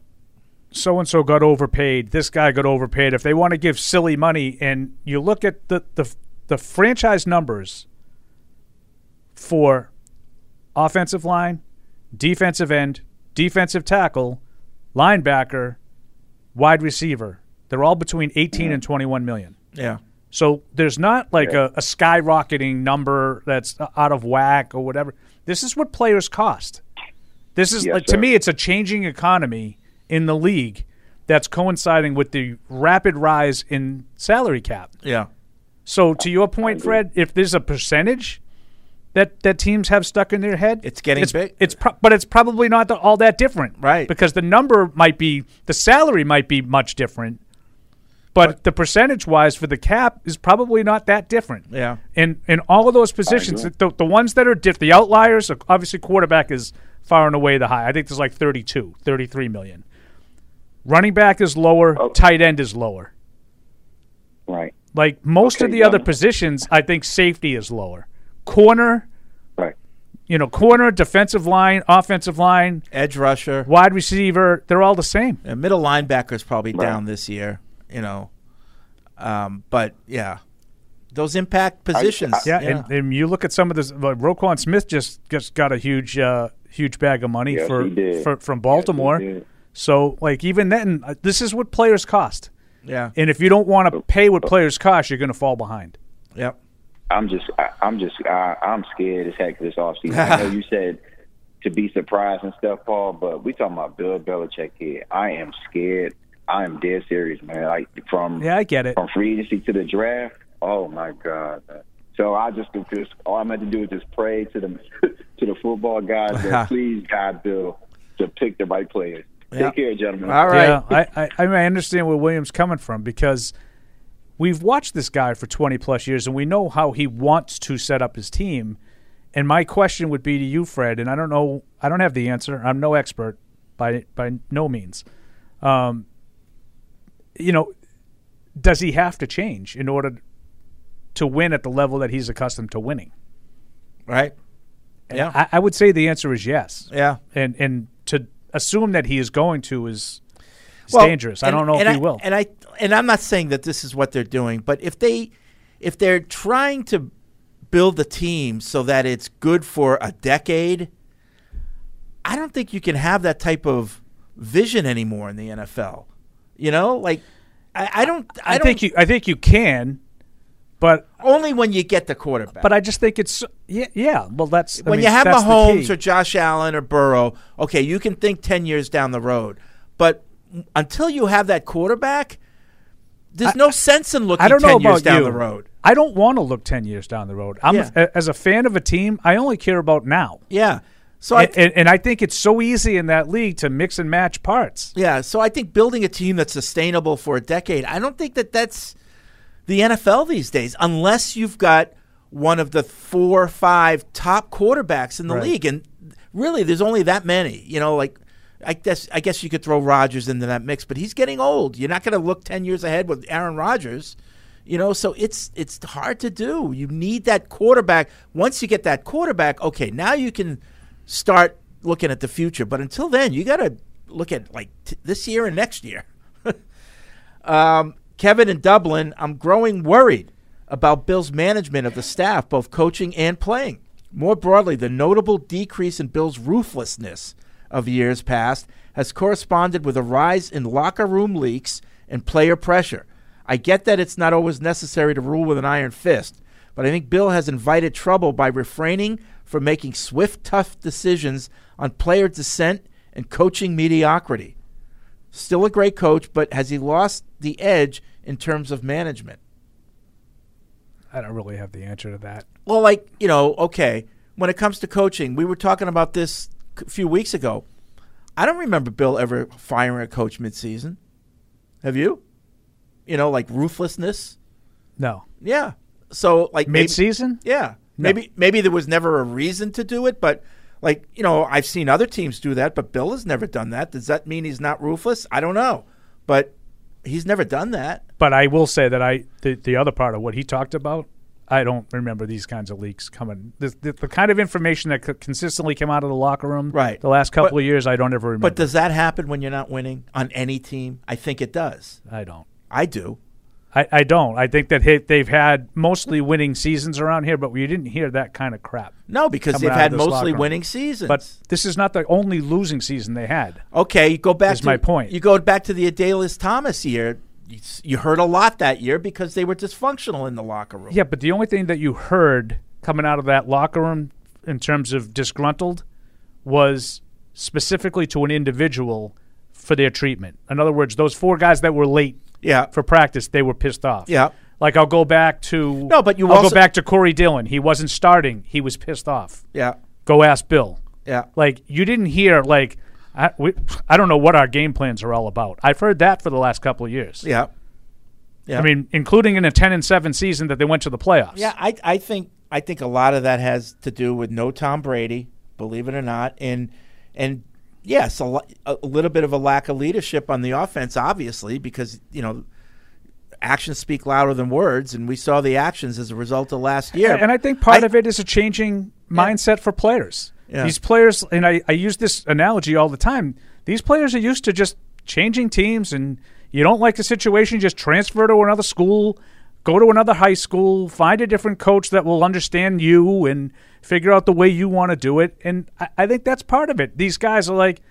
so and so got overpaid, this guy got overpaid. If they want to give silly money, and you look at the the, the franchise numbers for offensive line, defensive end, defensive tackle, linebacker, wide receiver, they're all between 18 and 21 million.
Yeah.
So there's not like a,
Yeah.
a skyrocketing number that's out of whack or whatever. This is what players cost. This is
Yes,
like, to
sir.
me, it's a changing economy in the league that's coinciding with the rapid rise in salary cap.
Yeah.
So to your point, Fred, if there's a percentage that that teams have stuck in their head, it's
getting
it's,
big.
It's pro- but it's probably not the, all that different, right? Because the number might be the salary might be much different, but, the percentage wise for the cap is probably not that different.
Yeah.
In in all of those positions,
agree.
the, the ones that are diff, the outliers, obviously quarterback is far and away the high. I think there's like 32, 33 million. Running back is lower, tight end is lower.
Oh. Right.
Like most of
Okay,
the
yeah.
other positions, I think safety is lower. Corner,
right?
You know, corner, defensive line, offensive line,
edge rusher,
wide receiver, they're all the same.
And middle linebacker's probably
Right.
down this year, you know. Um, but yeah. Those impact positions.
yeah, And, and you look at some of this. Like Roquan Smith just just got a huge, uh, huge bag of money
Yes,
for,
he did.
for from Baltimore.
did.
so, like, even then, uh, this is what players cost.
Yeah.
And if you don't want
Oh.
to pay what players cost, you're going to fall behind.
Yep.
I'm just, I, I'm just, I, I'm scared as heck this offseason. I know you said to be surprised and stuff, Paul, but we talking about Bill Belichick here. I am scared. I am dead serious, man. Like from
Yeah, I get it.
from free agency to the draft. Oh my god. man. So I just, just all I'm had to do is just pray to the to the football guys that please God Bill to pick the right players.
Yeah.
Take care, gentlemen.
Yeah, I, I, I mean, I understand where Williams coming from because we've watched this guy for 20 plus years and we know how he wants to set up his team. And my question would be to you, Fred, and I don't know, I don't have the answer. I'm no expert by by no means. Um, you know, does he have to change in order to win at the level that he's accustomed to winning?
Right.
Yeah. I, I would say the answer is yes.
Yeah.
And and to assume that he is going to is, is
Well,
dangerous. I
and-
don't know if
and
he will.
And I and I'm not saying that this is what they're doing, but if they if they're trying to build the team so that it's good for a decade, I don't think you can have that type of vision anymore in the NFL. You know, like I, I don't. I,
I
don't,
think you. I think you can, but
only when you get the quarterback.
But I just think it's yeah. Yeah. Well, that's I
when
mean,
you have
that's the
Mahomes
key.
or Josh Allen or Burrow, okay, you can think 10 years down the road. But until you have that quarterback, there's no sense in looking
I don't
10
know about
years down
you.
the road.
I don't want to look ten years down the road. I'm
Yeah.
a- as a fan of a team. I only care about now.
Yeah.
So and, I th- and, and I think it's so easy in that league to mix and match parts.
Yeah, so I think building a team that's sustainable for a decade, I don't think that that's the NFL these days, unless you've got one of the four or five top quarterbacks in the
Right.
league, and really, there's only that many. You know, like I guess I guess you could throw Rodgers into that mix, but he's getting old. You're not going to look ten years ahead with Aaron Rodgers. You know, so it's it's hard to do. You need that quarterback. Once you get that quarterback, okay, now you can start looking at the future. But until then, you got to look at like t- this year and next year. Um, Kevin in Dublin, I'm growing worried about Bill's management of the staff, both coaching and playing. More broadly, the notable decrease in Bill's ruthlessness of years past has corresponded with a rise in locker room leaks and player pressure. I get that it's not always necessary to rule with an iron fist, but I think Bill has invited trouble by refraining from making swift, tough decisions on player dissent and coaching mediocrity. Still a great coach, but has he lost the edge in terms of management?
I don't really have the answer to that.
Well, like, you know, okay, when it comes to coaching, we were talking about this c- a few weeks ago. I don't remember Bill ever firing a coach midseason. Have you? You know, like ruthlessness?
No.
Yeah. So like maybe-
Mid-season?
Yeah.
No.
Maybe maybe there was never a reason to do it, but like you know, I've seen other teams do that, but Bill has never done that. Does that mean he's not ruthless? I don't know, but he's never done that.
But I will say that I the, the other part of what he talked about, I don't remember these kinds of leaks coming. The, the, the kind of information that co- consistently came out of the locker room
right.
the last couple of years, I don't ever remember.
But does that happen when you're not winning on any team? I think it does.
I don't.
I do.
I, I don't. I think that he, they've had mostly winning seasons around here, but we didn't hear that kind of crap.
No, because
coming
they've
out of
had
this
mostly
locker room.
winning seasons.
But this is not the only losing season they had.
Okay, you go back.
Is
to
my point.
You go back to the Adelius Thomas year. You, s- you heard a lot that year because they were dysfunctional in the locker room.
Yeah, but the only thing that you heard coming out of that locker room in terms of disgruntled was specifically to an individual for their treatment. In other words, those four guys that were late
yeah.
for practice, they were pissed off.
Yeah.
Like I'll go back to
No, but you
I'll
also-
go back to Corey Dillon. He wasn't starting. He was pissed off.
Yeah.
Go ask Bill.
Yeah.
Like you didn't hear like I, we, I don't know what our game plans are all about. I've heard that for the last couple of years.
Yeah. Yeah.
I mean, including in a ten and seven season that they went to the playoffs.
Yeah, I, I think I think a lot of that has to do with no Tom Brady, believe it or not, and and yes, a, lo- a little bit of a lack of leadership on the offense, obviously, because you know actions speak louder than words, and we saw the actions as a result of last year.
And I think part of it is a changing mindset for players.
Yeah.
These players, and I, I use this analogy all the time, these players are used to just changing teams and you don't like the situation, just transfer to another school, go to another high school, find a different coach that will understand you and figure out the way you want to do it. And I, I think that's part of it. These guys are like,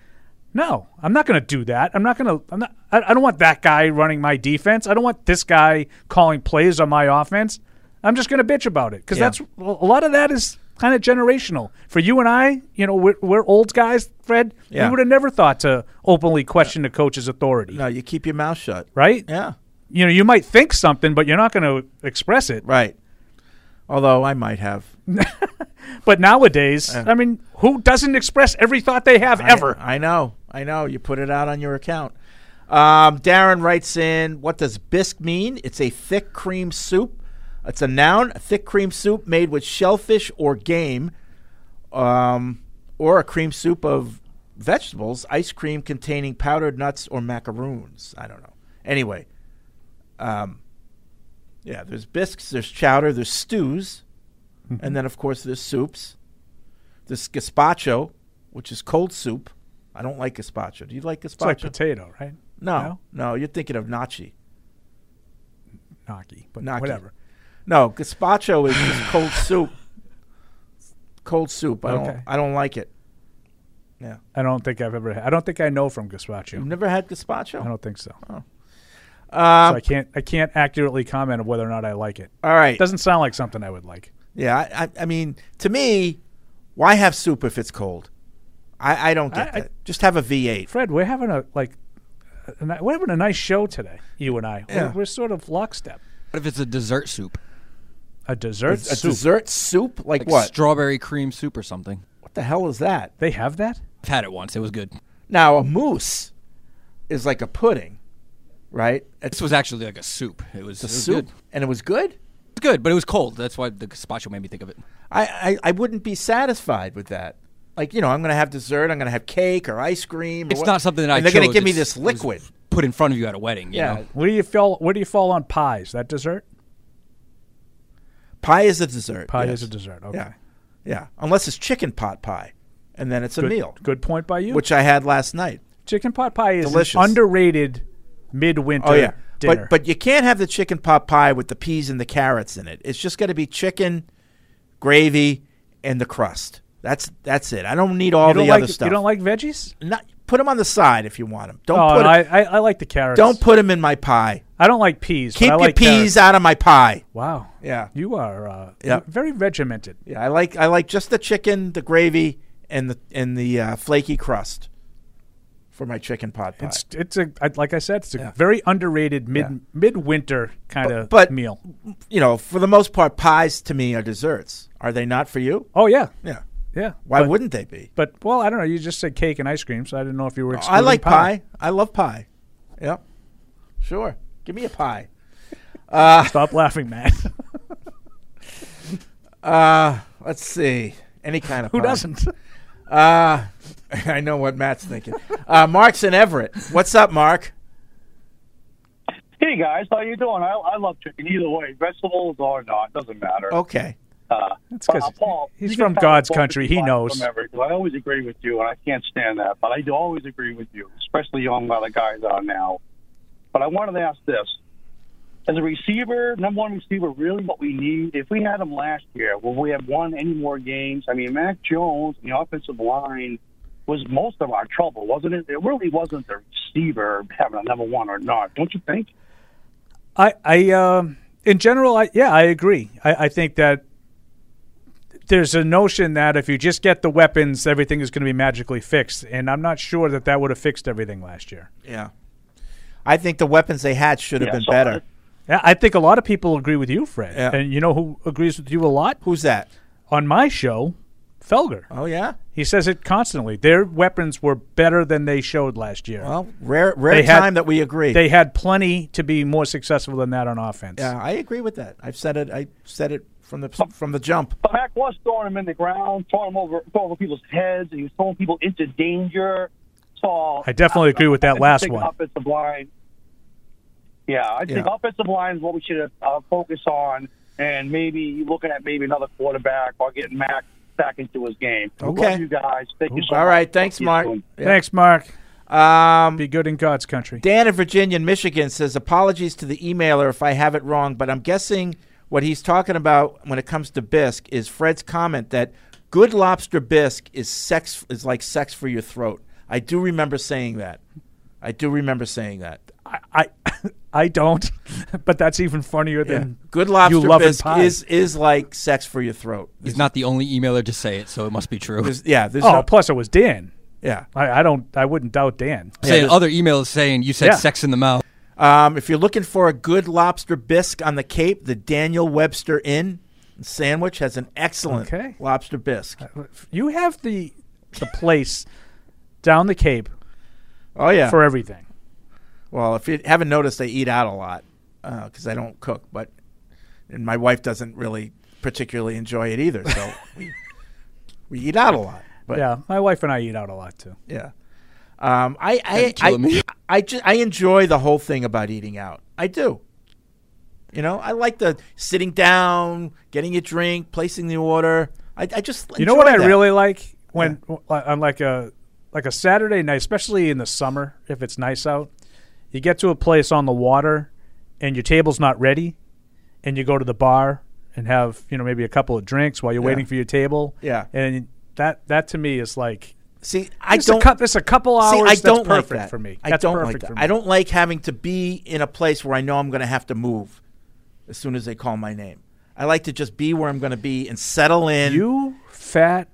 no, I'm not going to do that. I'm not going to. I'm not. I, I don't want that guy running my defense. I don't want this guy calling plays on my offense. I'm just going to bitch about it because
Yeah.
that's a lot of that is kind of generational. For you and I, you know, we're, we're old guys, Fred.
Yeah.
We would have never thought to openly question a coach's authority. No,
you keep your mouth shut,
right?
Yeah.
You know, you might think something, but you're not going to express it,
right? Although I might have.
but nowadays,
Yeah.
I mean, who doesn't express every thought they have ever?
I, I know, I know. You put it out on your account. Um, Darren writes in, "What does bisque mean? It's a thick cream soup. It's a noun. A thick cream soup made with shellfish or game, um, or a cream soup of vegetables, ice cream containing powdered nuts or macaroons. I don't know. Anyway, um, yeah. There's bisques. There's chowder. There's stews,
Mm-hmm.
and then of course there's soups. There's gazpacho, which is cold soup. I don't like gazpacho. Do you like gazpacho?
It's like potato, right?
No, no, you're thinking of nachi.
Naki, but
Gnocchi.
whatever.
No, gazpacho is just cold soup. Cold soup. I
Okay.
don't. I don't like it. Yeah.
I don't think I've ever. Had, I don't think I know from gazpacho. You've
never had gazpacho?
I don't think so.
Oh. Uh,
so I can't. I can't accurately comment on whether or not I like it.
All right.
Doesn't sound like something I would like.
Yeah. I, I, I mean, to me, why have soup if it's cold? I, I don't get that. just have a V8.
Fred, we're having a like. a ni- we're having a nice show today. You and I. We're-
Yeah.
We're, sort of lockstep.
What if it's a dessert soup?
A dessert
A
soup.
dessert
soup?
Like,
what?
Strawberry cream soup or something.
What the hell is that?
They have that?
I've had it once. It was good.
Now a mousse is like a pudding, right?
This was actually like a soup. It was,
a
it was
soup,
good.
and it was good.
It's good, but it was cold. That's why the gazpacho made me think of it.
I, I, I wouldn't be satisfied with that. Like you know, I'm going to have dessert. I'm going to have cake or ice cream. or
It's
what-
not something that I
and They're gonna
chose.
give me
It's-
this
it was
liquid.
put in front of you at a wedding. You
Yeah.
know?
Where do you fall? Where do you fall on pies? That dessert?
Pie is a dessert.
Pie
yes.
is a dessert. Okay.
Yeah. Yeah. Unless it's chicken pot pie, and then it's a
Good-
meal.
Good point by you.
Which I had last night.
Chicken pot pie is an
Delicious.
underrated midwinter
Oh yeah.
dinner.
But but you can't have the chicken pot pie with the peas and the carrots in it. It's just got to be chicken, gravy, and the crust. That's that's it. I don't need all
You don't
the
like-
other stuff.
You don't like veggies?
Not, put them on the side if you want them. Don't
oh,
put
no,
'em-
I, I, I like the carrots.
don't put them in my pie.
I don't like peas. but
Keep
I
your
like
peas
carrots.
out of my pie.
Wow.
Yeah.
You are uh,
Yeah.
very regimented.
Yeah, I like I like just the chicken, the gravy, and the and the uh, flaky crust for my chicken pot pie.
It's it's a I- like I said, it's a very underrated mid midwinter kind of
but
meal.
you know, for the most part, pies to me are desserts. Are they not for you?
Oh yeah,
yeah,
yeah.
Why
But-
wouldn't they be?
But well, I don't know. You just said cake and ice cream, so I didn't know if you were.
I
excluding
like
pie.
pie. I love pie. Yep. Sure. Give me a pie. Uh,
Stop laughing, Matt.
uh, let's see. Any kind of
Who
pie.
doesn't?
Uh, I know what Matt's thinking. Uh, Mark's in Everett. What's up, Mark?
Hey guys, how you doing? I, I love chicken either way, vegetables or not, doesn't matter.
Okay.
Uh,
That's
but,
'cause
uh, Paul,
he's
you
from
can tell
God's
both
country.
of you
He
are
knows.
from every- I always agree with you, and I can't stand that, but I do always agree with you, especially on where the guys are now. But I wanted to ask this: as a receiver, number one receiver, really what we need? If we had him last year, will we have won any more games? I mean, Mac Jones, the offensive line. Was most of our trouble, wasn't it? It really wasn't the receiver having a number one or not, don't you think?
I, I um, in general, I, yeah, I agree. I, I think that there's a notion that if you just get the weapons, everything is going to be magically fixed, and I'm not sure that that would have fixed everything last year.
Yeah. I think the weapons they had should have
Yeah,
been
so
better.
Yeah, I think a lot of people agree with you, Fred.
Yeah.
And you know who agrees with you a lot?
Who's that?
On my show, Felger.
Oh yeah,
he says it constantly. Their weapons were better than they showed last year.
Well, rare rare time that we agree.
They had plenty to be more successful than that on offense.
yeah, I agree with that. I've said it. I said it from the from the jump.
But Mac was throwing him in the ground, throwing him over, throwing over people's heads, and he was throwing people into danger. So
I definitely agree with that
I
last
think
one.
Offensive line. Yeah, I think
Yeah.
offensive line is what we should uh, focus on, and maybe looking at maybe another quarterback or getting Mac back into his game. We love
Okay.
you guys. Thank you so
All
much.
right, thanks,
Talk to you
Mark.
soon.
Yeah.
Thanks, Mark.
Um,
Be good in God's country.
Dan in Virginia and Michigan says apologies to the emailer if I have it wrong, but I'm guessing what he's talking about when it comes to bisque is Fred's comment that good lobster bisque is sex is like sex for your throat. I do remember saying that. I do remember saying that.
I I don't, but that's even funnier than
Good lobster
you loving
bisque
pie.
is is like sex for your throat.
He's not the only emailer to say it, so it must be true.
There's- yeah,
oh, plus it was Dan.
Yeah.
I, I don't. I wouldn't doubt Dan.
Saying other emails saying you said
Yeah.
sex in the mouth.
Um, if you're looking for a good lobster bisque on the Cape, the Daniel Webster Inn in sandwich has an excellent
Okay. Uh,
lobster bisque.
You have the the place down the Cape.
Oh yeah,
for everything.
Well, if you haven't noticed, I eat out a lot because I don't cook, but and my wife doesn't really particularly enjoy it either. So we, we eat out a lot. But
yeah, my wife and I eat out a lot too.
Yeah. Um, I I
That'd kill
I,
me.
I, ju- I enjoy the whole thing about eating out. I do. You know, I like the sitting down, getting a drink, placing the order. I, I just
You know what
enjoy
I
that.
really like when like- on like a like a Saturday night, especially in the summer if it's nice out. You get to a place on the water, and your table's not ready, and you go to the bar and have you know maybe a couple of drinks while you're
Yeah.
waiting for your table.
Yeah.
and that that to me is like
see I
just
don't-
A cou- just a couple hours.
See, I
that's
don't like
perfect
that.
for me.
I
That's
don't
perfect
like that.
for me.
I don't like having to be in a place where I know I'm going to have to move as soon as they call my name. I like to just be where I'm going to be and settle in.
You fat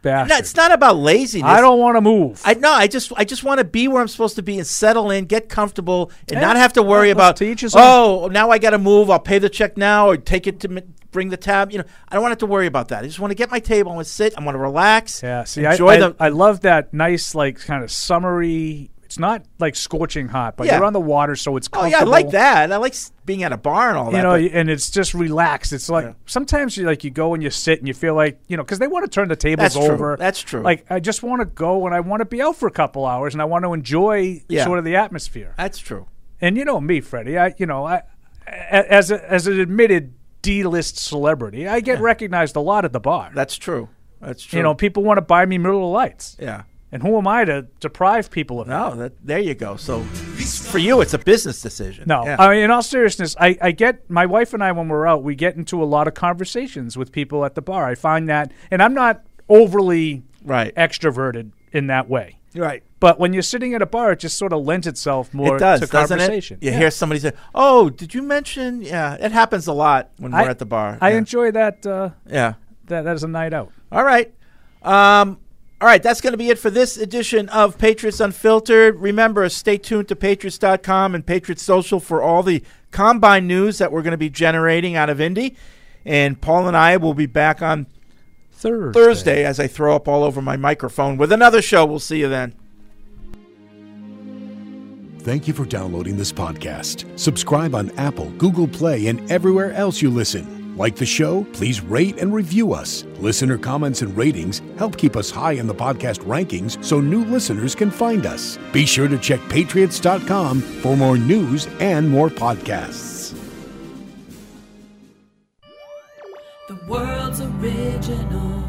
bastard.
No, it's not about laziness.
I don't want to move.
I no, I just I just want to be where I'm supposed to be and settle in, get comfortable, and
Yeah.
not have to worry
Well,
about
to each his
oh now I got to move. I'll pay the check now or take it to mi- bring the tab. You know, I don't want to have to worry about that. I just want to get my table. I want to sit. I want to relax.
Yeah, see,
enjoy
I, I,
the.
I love that nice, like, kind of summery. It's not like scorching hot, but
Yeah.
you're on the water, so it's
oh
comfortable.
yeah, I like that. I like s- being at a bar and all that.
you know,
but-
and it's just relaxed. It's like sometimes you like you go and you sit and you feel like you know because they want to turn the tables
That's true.
over.
That's true.
Like I just want to go and I want to be out for a couple hours and I want to enjoy
Yeah.
sort of the atmosphere.
That's true.
And you know me, Freddie. I you know I a- as a, as an admitted D-list celebrity, I get recognized a lot at the bar.
That's true. That's true.
You know, people want to buy me Miller Lights.
Yeah.
And who am I to deprive people of
no, that? There you go. So for you, it's a business decision.
No,
Yeah.
I mean, in all seriousness, I, I get my wife and I when we're out, we get into a lot of conversations with people at the bar. I find that, and I'm not overly
right
extroverted in that way.
Right.
But when you're sitting at a bar, it just sort of lends itself more
it does,
to
doesn't
conversation.
it? You hear somebody say, "Oh, did you mention?" Yeah, it happens a lot when
I-
we're at the bar.
I
yeah.
enjoy that. Uh,
Yeah.
that that is a night out.
All right. Um, all right, that's going to be it for this edition of Patriots Unfiltered. Remember, stay tuned to patriots.com and Patriots Social for all the combine news that we're going to be generating out of Indy. And Paul and I will be back on
Thursday.
Thursday as I throw up all over my microphone with another show. We'll see you then.
Thank you for downloading this podcast. Subscribe on Apple, Google Play, and everywhere else you listen. Like the show? Please rate and review us. Listener comments and ratings help keep us high in the podcast rankings so new listeners can find us. Be sure to check patriots.com for more news and more podcasts.
The world's original